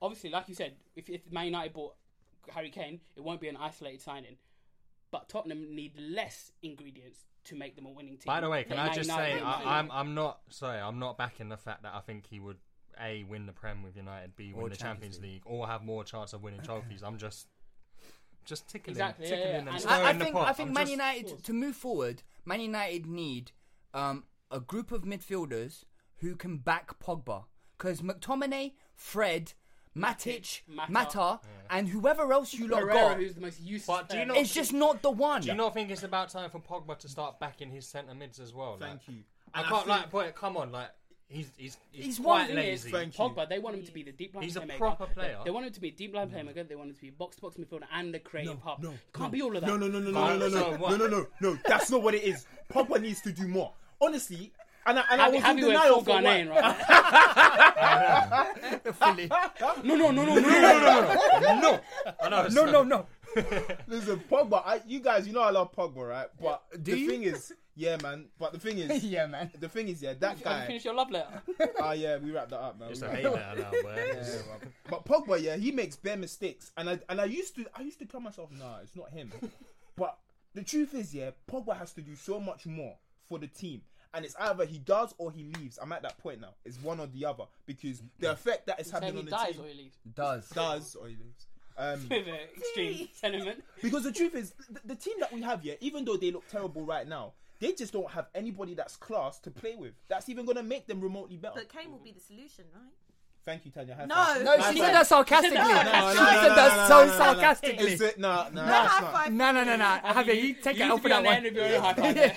Speaker 1: obviously, like you said, if, if Man United bought Harry Kane, it won't be an isolated signing. But Tottenham need less ingredients to make them a winning team.
Speaker 4: By the way, can
Speaker 1: than
Speaker 4: I
Speaker 1: Man
Speaker 4: just
Speaker 1: United
Speaker 4: say
Speaker 1: do.
Speaker 4: I, I'm I'm not sorry I'm not backing the fact that I think he would a win the Prem with United, b win the Champions League, or have more chance of winning trophies. I'm just just tickling,
Speaker 1: Exactly, yeah,
Speaker 4: tickling
Speaker 1: yeah.
Speaker 4: them,
Speaker 1: And-
Speaker 4: stirring
Speaker 1: We're
Speaker 2: I, I
Speaker 4: the
Speaker 2: think
Speaker 4: pot.
Speaker 2: I think
Speaker 4: I'm
Speaker 2: Man
Speaker 4: just-
Speaker 2: United to move forward. Man United need um, a group of midfielders who can back Pogba because McTominay, Fred, Matic,
Speaker 1: Matic,
Speaker 2: Mata,
Speaker 1: Mata.
Speaker 2: and whoever else you lot
Speaker 1: Pereira,
Speaker 2: got
Speaker 1: who's the most useless.
Speaker 4: But do you
Speaker 1: player.
Speaker 4: not-
Speaker 2: is just not the one.
Speaker 4: Do you not think it's about time for Pogba to start backing his centre mids as well?
Speaker 5: Thank
Speaker 4: Like,
Speaker 5: you.
Speaker 4: I
Speaker 5: And I
Speaker 4: can't
Speaker 5: think-
Speaker 4: like boy, come on, like he's he's he's,
Speaker 2: He's one
Speaker 4: quite
Speaker 1: thing is,
Speaker 4: lazy.
Speaker 5: Thank you.
Speaker 1: Pogba, they want him to be the deep line
Speaker 4: He's a
Speaker 1: playmaker.
Speaker 4: proper
Speaker 1: They-
Speaker 4: player.
Speaker 1: They, want him to be a deep line playmaker. They want him to be a box to box midfielder and the creative hub.
Speaker 5: no,
Speaker 1: Can't
Speaker 5: no.
Speaker 1: be all of that.
Speaker 5: No, no, no, no, no,
Speaker 4: Alright,
Speaker 5: no,
Speaker 4: so
Speaker 5: no, no,
Speaker 4: what?
Speaker 5: no, no, no. That's not what it is. Pogba needs to do more. Honestly, and I, and I
Speaker 1: Have,
Speaker 5: was
Speaker 1: have
Speaker 5: in
Speaker 1: you went
Speaker 5: denial
Speaker 1: full
Speaker 5: for a while.
Speaker 1: Ghanaian, right? no, no, no, no, no, no, no, no.
Speaker 4: no, I know,
Speaker 2: No,
Speaker 4: so-
Speaker 2: no, no.
Speaker 5: Listen, Pogba. I, you guys, you know I love Pogba, right? But
Speaker 2: Do
Speaker 5: the
Speaker 2: you?
Speaker 5: thing is, yeah, man. But the thing is,
Speaker 2: Yeah, man.
Speaker 5: The thing is, yeah, that
Speaker 1: Have you
Speaker 5: guy.
Speaker 1: finished your love letter?
Speaker 5: Ah, yeah, we wrapped that up, man.
Speaker 4: It's
Speaker 5: We
Speaker 4: a
Speaker 5: wrapped
Speaker 4: hate
Speaker 5: that up.
Speaker 4: letter now, boy.
Speaker 5: But Pogba, yeah, he makes bare mistakes, and I and I used to I used to tell myself, nah, it's not him. but the truth is, yeah, Pogba has to do so much more for the team, and it's either he does or he leaves. I'm at that point now. It's one or the other because the effect that is
Speaker 1: Say
Speaker 5: having
Speaker 1: he
Speaker 5: on the
Speaker 1: dies
Speaker 5: team
Speaker 1: or he leaves.
Speaker 2: Does
Speaker 5: does or he leaves. Um,
Speaker 1: With an extreme sentiment.
Speaker 5: because the truth is, the, the team that we have here, even though they look terrible right now, they just don't have anybody that's class to play with. That's even gonna make them remotely better.
Speaker 3: But Kane will be the solution, right?
Speaker 5: Thank you, Tanya. High
Speaker 3: No.
Speaker 5: five.
Speaker 2: no?
Speaker 5: High
Speaker 2: She
Speaker 5: five.
Speaker 2: said that sarcastically. She
Speaker 1: No, no, no,
Speaker 2: said that so sarcastically.
Speaker 5: Is it? No, no,
Speaker 2: No,
Speaker 5: it's not.
Speaker 2: No, no, no, no. Javier, you take it
Speaker 1: You
Speaker 2: out
Speaker 1: used to
Speaker 2: for
Speaker 1: be on
Speaker 2: that
Speaker 1: the end
Speaker 2: one.
Speaker 1: of your own high five.
Speaker 2: Yeah.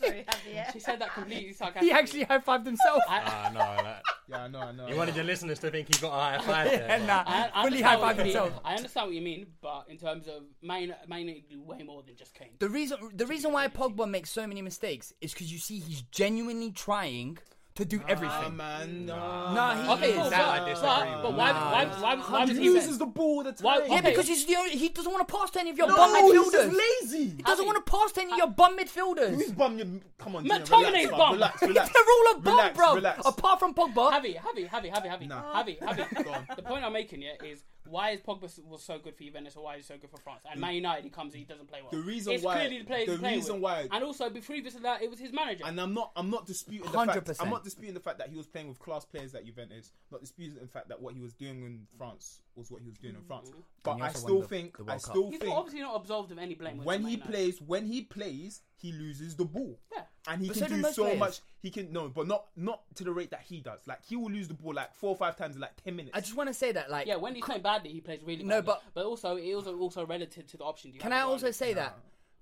Speaker 3: Sorry, Javier.
Speaker 1: She said that completely sarcastically.
Speaker 2: He actually high fived himself.
Speaker 4: Ah, no, that-
Speaker 5: Yeah, no, no.
Speaker 4: you wanted your listeners to think he got a high five there. but-
Speaker 2: nah.
Speaker 1: I, I
Speaker 2: Fully
Speaker 1: understand
Speaker 2: high-fived
Speaker 1: what you mean.
Speaker 2: himself.
Speaker 1: I understand what you mean, but in terms of Man Man United do way more than just Kane.
Speaker 2: The reason the reason why Pogba makes so many mistakes is because you see he's genuinely trying to do
Speaker 5: Ah,
Speaker 2: everything.
Speaker 5: man, no.
Speaker 2: No, he
Speaker 1: Okay,
Speaker 2: is.
Speaker 1: cool.
Speaker 4: That I
Speaker 1: but,
Speaker 4: disagree
Speaker 1: but,
Speaker 4: with.
Speaker 1: but why, why, why, why, was
Speaker 5: He
Speaker 1: he
Speaker 5: loses
Speaker 1: then?
Speaker 5: the ball all the time.
Speaker 1: Why-
Speaker 2: yeah,
Speaker 1: okay.
Speaker 2: because he's the only, he doesn't want to pass to any of your bum
Speaker 5: no, he's
Speaker 2: midfielders.
Speaker 5: just
Speaker 2: He
Speaker 5: lazy.
Speaker 2: doesn't want to pass to any of your bum midfielders.
Speaker 5: Who's bum? You come on,
Speaker 1: McTominay's
Speaker 5: Gina, relax, man.
Speaker 1: bum.
Speaker 5: Relax,
Speaker 2: They're
Speaker 5: relax.
Speaker 2: all a bum,
Speaker 5: relax,
Speaker 2: bro.
Speaker 5: Relax.
Speaker 2: Apart from Pogba,
Speaker 1: Javi, Javi, Javi, Javi, Javi,
Speaker 5: Nah.
Speaker 1: Javi, Javi.
Speaker 5: Go on.
Speaker 1: The point I'm making here is why is Pogba s- was so good for Juventus or why is he so good for France? And Man United, he comes and he doesn't play well.
Speaker 5: The reason
Speaker 1: it's
Speaker 5: why-
Speaker 1: clearly the players
Speaker 5: the
Speaker 1: he's playing
Speaker 5: reason
Speaker 1: with.
Speaker 5: why-
Speaker 1: and also before previous to that, it was his manager.
Speaker 5: And I'm not. I'm not disputing the fact.
Speaker 2: 100%.
Speaker 5: I'm not disputing the fact that he was playing with class players at Juventus. Not disputing the fact that what he was doing in France was what he was doing in France. But
Speaker 2: Mm. he
Speaker 5: I
Speaker 2: also
Speaker 5: still
Speaker 2: won the-
Speaker 5: think.
Speaker 2: the
Speaker 5: I
Speaker 2: World Cup.
Speaker 5: still
Speaker 1: He's not-
Speaker 5: think.
Speaker 1: obviously not absolved of any blame. with
Speaker 5: when
Speaker 1: Man
Speaker 5: he
Speaker 1: United.
Speaker 5: plays, when he plays, he loses the ball.
Speaker 1: Yeah.
Speaker 5: And he
Speaker 2: But
Speaker 5: can
Speaker 2: so do
Speaker 5: do
Speaker 2: most
Speaker 5: so
Speaker 2: players.
Speaker 5: much. He can no, but not not to the rate that he does. Like he will lose the ball like four or five times in like ten minutes.
Speaker 2: I just want to say that, like,
Speaker 1: Yeah, when he's playing badly, he plays really badly.
Speaker 2: No, but-
Speaker 1: but also it also also relative to the option. You
Speaker 2: Can
Speaker 1: have
Speaker 2: I
Speaker 1: as well.
Speaker 2: also say that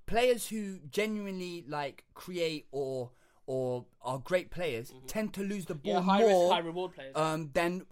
Speaker 2: players who genuinely like create or or are great players tend to lose the ball
Speaker 1: Yeah, high risk,
Speaker 2: more
Speaker 1: high reward players.
Speaker 2: um, than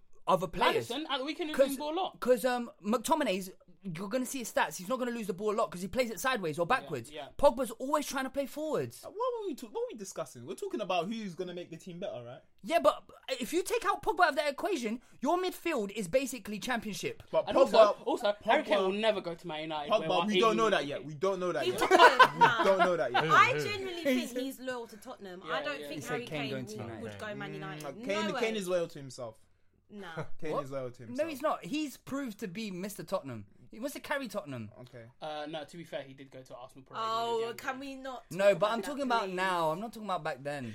Speaker 1: Madison at the weekend was losing ball a lot.
Speaker 2: Because um, McTominay's, you're going to see his stats. He's not going to lose the ball a lot because he plays it sideways or backwards.
Speaker 1: yeah. Oh.
Speaker 2: Pogba's always trying to play forwards.
Speaker 5: What were we? Talk- what were we discussing? We're talking about who's gonna make the team better, right?
Speaker 2: Yeah, but if you take out Pogba out of that equation, your midfield is basically championship.
Speaker 5: But
Speaker 1: And also, also Harry Kane will never go to Man United. where
Speaker 5: Pogba,
Speaker 1: we're
Speaker 5: we don't
Speaker 1: aiming-
Speaker 5: know that yet. We don't know that
Speaker 3: He
Speaker 5: yet.
Speaker 3: will go.
Speaker 5: we don't know that yet.
Speaker 3: I genuinely think he's loyal to Tottenham. I don't think Harry
Speaker 2: Kane
Speaker 3: Kane,
Speaker 2: going
Speaker 3: will-
Speaker 2: to United.
Speaker 3: would go Man United.
Speaker 5: Mm. Kane,
Speaker 3: no way.
Speaker 5: Kane is loyal to himself.
Speaker 3: Nah.
Speaker 5: Kane
Speaker 2: What?
Speaker 5: is loyal to himself.
Speaker 2: No, he's not. He's proved to be Mr. Tottenham. He wants to carry Tottenham.
Speaker 5: Okay.
Speaker 1: Uh, no, to be fair, he did go to Arsenal. Probably when he
Speaker 3: Oh,
Speaker 1: was
Speaker 3: can
Speaker 1: younger.
Speaker 3: we not?
Speaker 2: No,
Speaker 3: talk
Speaker 2: but I'm
Speaker 3: that,
Speaker 2: talking about
Speaker 3: please?
Speaker 2: now. I'm not talking about back then.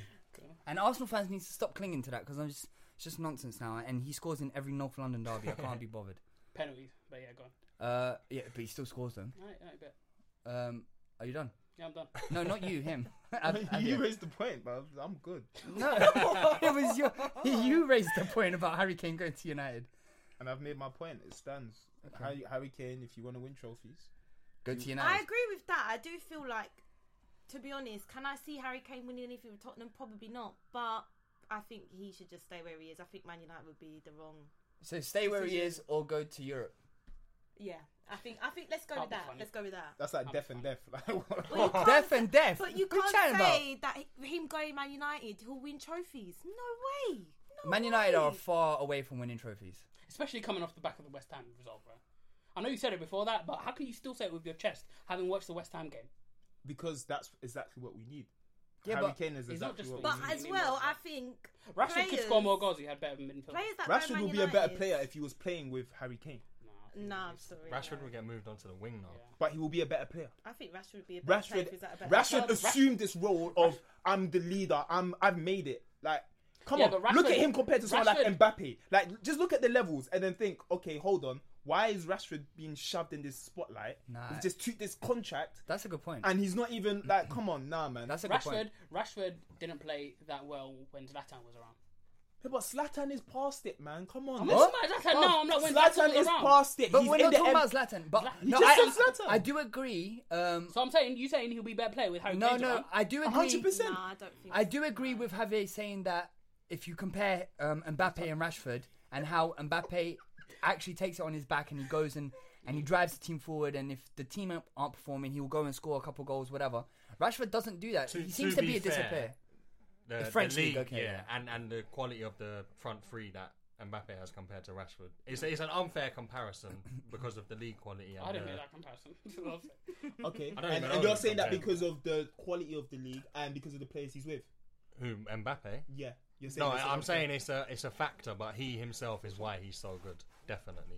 Speaker 2: And Arsenal fans need to stop clinging to that because I'm just it's just nonsense now. And he scores in every North London derby. I can't be bothered.
Speaker 1: penalties? But yeah, go on.
Speaker 2: Uh, yeah, but he still scores them.
Speaker 1: All right, all right, bet.
Speaker 2: Um, are you done?
Speaker 1: Yeah, I'm done.
Speaker 2: No, not you. Him. Ad-
Speaker 5: you
Speaker 2: Adia.
Speaker 5: raised the point, but I'm good.
Speaker 2: no, it was your. You raised the point about Harry Kane going to United.
Speaker 5: And I've made my point. It stands. Harry, Harry Kane, if you want to win trophies,
Speaker 2: Go to
Speaker 3: I
Speaker 2: United.
Speaker 3: agree with that. I do feel like, to be honest, can I see Harry Kane winning anything with Tottenham? Probably not. But I think he should just stay where he is. I think Man United would be the wrong.
Speaker 2: So stay where he is or go to Europe.
Speaker 3: Yeah, I think. I think. Let's go with
Speaker 1: That'd be
Speaker 3: that.
Speaker 1: funny.
Speaker 3: Let's go with that.
Speaker 5: that's like death and death. Like, what-
Speaker 3: But you can't
Speaker 2: Oh, Death
Speaker 3: say-
Speaker 2: and death.
Speaker 3: But you
Speaker 2: What are you
Speaker 3: can't
Speaker 2: chatting about?
Speaker 3: say that him going Man United, he'll win trophies. No way. No
Speaker 2: Man United are
Speaker 3: way.
Speaker 2: far away from winning trophies.
Speaker 1: Especially coming off the back of the West Ham result, bro. I know you said it before that, but how can you still say it with your chest, having watched the West Ham game?
Speaker 5: because that's exactly what we need.
Speaker 2: Yeah,
Speaker 5: Harry
Speaker 2: but
Speaker 5: Kane is
Speaker 2: he's not
Speaker 5: exactly
Speaker 2: just
Speaker 5: what
Speaker 3: But
Speaker 5: we
Speaker 1: Mm.
Speaker 5: need.
Speaker 3: as well, I think
Speaker 1: Rashford could
Speaker 3: players-
Speaker 1: score more goals. He had better midfield.
Speaker 3: Players that go
Speaker 5: Rashford
Speaker 3: Man
Speaker 5: will be a better
Speaker 3: United-
Speaker 5: player if he was playing with Harry Kane,
Speaker 3: No, I'm sorry.
Speaker 4: Rashford
Speaker 3: no.
Speaker 4: will get moved onto the wing now.
Speaker 5: but he will be a better player.
Speaker 3: I think Rashford would be a better player.
Speaker 5: Rashford,
Speaker 3: if he's at a better
Speaker 5: Rashford
Speaker 1: Rash-
Speaker 5: assumed this role of I'm the leader. I'm I've made it. Like, come
Speaker 1: Yeah,
Speaker 5: on,
Speaker 1: but Rashford-
Speaker 5: look at him compared to someone
Speaker 1: Rashford-
Speaker 5: like Mbappe. Like, just look at the levels and then think, okay, hold on, why is Rashford being shoved in this spotlight?
Speaker 2: Nah.
Speaker 5: He's just took this contract,
Speaker 2: That's a good point.
Speaker 5: and he's not even like, come on, nah, man.
Speaker 2: That's a good
Speaker 1: Rashford,
Speaker 2: point.
Speaker 1: Rashford didn't play that well when Zlatan was around.
Speaker 5: Yeah, but Slatan is past it, man. Come on,
Speaker 1: I'm
Speaker 5: man.
Speaker 1: not talking about Zlatan now. I'm not when Zlatan
Speaker 5: Zlatan
Speaker 1: was
Speaker 5: is
Speaker 1: around.
Speaker 5: past it.
Speaker 2: But
Speaker 5: he's
Speaker 2: we're
Speaker 5: in
Speaker 2: not
Speaker 5: the
Speaker 2: talking
Speaker 5: M-
Speaker 2: about Zlatan. But
Speaker 1: Zlatan-
Speaker 5: You
Speaker 2: no,
Speaker 5: just
Speaker 2: I,
Speaker 5: said Zlatan.
Speaker 2: I do agree. Um,
Speaker 1: So I'm saying you saying he'll be better player with Harry
Speaker 2: no,
Speaker 1: Kane.
Speaker 2: no, I do agree.
Speaker 5: 100%.
Speaker 3: No, I don't think.
Speaker 2: I do agree with Javier saying that if you compare um, Mbappe and Rashford and how Mbappe actually takes it on his back and he goes and, and he drives the team forward and if the team aren't- aren't performing he will go and score a couple goals whatever. Rashford doesn't do that.
Speaker 4: To-
Speaker 2: he seems
Speaker 4: to
Speaker 2: to be,
Speaker 4: be
Speaker 2: a disappear.
Speaker 4: fair, The,
Speaker 2: The French league, okay, yeah.
Speaker 4: yeah, and and the quality of the front three that Mbappe has compared to Rashford. It's, it's an unfair comparison because of the league quality. And uh,
Speaker 1: I didn't
Speaker 4: the-
Speaker 1: do that comparison.
Speaker 5: Okay,
Speaker 4: I don't
Speaker 5: and,
Speaker 4: even
Speaker 5: and
Speaker 4: know
Speaker 5: you're
Speaker 4: him
Speaker 5: saying that
Speaker 4: compared.
Speaker 5: because of the quality of the league and because of the players he's with.
Speaker 4: Who Mbappe?
Speaker 5: Yeah, you're saying.
Speaker 4: No,
Speaker 5: the same
Speaker 4: I, I'm
Speaker 5: thing.
Speaker 4: saying it's a it's a factor, but he himself is why he's so good. Definitely.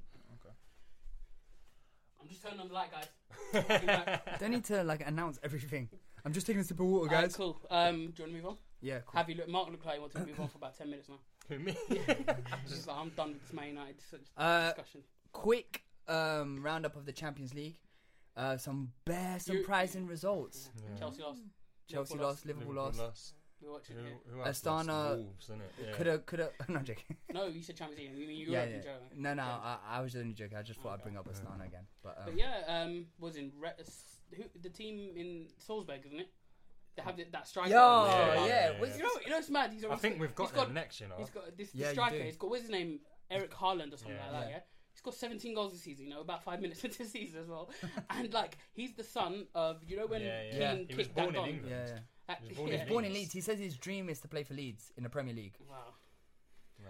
Speaker 1: I'm just turning on the light, guys. I'll be back.
Speaker 2: Don't need to like announce everything. I'm just taking a sip of water,
Speaker 1: Alright,
Speaker 2: guys.
Speaker 1: cool. Um, do you want to move on?
Speaker 2: Yeah, cool.
Speaker 1: Have you look? Mark looked like he wanted to move on for about ten minutes now.
Speaker 4: Who me?
Speaker 1: He's just like, I'm done with this Man United dis-
Speaker 2: Uh,
Speaker 1: discussion.
Speaker 2: quick um, roundup of the Champions League. Uh, some bare surprising results.
Speaker 1: Chelsea lost.
Speaker 2: Chelsea
Speaker 1: Liverpool
Speaker 2: lost, Liverpool, lost.
Speaker 1: We watched it. here.
Speaker 4: Who, who else
Speaker 2: Astana-
Speaker 4: lost? Wolves, innit? Yeah.
Speaker 2: Could have, could have. No, I'm joking.
Speaker 1: No, you said Champions League. You mean
Speaker 2: yeah,
Speaker 1: Europe
Speaker 2: yeah.
Speaker 1: in general?
Speaker 2: No, no, I, I was only joking. I just thought I'd bring up Astana again. But, um,
Speaker 1: But yeah, um, was in Re- s- who, the team in Salzburg, isn't it? They have the, that striker.
Speaker 2: Yo,
Speaker 4: Yeah,
Speaker 2: yeah,
Speaker 4: yeah, yeah.
Speaker 2: was-
Speaker 1: You know, you know, it's mad. He's
Speaker 4: I
Speaker 1: already-
Speaker 4: think we've got
Speaker 1: he's got
Speaker 4: them next, you know.
Speaker 1: He's got this, this
Speaker 2: Yeah, you
Speaker 1: striker.
Speaker 2: do.
Speaker 1: He's got what's his name, Eric Haaland or something
Speaker 4: Yeah.
Speaker 1: like that. Yeah. he's got 17 goals this season. You know, about five minutes into the season as well. and like, he's the son of you know when
Speaker 4: Yeah, yeah.
Speaker 1: Keane
Speaker 2: Yeah.
Speaker 1: kicked
Speaker 4: He was
Speaker 1: that
Speaker 4: born in
Speaker 1: goal.
Speaker 4: England.
Speaker 2: yeah, yeah.
Speaker 1: That-
Speaker 4: He was born in
Speaker 1: yeah.
Speaker 2: Born in
Speaker 4: Leeds.
Speaker 2: Leeds, he says his dream is to play for Leeds in the Premier League.
Speaker 1: Wow.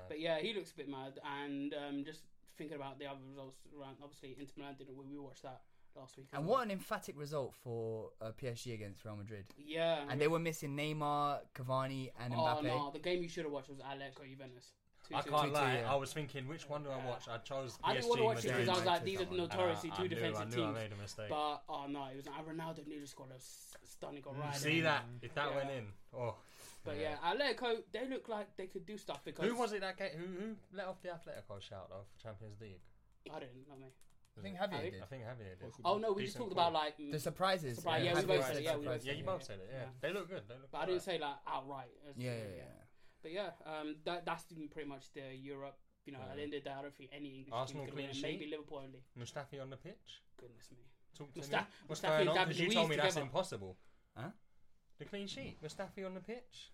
Speaker 1: But yeah, he looks a bit mad. And um, just thinking about the other results around, obviously Inter Milan didn't. win. We watched that last week. as
Speaker 2: And
Speaker 1: well.
Speaker 2: what an emphatic result for uh, PSG against Real Madrid.
Speaker 1: Yeah.
Speaker 2: And they were missing Neymar, Cavani, and
Speaker 1: Mm-hmm. Oh
Speaker 2: Mbappe.
Speaker 1: no, the game you should have watched was Alec or Juventus. Two,
Speaker 4: I
Speaker 1: two.
Speaker 4: can't
Speaker 2: two,
Speaker 4: lie.
Speaker 2: yeah.
Speaker 4: I was thinking, which one do I watch? I chose. PSG,
Speaker 1: I didn't want to watch it
Speaker 4: Madrid,
Speaker 1: because I was like, these are
Speaker 2: United,
Speaker 1: notoriously
Speaker 4: and I-
Speaker 1: two
Speaker 4: I knew-
Speaker 1: defensive
Speaker 4: I knew I
Speaker 1: teams.
Speaker 4: made a mistake.
Speaker 1: But oh no, it was like Ronaldo nearly scored a s- stunning
Speaker 2: Mm.
Speaker 1: goal right.
Speaker 4: See
Speaker 1: in.
Speaker 4: that? If that
Speaker 1: Mm. Yeah.
Speaker 4: went in, oh.
Speaker 1: But yeah, Atletico, they look like they could do stuff because
Speaker 4: Who was it that ga- who who let off the Atletico shout though for Champions League?
Speaker 1: I don't know. Me.
Speaker 2: I think Javier
Speaker 1: I-
Speaker 2: did.
Speaker 4: I think Javier did.
Speaker 1: Oh no, we just
Speaker 4: Decent
Speaker 1: talked
Speaker 4: call.
Speaker 1: about like, mm,
Speaker 2: The surprises.
Speaker 1: Surprise, yeah, we
Speaker 2: Javier
Speaker 1: both
Speaker 2: said
Speaker 1: said it, yeah, we both
Speaker 2: surprises,
Speaker 4: Yeah, you both said it. Yeah, they look good. They look
Speaker 1: but I
Speaker 4: alright.
Speaker 1: didn't say like outright. as-
Speaker 2: Yeah, yeah, yeah.
Speaker 1: But yeah, um, that that's been pretty much the Europe. You know, at the end of the day, I don't think any English
Speaker 4: Arsenal
Speaker 1: team could win.
Speaker 4: clean
Speaker 1: it. Maybe
Speaker 4: sheet.
Speaker 1: Liverpool only.
Speaker 4: Mustafi on the pitch.
Speaker 1: Goodness me.
Speaker 4: Talk to
Speaker 1: Musta-
Speaker 4: me. What's
Speaker 1: Mustafi
Speaker 4: going
Speaker 1: and
Speaker 4: on?
Speaker 1: David
Speaker 4: Because you
Speaker 1: Luiz
Speaker 4: told me that's
Speaker 1: together.
Speaker 4: impossible.
Speaker 2: Huh?
Speaker 4: The clean sheet. Mustafi on the pitch.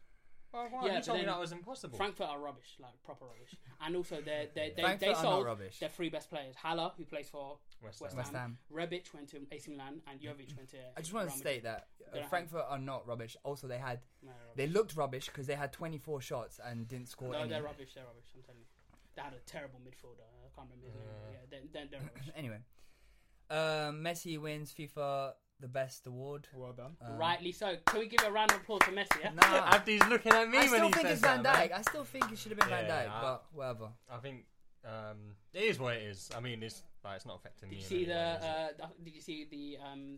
Speaker 4: Oh, why?
Speaker 1: Mm. Yeah,
Speaker 4: you
Speaker 1: but
Speaker 4: told me
Speaker 1: then-
Speaker 4: that was impossible.
Speaker 1: Frankfurt are rubbish, like proper rubbish. And also, they're, they they
Speaker 2: Frankfurt
Speaker 1: they
Speaker 2: are not
Speaker 1: sold
Speaker 2: rubbish.
Speaker 1: their three best players. Haller, who plays for
Speaker 4: West
Speaker 1: West,
Speaker 4: Ham.
Speaker 1: Ham.
Speaker 2: West Ham.
Speaker 1: Rebic went to AC Milan, and Jovic went to.
Speaker 2: I just want
Speaker 1: Real
Speaker 2: to
Speaker 1: Madrid.
Speaker 2: state that
Speaker 1: They
Speaker 2: uh,
Speaker 1: don't
Speaker 2: Frankfurt are not rubbish. Also, they had
Speaker 1: No, they're
Speaker 2: they looked rubbish because they had 24 shots and didn't score
Speaker 1: No,
Speaker 2: any.
Speaker 1: they're rubbish. They're rubbish. I'm telling you, they had a terrible midfielder. I can't remember his name. Yeah, they're, they're, they're rubbish.
Speaker 2: Anyway, um, Messi wins FIFA the best award. Um,
Speaker 5: Well done.
Speaker 2: Uh,
Speaker 1: Rightly so. Can we give a round of applause to Messi? Yeah?
Speaker 2: Nah,
Speaker 4: Ah, Abdi's looking at me
Speaker 2: I
Speaker 4: when
Speaker 2: still
Speaker 4: he
Speaker 2: think
Speaker 4: says
Speaker 2: it's Van
Speaker 4: that, man.
Speaker 2: Dijk. I still think it should have been Van
Speaker 4: Yeah,
Speaker 2: Dijk,
Speaker 4: I-
Speaker 2: but whatever.
Speaker 4: I think um, it is what it is. I mean, it's like, it's not affecting
Speaker 1: Did
Speaker 4: me.
Speaker 1: you
Speaker 4: in
Speaker 1: see
Speaker 4: any
Speaker 1: the,
Speaker 4: way, is it?
Speaker 1: uh, the? Did you see the um,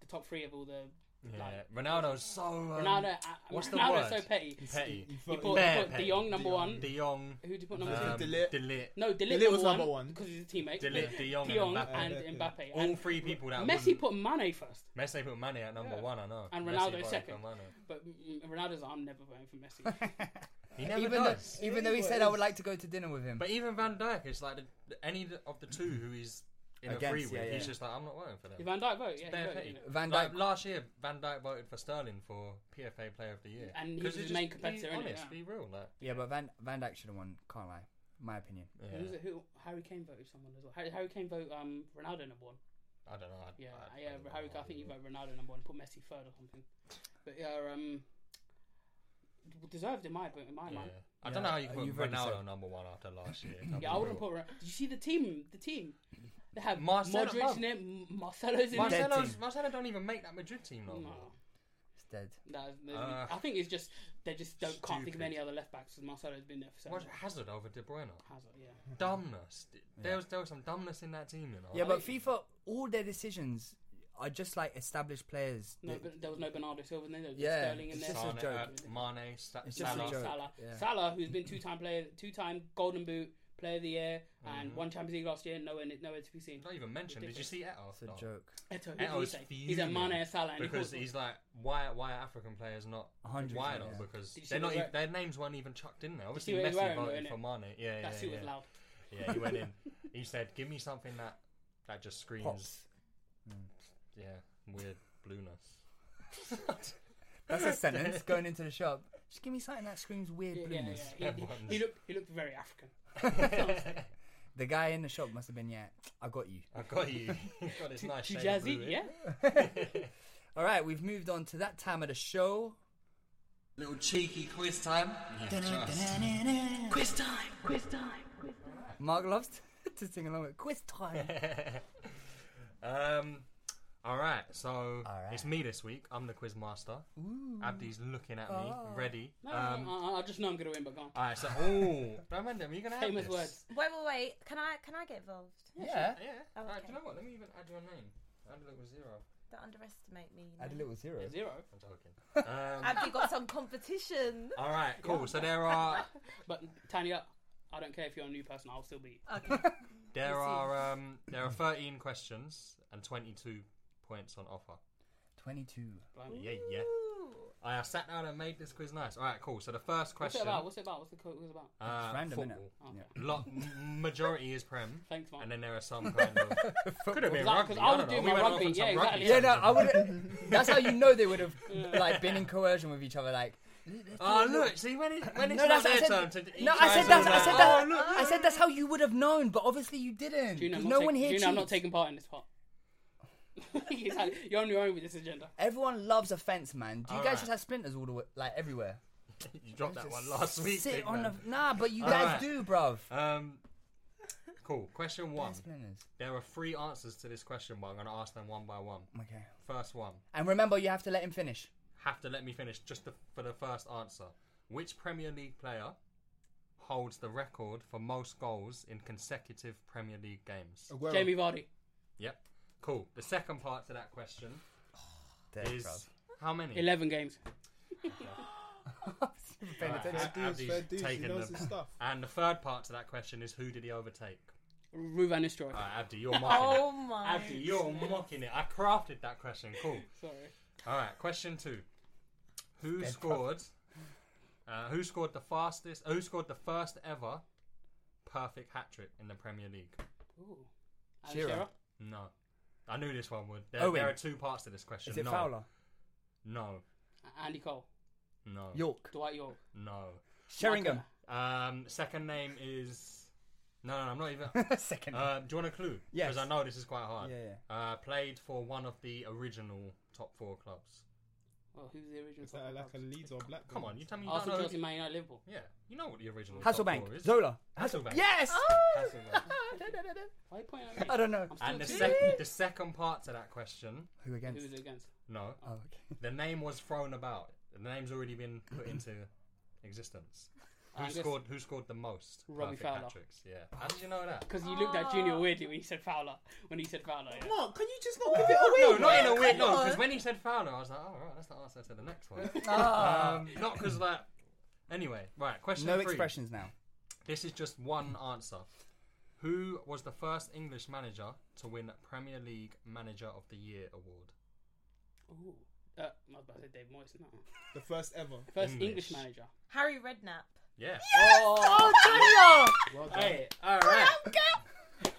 Speaker 1: the top three of all the?
Speaker 4: yeah,
Speaker 1: Like,
Speaker 4: Ronaldo's so um,
Speaker 1: Ronaldo. uh,
Speaker 4: what's the
Speaker 1: Ronaldo's
Speaker 4: word?
Speaker 1: so petty.
Speaker 4: petty.
Speaker 1: You
Speaker 5: voted-
Speaker 1: put,
Speaker 4: Meh
Speaker 1: you put De
Speaker 4: petty.
Speaker 1: Jong number one.
Speaker 4: De Jong,
Speaker 1: Who did you put number
Speaker 4: um,
Speaker 1: two?
Speaker 5: De Ligt.
Speaker 4: Ligt.
Speaker 1: No, De
Speaker 5: De
Speaker 1: Ligt
Speaker 5: Ligt was
Speaker 1: number,
Speaker 5: number
Speaker 1: one
Speaker 5: one.
Speaker 1: because he's a teammate.
Speaker 4: De Ligt, De Jong,
Speaker 1: Pion
Speaker 4: and Mbappe.
Speaker 1: and Mbappe.
Speaker 4: All
Speaker 1: And
Speaker 4: three people that
Speaker 1: Messi
Speaker 4: wouldn't-
Speaker 1: put Mane first,
Speaker 4: Messi put Mane at number
Speaker 1: Yeah.
Speaker 4: one. I know.
Speaker 1: and
Speaker 4: Messi
Speaker 1: Ronaldo
Speaker 4: voted for
Speaker 1: second.
Speaker 4: Mane.
Speaker 1: But mm, Ronaldo's like, I'm never voting for Messi.
Speaker 4: He never
Speaker 2: Uh, even though,
Speaker 4: does.
Speaker 2: even though he said I would like to go to dinner with him.
Speaker 4: But even Van Dijk, it's like the, the- any of the two who he's in a
Speaker 2: Against,
Speaker 4: free
Speaker 2: yeah,
Speaker 4: with,
Speaker 2: yeah.
Speaker 4: he's just like, I'm not voting for them.
Speaker 1: Did Van Dijk vote? Yeah, he
Speaker 4: Bare
Speaker 1: voted,
Speaker 4: petty.
Speaker 1: didn't he?
Speaker 2: Van
Speaker 4: Like,
Speaker 2: Dijk,
Speaker 4: last year, Van Dijk voted for Sterling for PFA Player of the Year,
Speaker 1: And he was
Speaker 4: 'Cause it's
Speaker 1: the main
Speaker 4: just-
Speaker 1: competitor,
Speaker 4: Be
Speaker 1: innit?
Speaker 4: honest,
Speaker 1: Yeah.
Speaker 4: be real, like.
Speaker 2: yeah, but Van Van Dijk should have won. Can't lie, my opinion.
Speaker 4: Yeah.
Speaker 1: Who was it? Who Harry Kane voted someone as well. Harry, Harry Kane voted um, Ronaldo number one.
Speaker 4: I don't know. Uh, I,
Speaker 1: Yeah,
Speaker 4: I,
Speaker 1: yeah.
Speaker 4: don't know
Speaker 1: Harry,
Speaker 4: how
Speaker 1: I think
Speaker 4: he
Speaker 1: he voted Ronaldo number one. Put Messi third or something. But yeah, um, deserved in my in my
Speaker 4: Yeah.
Speaker 1: mind.
Speaker 4: I
Speaker 2: Yeah,
Speaker 4: don't know how you
Speaker 2: uh,
Speaker 4: put
Speaker 2: you've already
Speaker 4: Ronaldo
Speaker 2: said-
Speaker 4: number one after last year.
Speaker 1: Yeah, I wouldn't put. Ron- Did you see the team? The team. They have
Speaker 4: Marcelo
Speaker 1: Modric in it. M- Marcelo's in it.
Speaker 2: Dead
Speaker 4: Marcelo's,
Speaker 2: team.
Speaker 4: Marcelo don't even make that Madrid team no more.
Speaker 2: It's dead.
Speaker 1: No, no,
Speaker 4: Uh,
Speaker 1: I think it's just they just don't can't think of
Speaker 4: stupid.
Speaker 1: any other left backs because Marcelo's been there for so
Speaker 4: Watch
Speaker 1: long.
Speaker 4: Hazard over De Bruyne.
Speaker 2: Mm-hmm.
Speaker 1: Hazard, yeah.
Speaker 4: Dumbness. There was there was some dumbness in that team, you know.
Speaker 2: Yeah, but FIFA, all their decisions are just like established players.
Speaker 1: No,
Speaker 2: that-
Speaker 1: but there was no Bernardo Silva in there. There was
Speaker 2: Yeah,
Speaker 1: Sterling in
Speaker 2: it's
Speaker 1: there.
Speaker 2: just a
Speaker 4: Sane,
Speaker 2: joke.
Speaker 4: uh, Mane, Sa-
Speaker 2: It's just a
Speaker 1: Salah,
Speaker 4: Salah.
Speaker 2: joke.
Speaker 1: Salah,
Speaker 2: yeah.
Speaker 1: Salah, who's been two-time player, two-time Golden Boot Player of the Year,
Speaker 4: Mm-hmm.
Speaker 1: and one Champions League last year. Nowhere, nowhere to be seen.
Speaker 4: Not even mentioned. Did you see Eto?
Speaker 2: it's a joke.
Speaker 1: Eto, who
Speaker 4: Eto'o's
Speaker 1: did he say? He's a Mane
Speaker 4: fuming
Speaker 1: and Salah, and he
Speaker 4: because
Speaker 1: calls them.
Speaker 4: he's like, why why are African players not?
Speaker 2: 100%,
Speaker 4: Why not?
Speaker 2: yeah.
Speaker 4: Because
Speaker 1: Did you see
Speaker 4: they're not
Speaker 1: what he
Speaker 4: even,
Speaker 1: wear-
Speaker 4: their names weren't even chucked in there. Obviously,
Speaker 1: see what he
Speaker 4: Messi
Speaker 1: wearing,
Speaker 4: voted
Speaker 1: innit?
Speaker 4: for Mane. Yeah, yeah,
Speaker 1: That suit
Speaker 4: yeah.
Speaker 1: was loud.
Speaker 4: Yeah, he went in. He said, "Give me something that that just screams,
Speaker 2: Pops.
Speaker 4: yeah, weird blueness."
Speaker 2: That's a sentence going into the shop. Just give me something that screams weird
Speaker 1: Yeah, yeah,
Speaker 2: blueness.
Speaker 1: yeah. He,
Speaker 4: Everyone's-
Speaker 1: he, he looked, he looked very African.
Speaker 2: The guy in the shop must have been, yeah, I got you.
Speaker 4: I got you. You've got this
Speaker 1: Too
Speaker 4: nice
Speaker 1: too
Speaker 4: shade
Speaker 1: jazzy,
Speaker 4: blue, eh?
Speaker 1: yeah.
Speaker 2: All right, we've moved on to that time of the show.
Speaker 4: Little cheeky quiz time.
Speaker 2: Quiz time, quiz time. Mark loves to, to sing along with quiz time.
Speaker 4: Um, all right. So
Speaker 2: Alright.
Speaker 4: it's me this week. I'm the quiz master. Abdi's looking at me, ready.
Speaker 1: No,
Speaker 4: um,
Speaker 1: no, no, I, I just know I'm gonna win, but go on.
Speaker 4: All right. So, oh, don't mind them. You're gonna have
Speaker 1: Famous
Speaker 4: this.
Speaker 1: words.
Speaker 3: Wait, wait, wait. Can I can I get involved?
Speaker 2: yeah.
Speaker 4: Yeah.
Speaker 3: Oh,
Speaker 4: All right. Do
Speaker 3: okay.
Speaker 4: you know what? Let me even add your name. Add a little zero.
Speaker 3: Don't underestimate me.
Speaker 2: Add a little zero.
Speaker 1: Zero.
Speaker 4: I'm joking. Um,
Speaker 3: Have you got some competition?
Speaker 4: all right. Cool. So there are
Speaker 1: But Tanya, I don't care if you're a new person. I'll still be.
Speaker 2: Uh,
Speaker 4: there are um there are 13 questions and 22 points on offer.
Speaker 2: 22.
Speaker 4: Yeah. Yeah. I sat down and made this quiz nice. All right. Cool. So the first
Speaker 1: What's
Speaker 4: question.
Speaker 1: it about? What's it about? What's the code? What's it about?
Speaker 4: Uh,
Speaker 2: It's random, innit?
Speaker 4: football.
Speaker 1: Okay.
Speaker 4: Lot, m- majority is prem.
Speaker 1: Thanks, Mark.
Speaker 4: And then there are some kind of could have been
Speaker 1: Like,
Speaker 4: rugby.
Speaker 1: 'cause
Speaker 4: I
Speaker 1: I
Speaker 4: don't
Speaker 1: would
Speaker 4: know.
Speaker 1: do
Speaker 4: We
Speaker 1: my
Speaker 4: went off
Speaker 1: rugby,
Speaker 4: on some
Speaker 1: yeah,
Speaker 4: rugby.
Speaker 1: exactly.
Speaker 2: Yeah, no, I would. That's how you know they would have like been in coercion with each other. Like,
Speaker 4: Oh look, see when it when it's
Speaker 2: no,
Speaker 4: not
Speaker 2: that's
Speaker 4: their
Speaker 2: I
Speaker 4: turn
Speaker 2: said.
Speaker 4: to. he
Speaker 2: No, I
Speaker 4: tries
Speaker 2: said
Speaker 4: all
Speaker 2: that's. I said
Speaker 4: Oh,
Speaker 2: that.
Speaker 4: look,
Speaker 2: I said that's how you would have known, but obviously you didn't.
Speaker 1: Junior, I'm
Speaker 2: no
Speaker 1: not
Speaker 2: one
Speaker 1: taking-
Speaker 2: here
Speaker 1: Junior, I'm not
Speaker 2: cheats.
Speaker 1: taking part in this part. He's like, you're on your own with this agenda.
Speaker 2: Everyone loves offense, man. Do you
Speaker 4: All
Speaker 2: guys
Speaker 4: right.
Speaker 2: just have splinters all the way, like everywhere?
Speaker 4: you dropped that one last week.
Speaker 2: Sit
Speaker 4: big
Speaker 2: on
Speaker 4: man.
Speaker 2: the nah, but you
Speaker 4: All
Speaker 2: guys
Speaker 4: right.
Speaker 2: do, bruv.
Speaker 4: Um, cool. Question one.
Speaker 2: Splinters.
Speaker 4: There are three answers to this question, but I'm going to ask them one by one.
Speaker 2: Okay.
Speaker 4: First one.
Speaker 2: And remember, you have to let him finish.
Speaker 4: Have to let me finish just the, for the first answer. Which Premier League player holds the record for most goals in consecutive Premier League games?
Speaker 5: Aguero.
Speaker 1: Jamie Vardy.
Speaker 4: Yep. Cool. The second part to that question
Speaker 2: Dead,
Speaker 4: is
Speaker 2: bruv.
Speaker 4: how many?
Speaker 1: 11 games.
Speaker 2: Paying
Speaker 4: Right,
Speaker 2: attention.
Speaker 5: Fair dues,
Speaker 4: Abdi's
Speaker 5: fair dues, he
Speaker 4: taken
Speaker 5: knows
Speaker 4: them.
Speaker 5: his stuff.
Speaker 4: And the third part to that question is who did he overtake?
Speaker 1: Ruvan Nistroy.
Speaker 4: All right, Abdi, you're mocking
Speaker 3: Oh
Speaker 4: it.
Speaker 3: my
Speaker 4: Abdi, you're mocking it. I crafted that question. Cool.
Speaker 1: Sorry.
Speaker 4: All right, question two. Who scored? Uh, who scored the fastest? Who scored the first ever perfect hat trick in the Premier League?
Speaker 1: Ooh. Alan
Speaker 2: Shearer.
Speaker 1: Shearer.
Speaker 4: No, I knew this one would. There,
Speaker 2: Owen.
Speaker 4: there are two parts to this question.
Speaker 2: Is it
Speaker 4: no.
Speaker 2: Fowler?
Speaker 4: No,
Speaker 1: Andy Cole.
Speaker 4: No.
Speaker 2: York.
Speaker 1: Dwight York.
Speaker 4: No.
Speaker 2: Sheringham.
Speaker 4: Um, second name is. No, no, I'm not even.
Speaker 2: Second.
Speaker 4: Uh, do you want a clue?
Speaker 2: Yes.
Speaker 4: Because I know this is quite hard.
Speaker 2: Yeah, yeah.
Speaker 4: Uh, played for one of the original top four clubs.
Speaker 1: Well, who's the original?
Speaker 5: Is that like a Leeds or Black?
Speaker 4: Come on, you tell me you
Speaker 1: Arsenal,
Speaker 4: don't know.
Speaker 1: Chelsea, Man United, Liverpool.
Speaker 4: Yeah, you know what the original top four
Speaker 2: Hasselbank.
Speaker 4: is.
Speaker 2: Zola.
Speaker 4: Hasselbank.
Speaker 2: Yes!
Speaker 4: Hasselbank.
Speaker 1: Why are you pointing at me?
Speaker 2: I don't know.
Speaker 1: I'm
Speaker 4: And the
Speaker 1: still
Speaker 4: second, the second part to that question,
Speaker 2: Who
Speaker 1: Who's
Speaker 2: against?
Speaker 1: it against?
Speaker 4: no,
Speaker 2: Oh, okay.
Speaker 4: the name was thrown about. The name's already been put into existence. Who
Speaker 1: I'm guess-
Speaker 4: scored? Who scored the most?
Speaker 1: Robbie
Speaker 4: perfect
Speaker 1: Fowler.
Speaker 4: hat tricks? Yeah. How did you know that?
Speaker 1: Because you looked at Junior weirdly when you said Fowler. When you said Fowler, yeah.
Speaker 5: What? Can you just not give it
Speaker 4: No,
Speaker 5: away?
Speaker 4: not in a weird. No, because when he said Fowler, I was like, oh, right, that's the answer to the next one.
Speaker 2: Ah.
Speaker 4: um, not because that. Anyway, right. Question
Speaker 2: No
Speaker 4: three.
Speaker 2: expressions now.
Speaker 4: This is just one answer. Who was the first English manager to win Premier League Manager of the Year award?
Speaker 1: Ooh. Uh, I was about to say Dave Moyes. No.
Speaker 5: The first ever.
Speaker 1: First
Speaker 4: English.
Speaker 1: English manager.
Speaker 3: Harry Redknapp.
Speaker 4: Yeah.
Speaker 1: Oh,
Speaker 5: Well done.
Speaker 1: hey, all right.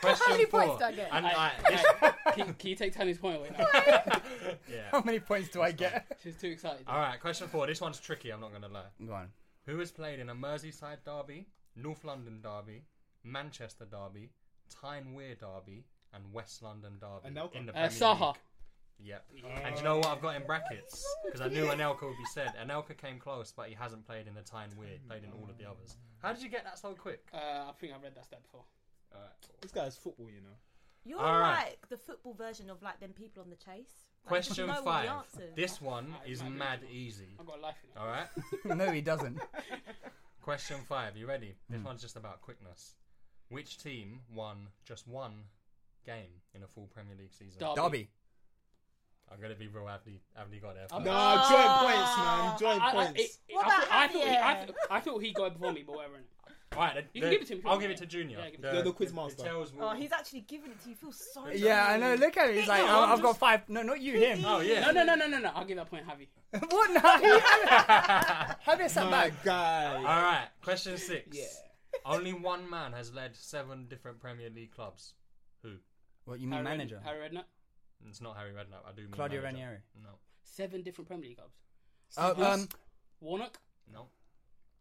Speaker 4: Question How
Speaker 6: many
Speaker 4: four.
Speaker 6: points do I get?
Speaker 4: And,
Speaker 1: Hey,
Speaker 4: like, this-
Speaker 1: hey, can, can you take Tony's point away now?
Speaker 2: How many points do I get?
Speaker 1: She's too excited.
Speaker 4: All right, question four. This one's tricky. I'm not going to lie.
Speaker 2: Go on.
Speaker 4: Who has played in a Merseyside derby, North London derby, Manchester derby, Tyne Wear derby, and West London derby
Speaker 5: And Nelka.
Speaker 4: in the
Speaker 1: Uh,
Speaker 4: Premier
Speaker 1: Saha.
Speaker 4: League? Yep. And do you know what I've got in brackets? Because I knew Anelka would be said. Anelka came close, but he hasn't played in the Tyne Weir. He Played in all of the others. How did you get that so quick?
Speaker 1: Uh, I think I've read that stat before.
Speaker 5: This guy's football, you know.
Speaker 3: You're
Speaker 4: All right.
Speaker 3: like the football version of like them people on the chase. Like, you
Speaker 4: Question
Speaker 3: know all the
Speaker 4: five.
Speaker 3: answers.
Speaker 4: This one is
Speaker 1: might be
Speaker 4: mad
Speaker 1: this one.
Speaker 4: easy.
Speaker 1: I've got a life in it.
Speaker 4: All right.
Speaker 2: No, he doesn't.
Speaker 4: Question five. You ready? This one's just about quickness. Which team won just one game in a full Premier League season?
Speaker 2: Derby.
Speaker 4: I'm gonna be real. Avdi, Avdi got there.
Speaker 1: I'm-
Speaker 4: first.
Speaker 5: Nah, joint points, man. Joint
Speaker 1: I, I,
Speaker 5: points.
Speaker 1: it- it-
Speaker 3: What
Speaker 1: I
Speaker 3: about
Speaker 1: thought, I, thought he, I,
Speaker 3: Javier?
Speaker 1: th- I thought he got it before me, but whatever. innit?
Speaker 4: All right, the-
Speaker 1: You can
Speaker 4: the-
Speaker 1: give it to him if you
Speaker 4: I'll
Speaker 1: want.
Speaker 4: give it to Junior.
Speaker 1: Yeah, give it
Speaker 5: to him. You're the quiz master.
Speaker 4: details will-
Speaker 3: Oh, he's actually giving it to you. Feel sorry. for
Speaker 2: Yeah, I
Speaker 3: him.
Speaker 2: know. Look at it. He's like,
Speaker 4: no,
Speaker 2: oh,
Speaker 4: I'm
Speaker 2: I've got
Speaker 4: just-
Speaker 2: five. No, not you, him.
Speaker 4: Oh yeah.
Speaker 1: No, no, no, no, no, no. I'll give that point, Javi.
Speaker 2: what? No, he- Have you sat
Speaker 5: My
Speaker 2: back?
Speaker 5: guy.
Speaker 4: All right. Question six. Only one man has led seven different Premier League clubs. Who?
Speaker 2: What you mean,
Speaker 1: Harry Redknapp-
Speaker 2: manager?
Speaker 1: Harry Redknapp.
Speaker 4: It's not Harry Redknapp. I do mean
Speaker 2: Claudio
Speaker 4: manager.
Speaker 2: Ranieri.
Speaker 4: No.
Speaker 1: Seven different Premier League clubs.
Speaker 2: Uh, um,
Speaker 1: Warnock.
Speaker 4: No.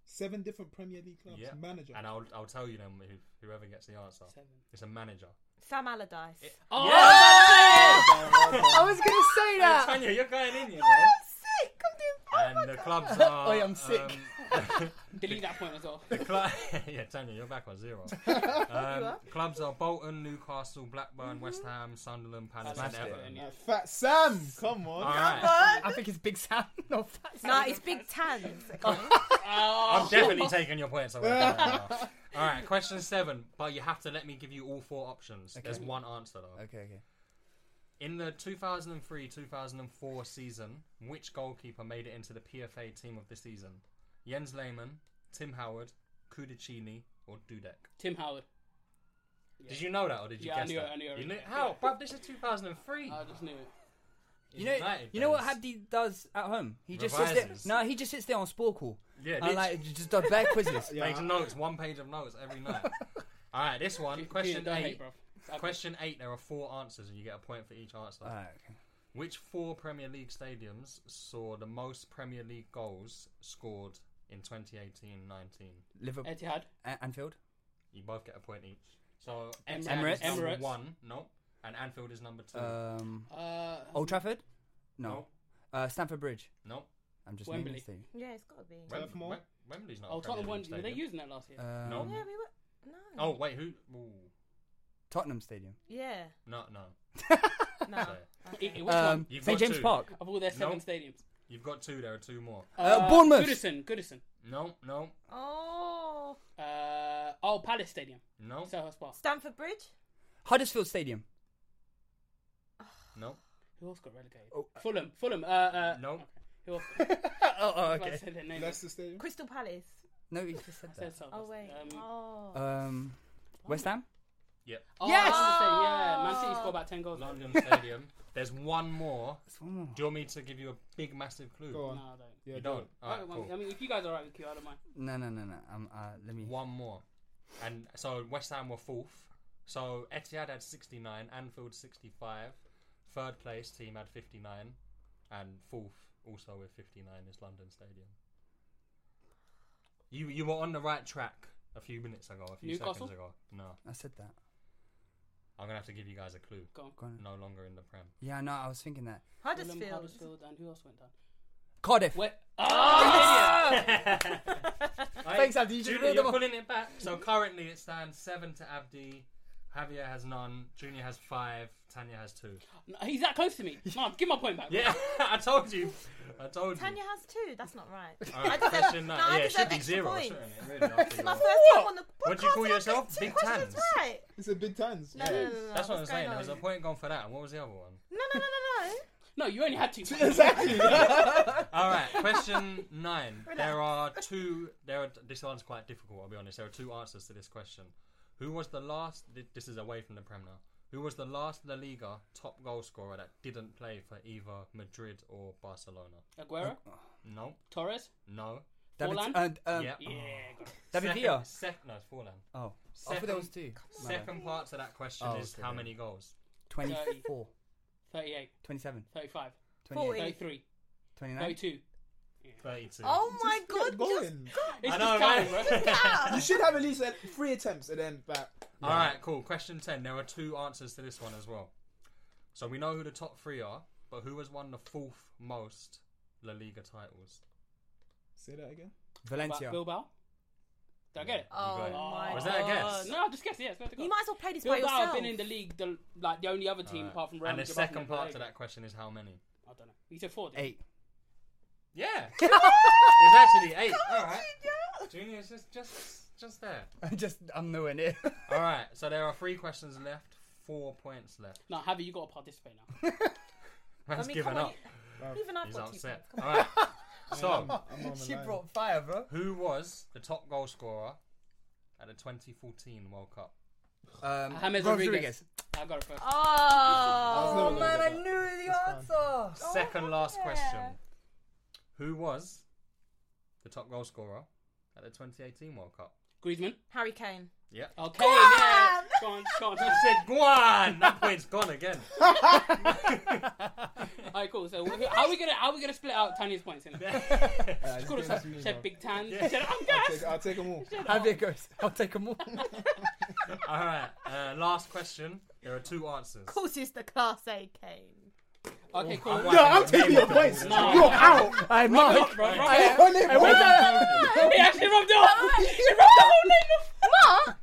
Speaker 5: Seven different Premier League clubs.
Speaker 4: Yeah.
Speaker 5: Manager.
Speaker 4: And I'll I'll tell you them who- whoever gets the answer.
Speaker 1: Seven.
Speaker 4: It's a manager.
Speaker 3: Sam Allardyce.
Speaker 1: Oh,
Speaker 2: I was gonna say that.
Speaker 4: Tanya, you're going in, you know.
Speaker 2: sick. I'm doing
Speaker 4: And the clubs are.
Speaker 2: Oi, I'm sick.
Speaker 4: um,
Speaker 1: delete that point as well.
Speaker 4: the cl- yeah, Tanya, you're back on zero. Um, clubs are Bolton, Newcastle, Blackburn, West Ham, Sunderland, Palace, and
Speaker 1: That's Mm-hmm. it,
Speaker 4: Everton.
Speaker 1: yeah.
Speaker 5: Uh, Fat Sam. Come on.
Speaker 4: All right,
Speaker 2: I think it's Big Sam, not Fat Sam.
Speaker 3: No, it's Big Tans.
Speaker 4: I'm definitely taking your points away. from that now. all right, question seven. But you have to let me give you all four options. There's one answer though.
Speaker 2: Okay, okay.
Speaker 4: In the 2003-2004 season, which goalkeeper made it into the PFA team of the season? Jens Lehmann, Tim Howard, Kudicini, or Dudek?
Speaker 1: Tim Howard.
Speaker 4: Did you know that, or did you
Speaker 1: Yeah, I
Speaker 4: guess
Speaker 1: knew it,
Speaker 4: that?
Speaker 1: I knew it
Speaker 4: You
Speaker 1: already.
Speaker 4: knew- how, bruv? This is 2003.
Speaker 1: I just knew it.
Speaker 2: You know,
Speaker 4: United
Speaker 2: you know what
Speaker 4: days.
Speaker 2: Habdi does at home? He just sits
Speaker 4: Revises.
Speaker 2: there. No, he just sits there on Sport Call.
Speaker 4: Yeah,
Speaker 2: and
Speaker 4: literally.
Speaker 2: like just does bare quizzes.
Speaker 5: Yeah,
Speaker 4: Makes
Speaker 5: I-
Speaker 4: notes, one page of notes every night. All right, this one, question
Speaker 1: Don't hate,
Speaker 4: eight.
Speaker 1: bruv. It's ugly.
Speaker 4: Question eight. There are four answers, and you get a point for each answer.
Speaker 2: Alright, okay.
Speaker 4: Which four Premier League stadiums saw the most Premier League goals scored in 2018-19?
Speaker 2: Liverpool,
Speaker 1: Etihad.
Speaker 2: A- Anfield.
Speaker 4: You both get a point each. So
Speaker 1: Emirates.
Speaker 4: Etihad is number
Speaker 1: Emirates.
Speaker 4: one, no, and Anfield is number two,
Speaker 2: Um,
Speaker 1: Uh,
Speaker 2: Old Trafford. No.
Speaker 4: No.
Speaker 2: Uh, Stamford Bridge.
Speaker 4: no.
Speaker 2: I'm just
Speaker 1: Wembley.
Speaker 2: naming stadiums.
Speaker 3: yeah, it's got to be.
Speaker 4: Wem-
Speaker 5: Turf Moor?
Speaker 4: Wem- Wembley's not.
Speaker 1: oh,
Speaker 4: a Premier
Speaker 1: Tottenham won.
Speaker 4: League
Speaker 1: Were they
Speaker 4: stadium.
Speaker 1: using that last year?
Speaker 2: Um,
Speaker 4: No.
Speaker 3: Yeah, we were. No.
Speaker 4: Oh wait, who? Ooh,
Speaker 2: Tottenham Stadium.
Speaker 3: Yeah.
Speaker 4: no, no.
Speaker 3: No.
Speaker 4: Sorry.
Speaker 1: It, it, which
Speaker 2: Um,
Speaker 1: one?
Speaker 4: You've
Speaker 2: St
Speaker 4: got
Speaker 2: James
Speaker 4: two.
Speaker 2: Park.
Speaker 1: Of all their seven
Speaker 4: no.
Speaker 1: stadiums.
Speaker 4: You've got two. There are two more.
Speaker 2: Uh, Bournemouth.
Speaker 1: Goodison. Goodison.
Speaker 4: No, no,
Speaker 3: Oh.
Speaker 1: Uh, oh, Palace Stadium.
Speaker 4: no,
Speaker 1: Selhurst Park.
Speaker 3: Stamford Bridge.
Speaker 2: Huddersfield Stadium.
Speaker 4: no.
Speaker 1: Who else got relegated?
Speaker 2: Oh,
Speaker 1: Fulham. Fulham. Uh, uh,
Speaker 4: No.
Speaker 1: okay. Who else?
Speaker 2: oh, oh,
Speaker 1: I
Speaker 2: okay.
Speaker 1: said their name.
Speaker 5: Leicester Stadium.
Speaker 3: Crystal Palace.
Speaker 2: No, he just said
Speaker 1: I
Speaker 2: that.
Speaker 1: said Selhurst.
Speaker 3: Oh wait.
Speaker 1: Um,
Speaker 3: oh.
Speaker 2: Um, West Ham.
Speaker 4: Yep.
Speaker 1: oh, yes. yeah, Man
Speaker 3: Oh.
Speaker 1: City scored about ten goals.
Speaker 4: London Stadium. There's one more.
Speaker 2: That's one more.
Speaker 4: Do you want me to give you a big, massive clue?
Speaker 5: Go
Speaker 1: No,
Speaker 5: on.
Speaker 1: I don't.
Speaker 5: Yeah,
Speaker 4: You
Speaker 5: go
Speaker 4: don't.
Speaker 5: on.
Speaker 4: All right,
Speaker 1: I, mean, I
Speaker 4: cool.
Speaker 1: mean, if you guys are all right with Q, I don't mind.
Speaker 2: No, no, no, no. Um, uh, let me.
Speaker 4: One more. And so West Ham were fourth. So Etihad had 69, Anfield 65, third place team had 59, and fourth also with 59 is London Stadium. You you were on the right track a few minutes ago, a few
Speaker 1: Newcastle?
Speaker 4: seconds ago. No,
Speaker 2: I said that.
Speaker 4: I'm gonna have to give you guys a clue.
Speaker 1: Go on.
Speaker 2: Go on.
Speaker 4: No longer in the Prem.
Speaker 2: Yeah, no, I was thinking that.
Speaker 1: Fulham,
Speaker 3: Huddersfield.
Speaker 1: Huddersfield, and who else went down?
Speaker 2: Cardiff.
Speaker 1: Where? Oh,
Speaker 2: Thanks, Abdi, you
Speaker 4: Junior,
Speaker 2: just read them
Speaker 4: you're
Speaker 2: off.
Speaker 4: pulling it back. So currently it stands seven to Abdi. Javier has none. Junior has five. Tanya has two.
Speaker 1: yeah. he's that close to me. No, give my point back.
Speaker 4: Yeah, I told you. I told
Speaker 3: Tanya
Speaker 4: you.
Speaker 3: has two. That's not right.
Speaker 4: All right,
Speaker 3: I deserve-
Speaker 4: question
Speaker 3: no,
Speaker 4: nine.
Speaker 3: I
Speaker 4: yeah, it
Speaker 3: deserve
Speaker 4: should be
Speaker 3: extra
Speaker 4: zero,
Speaker 3: points.
Speaker 4: shouldn't it? Really, after
Speaker 3: My
Speaker 4: your-
Speaker 3: first time on the podcast.
Speaker 4: What do you call
Speaker 3: I've got
Speaker 4: yourself?
Speaker 3: Two
Speaker 4: Big
Speaker 3: questions
Speaker 4: Tans?
Speaker 3: Right.
Speaker 5: It's a big tans.
Speaker 3: No, no, no, no, no.
Speaker 4: That's what I'm
Speaker 3: What's
Speaker 4: saying.
Speaker 3: going
Speaker 4: There was a
Speaker 3: on?
Speaker 4: point gone for that. And what was the other one?
Speaker 3: No, no, no, no, no.
Speaker 1: No, you only had two.
Speaker 5: Exactly.
Speaker 4: All right, question nine. There are two. There are. This one's quite difficult. I'll be honest. There are two answers to this question. Who was the last? thi- This is away from the Prem now. Who was the last La Liga top goal scorer that didn't play for either Madrid or Barcelona?
Speaker 1: Aguero,
Speaker 4: No,
Speaker 1: Torres.
Speaker 4: no.
Speaker 2: David,
Speaker 1: Forlan?
Speaker 2: uh, um,
Speaker 4: yeah.
Speaker 1: Yeah. go on.
Speaker 2: David
Speaker 4: Second-
Speaker 2: Villa.
Speaker 4: Sec, no, it's Forlan.
Speaker 2: Oh, I
Speaker 4: Second-
Speaker 2: thought there was two. My bad.
Speaker 4: Second part to that question
Speaker 2: Oh,
Speaker 4: is
Speaker 2: okay,
Speaker 4: how
Speaker 2: then.
Speaker 4: many goals?
Speaker 2: 24,
Speaker 1: 38,
Speaker 2: 27,
Speaker 1: 35,
Speaker 2: 28,
Speaker 1: 33,
Speaker 2: 29.
Speaker 1: 32.
Speaker 4: Thirty-two.
Speaker 3: Oh my
Speaker 5: Just
Speaker 3: god.
Speaker 5: keep
Speaker 3: Just
Speaker 5: going.
Speaker 1: It's
Speaker 4: I
Speaker 1: I know,
Speaker 4: know, right?
Speaker 1: bro.
Speaker 5: You should have at least uh, three attempts and then back.
Speaker 4: All right, cool. Question 10. There are two answers to this one as well. So we know who the top three are, but who has won the fourth most La Liga titles?
Speaker 5: Say that again.
Speaker 2: Valencia.
Speaker 1: Bilbao. Did I get it?
Speaker 3: Oh
Speaker 4: Right.
Speaker 3: my
Speaker 4: Was that a guess?
Speaker 3: God.
Speaker 1: No, I just guess. Yeah, it's meant to go.
Speaker 3: You might as well play this by
Speaker 1: Bilbao
Speaker 3: yourself.
Speaker 1: have been in the league, the, like the only other team
Speaker 4: Alright.
Speaker 1: apart from Real
Speaker 4: Uh, and the
Speaker 1: Madrid,
Speaker 4: second
Speaker 1: Barcelona, La
Speaker 4: part to
Speaker 1: Liga.
Speaker 4: that question is how many?
Speaker 1: I don't know. You said four. didn't you?
Speaker 2: Eight.
Speaker 4: Yeah. it's actually eight. All right. Junior is just, just, just there.
Speaker 2: Just, I'm nowhere near.
Speaker 4: All right. So there are three questions left, four points left.
Speaker 1: No, Javi, you got to participate now.
Speaker 4: Man's
Speaker 3: I mean,
Speaker 4: given
Speaker 3: come on,
Speaker 4: up.
Speaker 3: you- Even I've
Speaker 4: He's
Speaker 3: got two.
Speaker 4: upset.
Speaker 3: points. Come
Speaker 4: All right. So,
Speaker 5: I'm on the
Speaker 2: she
Speaker 5: line.
Speaker 2: brought fire, bro.
Speaker 4: who was the top goal scorer at the 2014 World Cup?
Speaker 2: Um,
Speaker 1: James Rodriguez. I got it first.
Speaker 3: Oh. on. Oh.
Speaker 5: no, no, no,
Speaker 2: Man, I
Speaker 5: no.
Speaker 2: knew the answer.
Speaker 4: Second last question. Who was the top goal scorer at the 2018 World Cup?
Speaker 1: Griezmann.
Speaker 3: Harry Kane.
Speaker 4: Yeah.
Speaker 1: Okay. yeah. Go on. Go on.
Speaker 4: I said Guan! That point's gone again.
Speaker 1: All right, cool. So wh- who- how are we gonna how are we gonna split out Tanya's points? In
Speaker 5: Alright,
Speaker 1: Call
Speaker 5: this
Speaker 1: us up.
Speaker 5: game's
Speaker 1: Said
Speaker 5: mean,
Speaker 1: big tan. Said I'm
Speaker 5: bro.
Speaker 1: gas.
Speaker 5: Take- I'll take them all.
Speaker 2: Have it goes. I'll take them all.
Speaker 4: All right. Uh, last question. There are two answers.
Speaker 3: Of course, it's the Class A Kane.
Speaker 1: Okay, cool.
Speaker 4: No, Oh, I'm
Speaker 5: taking your points.
Speaker 1: You're
Speaker 2: out. I'm not.
Speaker 1: Rob, Rob,
Speaker 2: I
Speaker 1: Rob.
Speaker 2: am. I wasn't-
Speaker 1: He actually rubbed it off. He rubbed the whole name off.
Speaker 3: Mark.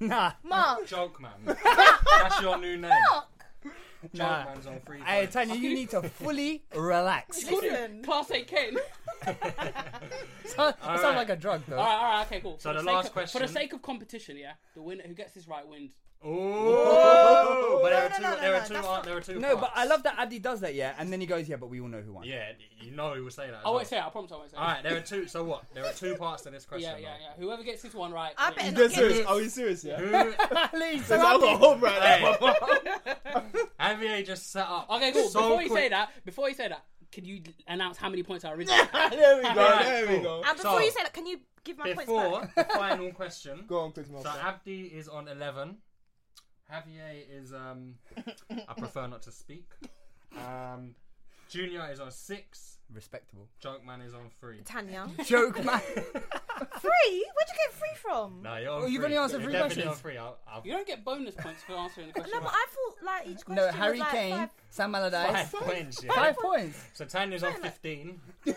Speaker 2: Nah,
Speaker 3: Mark.
Speaker 4: Joke man. That's your new name.
Speaker 3: Mark.
Speaker 4: Joke
Speaker 2: nah.
Speaker 4: man's on free.
Speaker 2: Hey, Tanya, you need to fully relax.
Speaker 1: Called him Class A Kane.
Speaker 2: Sound-
Speaker 4: All
Speaker 2: sound
Speaker 4: right.
Speaker 2: like a drug, though.
Speaker 1: All right, all right, okay, cool.
Speaker 4: So
Speaker 1: For
Speaker 4: the
Speaker 1: sake
Speaker 4: last
Speaker 1: of-
Speaker 4: question-
Speaker 1: for the sake of competition, yeah, the winner who gets this right wins.
Speaker 4: Oh, but there
Speaker 3: No,
Speaker 4: are
Speaker 3: no,
Speaker 4: two.
Speaker 3: no, no,
Speaker 4: there are
Speaker 3: no,
Speaker 4: two.
Speaker 3: that's
Speaker 4: an-
Speaker 3: not-
Speaker 4: There are two.
Speaker 2: No, but
Speaker 4: parts.
Speaker 2: I love that Abdi does that, yeah, and then he goes, yeah, but we all know who won.
Speaker 4: Yeah, you know he will say that. as
Speaker 1: I
Speaker 4: well.
Speaker 1: won't say it. Oh, I promise I won't say it.
Speaker 4: All right. There are two. So what? There are two parts to this question.
Speaker 1: Yeah, yeah,
Speaker 4: though.
Speaker 1: yeah. Whoever gets this one right.
Speaker 3: I
Speaker 1: wins.
Speaker 3: better
Speaker 5: Dead
Speaker 3: not get
Speaker 5: serious.
Speaker 3: this.
Speaker 5: Are you serious? Yeah.
Speaker 4: Who,
Speaker 2: Please,
Speaker 5: Because I'm a hope right now.
Speaker 4: hey, Javier just set up.
Speaker 1: Okay, cool.
Speaker 4: So
Speaker 1: before you
Speaker 4: quick.
Speaker 1: say that, before you say that, can you announce how many points I originally?
Speaker 5: There we go.
Speaker 4: Alright,
Speaker 5: There we
Speaker 4: cool.
Speaker 5: go.
Speaker 3: And before
Speaker 4: So-
Speaker 3: you say that, can you give my points
Speaker 4: Before
Speaker 3: back?
Speaker 4: the final question,
Speaker 5: Go on, Chris
Speaker 4: so
Speaker 5: Martin.
Speaker 4: Abdi is on 11. Javier is, um, I prefer not to speak. Um, Junior is on 6.
Speaker 2: Respectable.
Speaker 4: Jokeman is on 3.
Speaker 3: Tanya.
Speaker 2: Joke, man.
Speaker 3: Free? Where'd you get free from?
Speaker 4: No, you're on
Speaker 2: Oh, you've
Speaker 4: three.
Speaker 2: only answered
Speaker 4: You're
Speaker 2: three
Speaker 4: definitely
Speaker 2: questions.
Speaker 4: on three. I'll, I'll,
Speaker 1: You don't get bonus points for answering the question.
Speaker 3: No, but
Speaker 1: right.
Speaker 3: I thought like each question
Speaker 2: No, Harry
Speaker 3: was like
Speaker 2: Kane,
Speaker 3: five-
Speaker 2: Sam Allardyce.
Speaker 4: five points. Yeah.
Speaker 2: Five points.
Speaker 4: So Tanya's on 15.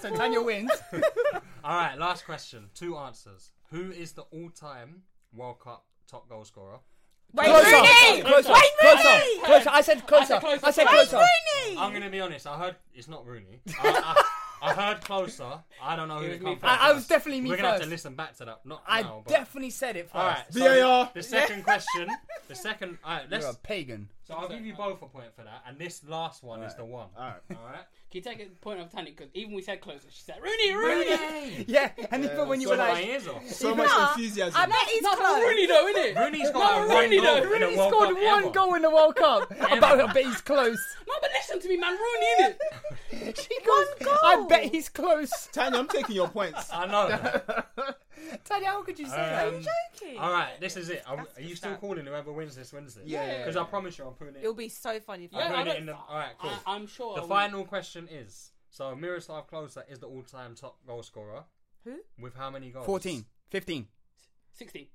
Speaker 2: So Tanya wins.
Speaker 4: All right, last question. Two answers. Who is the all-time World Cup top goal scorer?
Speaker 3: Wait,
Speaker 2: Closer,
Speaker 3: Rooney!
Speaker 2: closer,
Speaker 3: Wait,
Speaker 2: closer,
Speaker 3: Rooney!
Speaker 2: closer. I said closer.
Speaker 1: closer,
Speaker 2: I said
Speaker 1: closer.
Speaker 2: closer.
Speaker 3: Rooney!
Speaker 4: I'm gonna be honest. I heard it's not Rooney. I, I, I heard closer. I don't know
Speaker 1: It
Speaker 4: who it
Speaker 1: was
Speaker 4: come
Speaker 1: me
Speaker 4: from.
Speaker 2: first. I- I was definitely me
Speaker 4: We're gonna have to
Speaker 2: first.
Speaker 4: listen back to that. Not
Speaker 2: I
Speaker 4: now. But...
Speaker 2: definitely said it first.
Speaker 4: All right. So
Speaker 5: VAR.
Speaker 4: The second question. The second. All right. Let's.
Speaker 2: You're a pagan.
Speaker 4: So I'll give you both a point for that, and this last one is the one. All
Speaker 5: right.
Speaker 4: All right.
Speaker 1: Can you take a point of Tanya? Because even we said closer, she said Rooney, Rooney.
Speaker 2: Yeah, and even when you were
Speaker 4: Got my
Speaker 2: like,
Speaker 4: ears off.
Speaker 5: So much enthusiasm.
Speaker 3: I bet he's
Speaker 1: No, but
Speaker 3: close.
Speaker 1: Rooney though, isn't it?
Speaker 4: Rooney's got
Speaker 1: No,
Speaker 4: a one
Speaker 1: Rooney
Speaker 4: goal
Speaker 1: though.
Speaker 4: in a
Speaker 2: Rooney
Speaker 4: World
Speaker 2: scored
Speaker 4: Cup
Speaker 2: one
Speaker 4: ever.
Speaker 2: goal in the World Cup. I bet, I bet he's close.
Speaker 1: No, but listen to me, man. Rooney, innit?
Speaker 2: She goes, I bet he's close.
Speaker 5: Tanya, I'm taking your points.
Speaker 4: I know.
Speaker 2: Teddy, how could you say that?
Speaker 4: Um,
Speaker 3: joking?
Speaker 4: All right, this is it. I'm,
Speaker 3: That's
Speaker 4: are you
Speaker 3: just
Speaker 4: still
Speaker 3: that.
Speaker 4: calling whoever wins this wins this?
Speaker 5: Yeah, yeah,
Speaker 4: Because
Speaker 5: yeah.
Speaker 4: I promise you, I'm putting it.
Speaker 3: It'll be so funny if
Speaker 4: I'm
Speaker 3: I
Speaker 1: Yeah, I
Speaker 4: putting it
Speaker 1: don't-
Speaker 4: in the. All right, cool.
Speaker 1: I, am sure. I
Speaker 4: the
Speaker 1: will-
Speaker 4: final question is: So Miroslav Klose is the all-time top goal scorer
Speaker 3: Who?
Speaker 4: with how many goals?
Speaker 6: 14, 15.
Speaker 1: 16.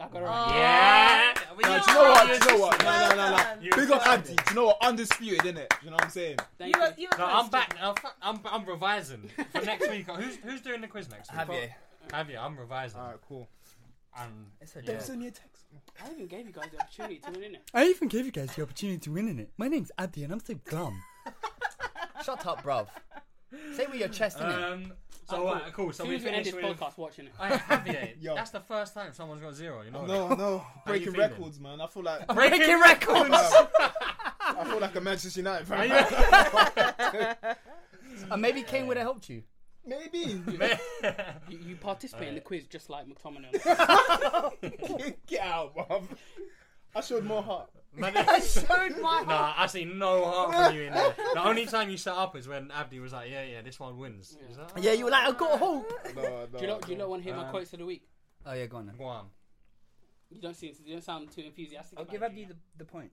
Speaker 1: I got it right.
Speaker 4: Yeah. We
Speaker 5: No,
Speaker 4: got
Speaker 5: do you know what?
Speaker 4: it.
Speaker 5: Do you know what? No, no, no,
Speaker 3: Well
Speaker 5: no. Big up Abdi. Do you know what? Undisputed, innit? Do Oh, you know what I'm saying?
Speaker 1: Thank you.
Speaker 3: were- you were
Speaker 4: No,
Speaker 3: close,
Speaker 4: I'm
Speaker 3: Jimmy.
Speaker 4: back. I'm, fu- I'm, I'm revising for next week. Who's who's doing the quiz next week?
Speaker 2: Javier.
Speaker 4: Have you? I'm revising. Um,
Speaker 5: Alright, cool.
Speaker 4: And
Speaker 2: It's a
Speaker 4: yeah.
Speaker 2: joke.
Speaker 5: Send me a text.
Speaker 1: I even gave you guys the opportunity to win, innit?
Speaker 6: I even gave you guys the opportunity to win in it. My name's Abdi and I'm so glum.
Speaker 2: Shut up, bruv. Say it with your chest, innit?
Speaker 4: Um. So uh, cool. So
Speaker 1: Soon
Speaker 4: we
Speaker 1: as we end
Speaker 4: finished
Speaker 1: this
Speaker 4: with.
Speaker 1: podcast watching it.
Speaker 4: Hey, Javier,
Speaker 5: Yo.
Speaker 4: that's the first time someone's got zero. You know.
Speaker 5: No, no. Breaking
Speaker 4: feeling?
Speaker 5: records, man. I feel like
Speaker 4: Breaking records.
Speaker 5: I feel like a Manchester United fan.
Speaker 2: and maybe Kane would have helped you.
Speaker 5: Maybe.
Speaker 1: You, you participate in the quiz just like McTominay.
Speaker 5: Get out, bruv. I showed more heart.
Speaker 4: I showed my Nah, I see no heart from you in there. The only time you shut up is when Abdi was like, "Yeah, yeah, this one wins." Is that
Speaker 2: Yeah, you were like, I got hope.
Speaker 5: No, no.
Speaker 1: do you know? Do you know? Want to
Speaker 4: Um,
Speaker 1: hear my quotes of the week?
Speaker 2: Oh, yeah, go on then.
Speaker 4: go on?
Speaker 1: You don't seem. You don't sound too enthusiastic.
Speaker 6: I'll
Speaker 1: about
Speaker 6: give
Speaker 1: it,
Speaker 6: Abdi
Speaker 1: Junior.
Speaker 6: the, the point.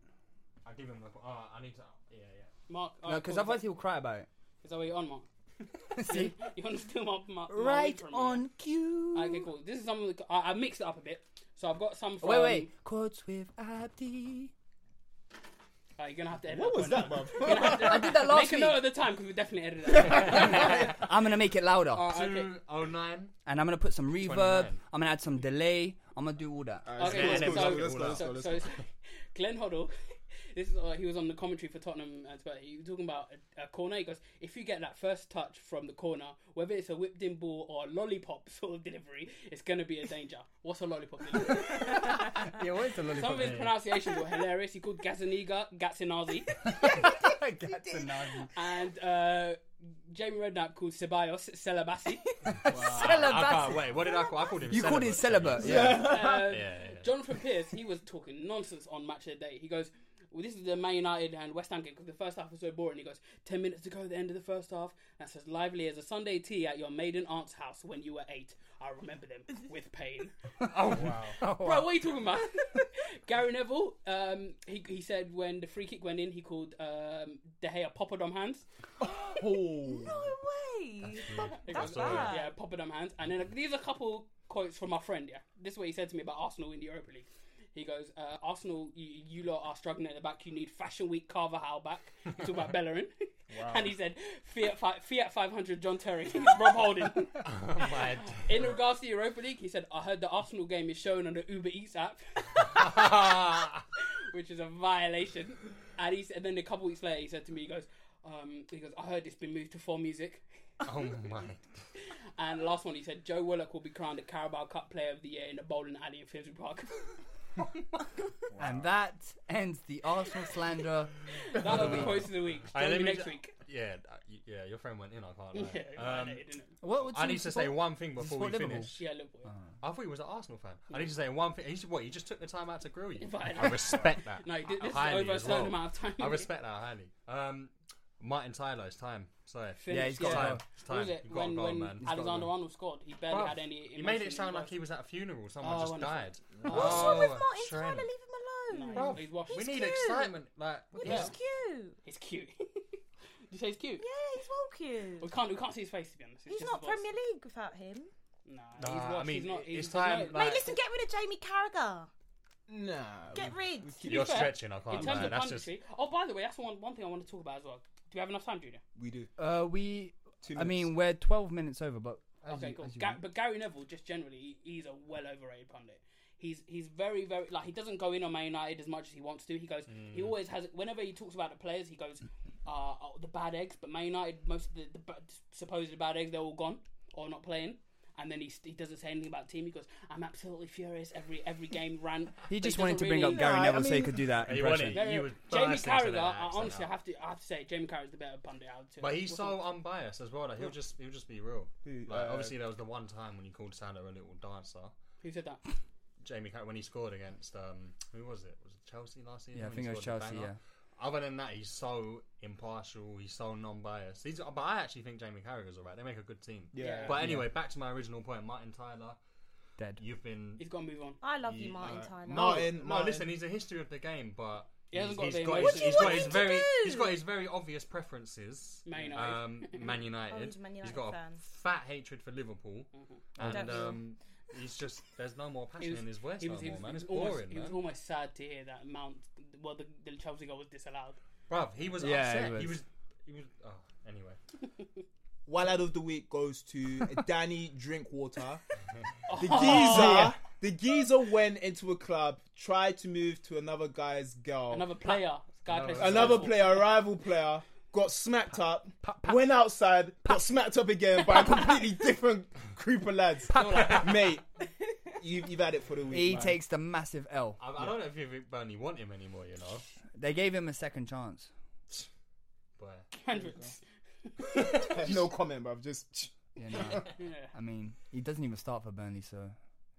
Speaker 4: I give him the. Oh, I need to. Yeah, yeah.
Speaker 1: Mark.
Speaker 2: No, because otherwise he'll cry about it.
Speaker 1: Is that where you're on, Mark?
Speaker 2: See?
Speaker 1: You want to steal my, my, my lead
Speaker 2: Right
Speaker 1: from me?
Speaker 2: on cue.
Speaker 1: Okay, cool. This is something that- I, I mixed it up a bit. So I've got some. From,
Speaker 2: Wait,
Speaker 6: Um,
Speaker 2: wait. Quotes with Abdi.
Speaker 1: Uh, you're gonna have to edit.
Speaker 5: What
Speaker 1: one
Speaker 5: was that,
Speaker 1: out.
Speaker 5: bruv?
Speaker 2: I did that last
Speaker 1: Make a
Speaker 2: week.
Speaker 1: note at the time because we definitely edited that.
Speaker 2: I'm gonna make it louder,
Speaker 1: Alright, okay.
Speaker 4: Two oh nine.
Speaker 2: and I'm gonna put some reverb.
Speaker 4: 29.
Speaker 2: I'm gonna add some delay. I'm gonna do all that.
Speaker 1: Okay,
Speaker 4: Yeah,
Speaker 1: so,
Speaker 4: let's go, let's
Speaker 1: so-
Speaker 4: go, let's
Speaker 1: so-
Speaker 5: go, let's
Speaker 1: so
Speaker 5: go.
Speaker 1: it's- Glenn Hoddle, this is uh, he was on the commentary for Tottenham. And but he was talking about a, a corner. He goes, if you get that first touch from the corner, whether it's a whipped in ball or a lollipop sort of delivery, it's going to be a danger. What's a lollipop delivery?
Speaker 2: Yeah, what is the
Speaker 1: Some of his pronunciations were hilarious. He called Gazaniga Gatsinazi, and uh, Jamie Redknapp called Ceballos Celabasi.
Speaker 4: Ah, I can't wait. What did I call? I called him.
Speaker 2: You called it celibate. Yeah.
Speaker 1: Uh,
Speaker 4: Yeah, yeah,
Speaker 1: Jonathan Pierce, he was talking nonsense on Match of the Day. He goes, well, this is the Man United and West Ham game because the first half was so boring. He goes, 10 minutes to go at the end of the first half. That's as lively as a Sunday tea at your maiden aunt's house when you were eight. I remember them with pain. Bro, what are you talking about? Gary Neville, um, he, he said when the free kick went in, he called um, De Gea Poppadom hands.
Speaker 3: No way.
Speaker 1: He goes,
Speaker 4: bad.
Speaker 1: Yeah, Poppadom hands. And then uh, these are a couple quotes from my friend, yeah. This is what he said to me about Arsenal in the Europa League. He goes, uh, Arsenal, you, you lot are struggling at the back. You need Fashion Week Carver Howe back. He talked about Bellerin. and he said, Fiat, fi- Fiat 500 John Terry, Rob Holding.
Speaker 4: My d-
Speaker 1: in regards to the Europa League, he said, I heard the Arsenal game is shown on the Uber Eats app. which is a violation. And, he, s- and then a couple weeks later, he said to me, he goes, um, he goes, I heard it's been moved to four music.
Speaker 4: oh my.
Speaker 1: And the last one, he said Joe Willock will be crowned the Carabao Cup Player of the Year in a bowling alley in Finsbury Park.
Speaker 2: And that ends the Arsenal slander.
Speaker 1: that was the quotes of the week.
Speaker 4: Alright,
Speaker 1: Join
Speaker 4: let
Speaker 1: me
Speaker 4: me
Speaker 1: next
Speaker 4: ju-
Speaker 1: week.
Speaker 4: Yeah, uh, y- yeah. Your friend went in. I can't.
Speaker 1: Yeah,
Speaker 4: lie.
Speaker 1: I
Speaker 4: Um,
Speaker 1: know, didn't it?
Speaker 2: What would
Speaker 4: I
Speaker 2: you
Speaker 4: need to
Speaker 2: support?
Speaker 4: say one thing before we
Speaker 2: support Liverpool?
Speaker 4: finish.
Speaker 1: Yeah, look, boy.
Speaker 4: I thought he was an Arsenal fan. I need to say one thing. He's what? You just took the time out to grill you.
Speaker 1: Fine.
Speaker 4: I respect that.
Speaker 1: No, this is
Speaker 4: highly
Speaker 1: over a
Speaker 4: as
Speaker 1: certain
Speaker 4: well.
Speaker 1: amount of time.
Speaker 4: I respect that highly. Um, Martin Tyler, it's time. Sorry.
Speaker 1: Finished,
Speaker 2: he's got
Speaker 4: It's
Speaker 2: Yeah.
Speaker 4: time. It's
Speaker 1: What
Speaker 4: time.
Speaker 1: was
Speaker 4: You
Speaker 1: it
Speaker 4: got to
Speaker 1: when,
Speaker 4: go,
Speaker 1: when
Speaker 4: man.
Speaker 1: Alexander Arnold scored? He barely
Speaker 4: Bruv,
Speaker 1: had any.
Speaker 4: you made
Speaker 1: emotion
Speaker 4: it sound
Speaker 1: in
Speaker 4: like he
Speaker 1: his
Speaker 4: was at a funeral. Someone
Speaker 1: Oh,
Speaker 4: just
Speaker 1: wonderful.
Speaker 4: died.
Speaker 3: What's wrong with
Speaker 4: Oh,
Speaker 3: Martin
Speaker 4: shame.
Speaker 3: Tyler? Leave him alone.
Speaker 1: No, he's washed.
Speaker 4: We
Speaker 1: He's
Speaker 4: need
Speaker 3: cute.
Speaker 4: excitement. Like, what the
Speaker 1: Yeah.
Speaker 3: He's
Speaker 4: hell?
Speaker 3: cute.
Speaker 1: He's cute. Did you say he's cute?
Speaker 3: Yeah, he's well cute.
Speaker 4: Oh,
Speaker 1: We can't. We can't see his face to be honest. It's
Speaker 3: He's
Speaker 1: just
Speaker 3: not
Speaker 1: his voice.
Speaker 3: Premier League without him.
Speaker 1: Nah,
Speaker 4: Nah,
Speaker 1: he's
Speaker 4: I
Speaker 1: washed.
Speaker 4: mean,
Speaker 1: he's not.
Speaker 4: it's
Speaker 1: he's
Speaker 4: time,
Speaker 1: not-
Speaker 4: like-
Speaker 3: Mate, listen, get rid of Jamie Carragher.
Speaker 5: Nah.
Speaker 3: Get rid.
Speaker 1: be
Speaker 4: You're
Speaker 1: fair,
Speaker 4: stretching. I
Speaker 1: in
Speaker 4: can't.
Speaker 1: terms
Speaker 4: lie.
Speaker 1: of
Speaker 4: That's just.
Speaker 1: punditry. Oh, by the way, that's one one thing I want to talk about as well. Do we have enough time, Junior?
Speaker 5: We do.
Speaker 2: Uh, we.
Speaker 5: Two
Speaker 2: I mean,
Speaker 5: minutes.
Speaker 2: we're 12 minutes over, but as
Speaker 1: Okay,
Speaker 2: you,
Speaker 1: cool.
Speaker 2: as you
Speaker 1: Ga-
Speaker 2: want.
Speaker 1: but Gary Neville, just generally, he- he's a well overrated pundit. He's he's very very like he doesn't go in on Man United as much as he wants to. He goes
Speaker 2: Mm.
Speaker 1: he always has whenever he talks about the players he goes uh, oh, the bad eggs. But Man United most of the, the ba- supposed bad eggs they're all gone or not playing. And then he, st- he doesn't say anything about the team. He goes I'm absolutely furious every every game rant.
Speaker 2: he
Speaker 1: But
Speaker 2: just
Speaker 1: doesn't
Speaker 2: wanted to bring
Speaker 1: really-
Speaker 2: up Gary
Speaker 5: Nah, I
Speaker 2: Neville so he
Speaker 5: mean-
Speaker 2: could do that.
Speaker 4: You want
Speaker 2: impression.
Speaker 4: it?
Speaker 1: Very-
Speaker 4: You was
Speaker 1: Jamie
Speaker 4: bursting to
Speaker 1: Carragher.
Speaker 4: that
Speaker 1: I,
Speaker 4: accent
Speaker 1: honestly, I
Speaker 4: out.
Speaker 1: have to I have to say Jamie Carragher's the better pundit out of two.
Speaker 4: But he's
Speaker 1: What's
Speaker 4: so unbiased as well. Like, he'll just he'll just be real.
Speaker 5: Who,
Speaker 4: Like,
Speaker 5: uh,
Speaker 4: obviously, there was the one time when he called Salah a little dancer.
Speaker 1: up? who said that?
Speaker 4: Jamie Carragher when he scored against um who was it? Was it Chelsea last season?
Speaker 2: Yeah, I
Speaker 4: when
Speaker 2: think
Speaker 4: he
Speaker 2: it was
Speaker 4: scored the
Speaker 2: Chelsea,
Speaker 4: banger? Other than that, he's so impartial. He's so non-biased. He's, but I actually think Jamie Carragher's alright. They make a good team.
Speaker 5: Yeah.
Speaker 4: But anyway, back to my original point. Martin Tyler,
Speaker 6: Dead.
Speaker 4: You've been.
Speaker 1: He's got to move on.
Speaker 3: I love you, Martin
Speaker 1: uh,
Speaker 3: Tyler.
Speaker 4: No,
Speaker 5: Martin,
Speaker 4: no,
Speaker 5: Martin.
Speaker 4: listen. He's a history of the game, but
Speaker 1: He hasn't got
Speaker 4: he's-
Speaker 1: the
Speaker 4: he's got
Speaker 1: emotion. What do
Speaker 4: his-
Speaker 1: you
Speaker 4: he's got
Speaker 3: want
Speaker 4: his
Speaker 3: him to
Speaker 4: very
Speaker 3: do?
Speaker 4: he's got his very obvious preferences.
Speaker 1: Man United.
Speaker 4: um, Man United.
Speaker 3: he's a Man
Speaker 4: he's
Speaker 3: United
Speaker 4: got
Speaker 3: fan.
Speaker 4: a fat hatred for Liverpool, and
Speaker 3: Don't we all?
Speaker 4: um, he's just there's no more
Speaker 1: Mm-hmm. He
Speaker 4: passion
Speaker 1: was-
Speaker 4: in his voice
Speaker 1: he was-
Speaker 4: no
Speaker 1: he
Speaker 4: more,
Speaker 1: was-
Speaker 4: man.
Speaker 1: he
Speaker 4: It's
Speaker 1: was almost-
Speaker 4: boring,
Speaker 1: He was
Speaker 4: man.
Speaker 1: almost sad to hear that Mount, well, the, the Chelsea goal was disallowed.
Speaker 4: Bruv, he was
Speaker 6: Yeah,
Speaker 4: upset.
Speaker 6: he was.
Speaker 4: He was. He was. Oh, anyway.
Speaker 5: Wild out of the week goes to Danny Drinkwater. The geezer, the geezer went into a club, tried to move to another guy's
Speaker 4: Oh.
Speaker 5: girl.
Speaker 1: Another player. Guy plays for
Speaker 5: Another
Speaker 1: Liverpool.
Speaker 5: player, a rival player, got smacked up, went outside, got smacked up again by a completely different group of lads. Mate, you've, you've had it for the week.
Speaker 2: He
Speaker 5: man.
Speaker 2: takes the massive L.
Speaker 4: I, I don't know if you think Burnley want him anymore, you know.
Speaker 2: They gave him a second chance.
Speaker 4: But uh,
Speaker 1: Hundreds.
Speaker 5: no comment, bruv. Just
Speaker 2: You know, I mean, he doesn't even start for Burnley, so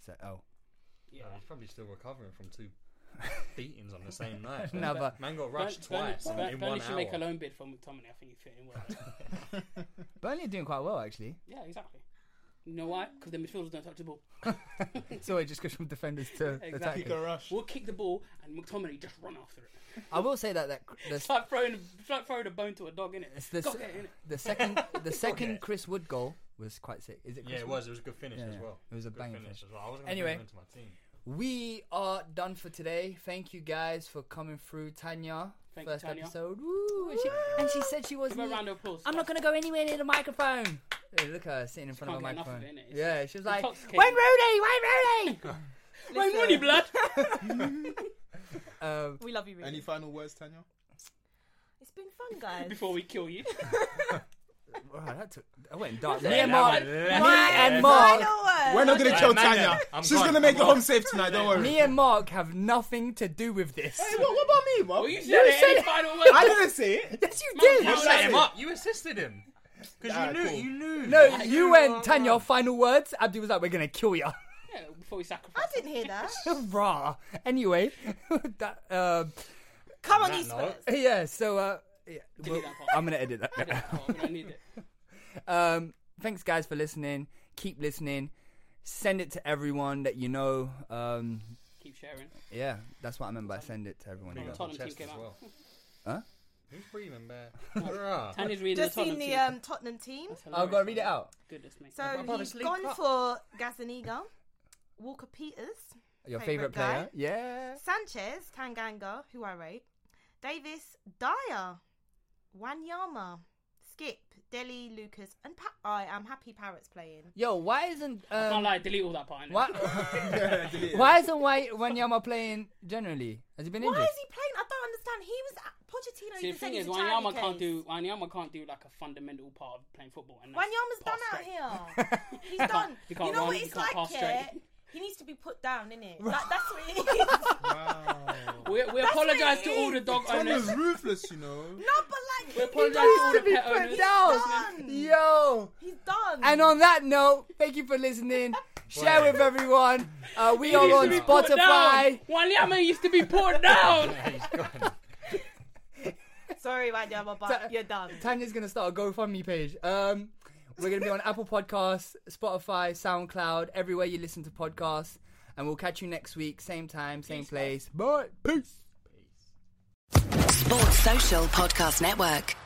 Speaker 2: it's an L.
Speaker 4: uh, he's probably still recovering from two beatings on the same night.
Speaker 2: No, but-
Speaker 4: man got rushed twice in- in
Speaker 1: Burnley
Speaker 4: one
Speaker 1: should
Speaker 4: hour.
Speaker 1: make a loan bid for McTominay. I think he'd fit in well.
Speaker 2: Burnley are doing quite well actually.
Speaker 1: yeah, exactly. You know why? Because the midfielders don't touch the ball.
Speaker 2: So it just goes from defenders to
Speaker 1: Exactly.
Speaker 2: attackers.
Speaker 5: rush.
Speaker 1: We'll kick the ball and McTominay just run after it.
Speaker 2: I will say that that
Speaker 1: It's
Speaker 2: the,
Speaker 1: like throwing, it's like throwing a bone to a dog, innit?
Speaker 2: it's the,
Speaker 1: Go get it, innit?
Speaker 2: the second the
Speaker 4: Okay.
Speaker 2: second Chris Wood goal was quite sick. Is it? Chris
Speaker 4: Yeah, it
Speaker 2: Wood?
Speaker 4: was. It was a good finish
Speaker 2: Yeah,
Speaker 4: as
Speaker 2: yeah.
Speaker 4: well.
Speaker 2: It was a
Speaker 4: good
Speaker 2: banging
Speaker 4: finish
Speaker 2: finish.
Speaker 4: as well. I was gonna
Speaker 2: Anyway.
Speaker 4: anyway, into my team.
Speaker 2: We are done for today. Thank you guys for coming through, Tanya.
Speaker 1: Thank you,
Speaker 2: First
Speaker 1: Tanya.
Speaker 2: episode. Woo! And she, and she said she
Speaker 1: Give her a
Speaker 2: wasn't.
Speaker 1: round of applause.
Speaker 2: I'm not gonna go anywhere near the microphone. Hey, look at her sitting in front of a
Speaker 1: can't get enough of
Speaker 2: microphone.
Speaker 1: it, innit? It's
Speaker 2: yeah, she was like,
Speaker 1: intoxicating.
Speaker 2: "Wayne Rooney, Wayne Rooney."
Speaker 1: Wayne Rooney, blood.
Speaker 2: um,
Speaker 3: We love you, really.
Speaker 5: Any final words, Tanya?
Speaker 3: it's been fun, guys.
Speaker 1: Before we kill you.
Speaker 2: wow, that took, I went dark. Me
Speaker 4: Yeah,
Speaker 2: and
Speaker 4: that
Speaker 2: Mark,
Speaker 4: went
Speaker 2: me
Speaker 4: left.
Speaker 2: and Mark,
Speaker 5: We're not gonna
Speaker 4: Hey,
Speaker 5: kill
Speaker 4: man,
Speaker 5: Tanya.
Speaker 4: I'm
Speaker 5: She's
Speaker 4: gone.
Speaker 5: gonna make
Speaker 4: I'm
Speaker 5: it
Speaker 4: gone.
Speaker 5: home safe tonight. Don't worry.
Speaker 2: me and Mark have nothing to do with this.
Speaker 5: Hey, what, what about me, bro?
Speaker 1: Well, Oh, you said it.
Speaker 2: said
Speaker 1: any
Speaker 2: it.
Speaker 1: final
Speaker 5: I
Speaker 1: words?
Speaker 5: didn't say it.
Speaker 2: Yes, you did.
Speaker 4: You
Speaker 1: was
Speaker 4: set him
Speaker 5: it.
Speaker 4: up. You assisted him because
Speaker 5: Ah,
Speaker 4: you knew.
Speaker 5: cool.
Speaker 4: You knew.
Speaker 2: No, you
Speaker 4: are
Speaker 2: went, Tanya.
Speaker 4: wrong.
Speaker 2: Final words. Abdi was like, "We're gonna kill ya."
Speaker 1: Yeah, before we sacrifice.
Speaker 3: I didn't hear that.
Speaker 2: Rah. Anyway, that, um
Speaker 3: Come on,
Speaker 4: that
Speaker 3: you
Speaker 4: note-
Speaker 3: Spurs.
Speaker 2: yeah. So, uh, yeah, well,
Speaker 1: that part.
Speaker 2: I'm gonna edit that. bit.
Speaker 1: Oh, we don't need it.
Speaker 2: Um, thanks, guys, for listening. Keep listening. Send it to everyone that you know. Um,
Speaker 1: Keep sharing.
Speaker 2: yeah, that's what I meant by send it to everyone. you
Speaker 4: Breathing
Speaker 2: know.
Speaker 4: on
Speaker 1: Tottenham team
Speaker 4: chest
Speaker 1: came
Speaker 4: as
Speaker 1: out.
Speaker 4: well.
Speaker 2: Huh?
Speaker 4: Who's breathing, man? Bruh.
Speaker 1: Tanya's reading
Speaker 3: Just
Speaker 1: the
Speaker 3: seen
Speaker 1: Tottenham
Speaker 3: the
Speaker 1: team.
Speaker 3: um, Tottenham team.
Speaker 1: That's
Speaker 2: I'll
Speaker 1: hilarious,
Speaker 2: go read it
Speaker 1: man.
Speaker 2: out.
Speaker 1: Goodness me.
Speaker 3: So
Speaker 4: brother
Speaker 3: he's
Speaker 4: sleep
Speaker 3: gone
Speaker 4: up.
Speaker 3: for Gazaniga, Walker Peters,
Speaker 2: Your favorite,
Speaker 3: Favourite
Speaker 2: player?
Speaker 3: guy?
Speaker 2: Yeah.
Speaker 3: Sanchez, Tanganga, who I rate, Davis, Dyer, Wanyama, Skip, Delhi, Lucas, and pa- I am happy Parrots playing.
Speaker 2: Yo, why isn't
Speaker 1: Can't
Speaker 2: um,
Speaker 1: lie, delete all that part. innit?
Speaker 2: why why isn't why Wanyama playing generally? Has he been
Speaker 3: Why
Speaker 2: injured?
Speaker 3: is he playing? I don't understand. He was at Pochettino.
Speaker 1: See,
Speaker 3: even
Speaker 1: the
Speaker 3: said
Speaker 1: thing
Speaker 3: he's
Speaker 1: is,
Speaker 3: a charity
Speaker 1: Wanyama can't
Speaker 3: case.
Speaker 1: do Wanyama can't do like a fundamental part of playing football. And that's
Speaker 3: Wanyama's
Speaker 1: pass
Speaker 3: done out
Speaker 1: straight.
Speaker 3: here. He's done.
Speaker 1: he
Speaker 3: You
Speaker 1: can't
Speaker 3: know
Speaker 1: run,
Speaker 3: what
Speaker 1: he
Speaker 3: it's
Speaker 1: can't
Speaker 3: like,
Speaker 1: pass
Speaker 3: yeah?
Speaker 1: straight.
Speaker 3: He needs to be put down, innit? Like, that's what it is.
Speaker 1: We, we
Speaker 3: what
Speaker 1: apologise
Speaker 3: it
Speaker 1: to all the
Speaker 3: is.
Speaker 1: dog owners.
Speaker 5: Tanya's ruthless, you know.
Speaker 3: No, but
Speaker 1: We
Speaker 3: like,
Speaker 1: apologise
Speaker 2: He
Speaker 1: to
Speaker 2: needs
Speaker 1: all the
Speaker 2: to be
Speaker 1: pet
Speaker 2: put
Speaker 1: owners.
Speaker 2: down. Yo.
Speaker 3: he's done.
Speaker 2: And on that note, thank you for listening. Share with everyone. Uh, we are
Speaker 1: He
Speaker 2: on
Speaker 1: used to be put
Speaker 2: Spotify.
Speaker 1: down. Wanyama used to be put down.
Speaker 4: He's gone.
Speaker 3: Sorry,
Speaker 2: Ta-
Speaker 3: Wanyama, but you're done.
Speaker 2: Tanya's gonna start a GoFundMe page. Um, we're gonna be on Apple Podcasts, Spotify, SoundCloud, everywhere you listen to podcasts, and we'll catch you next week, same time, same place. Bye. Peace.
Speaker 7: Sports Social Podcast Network.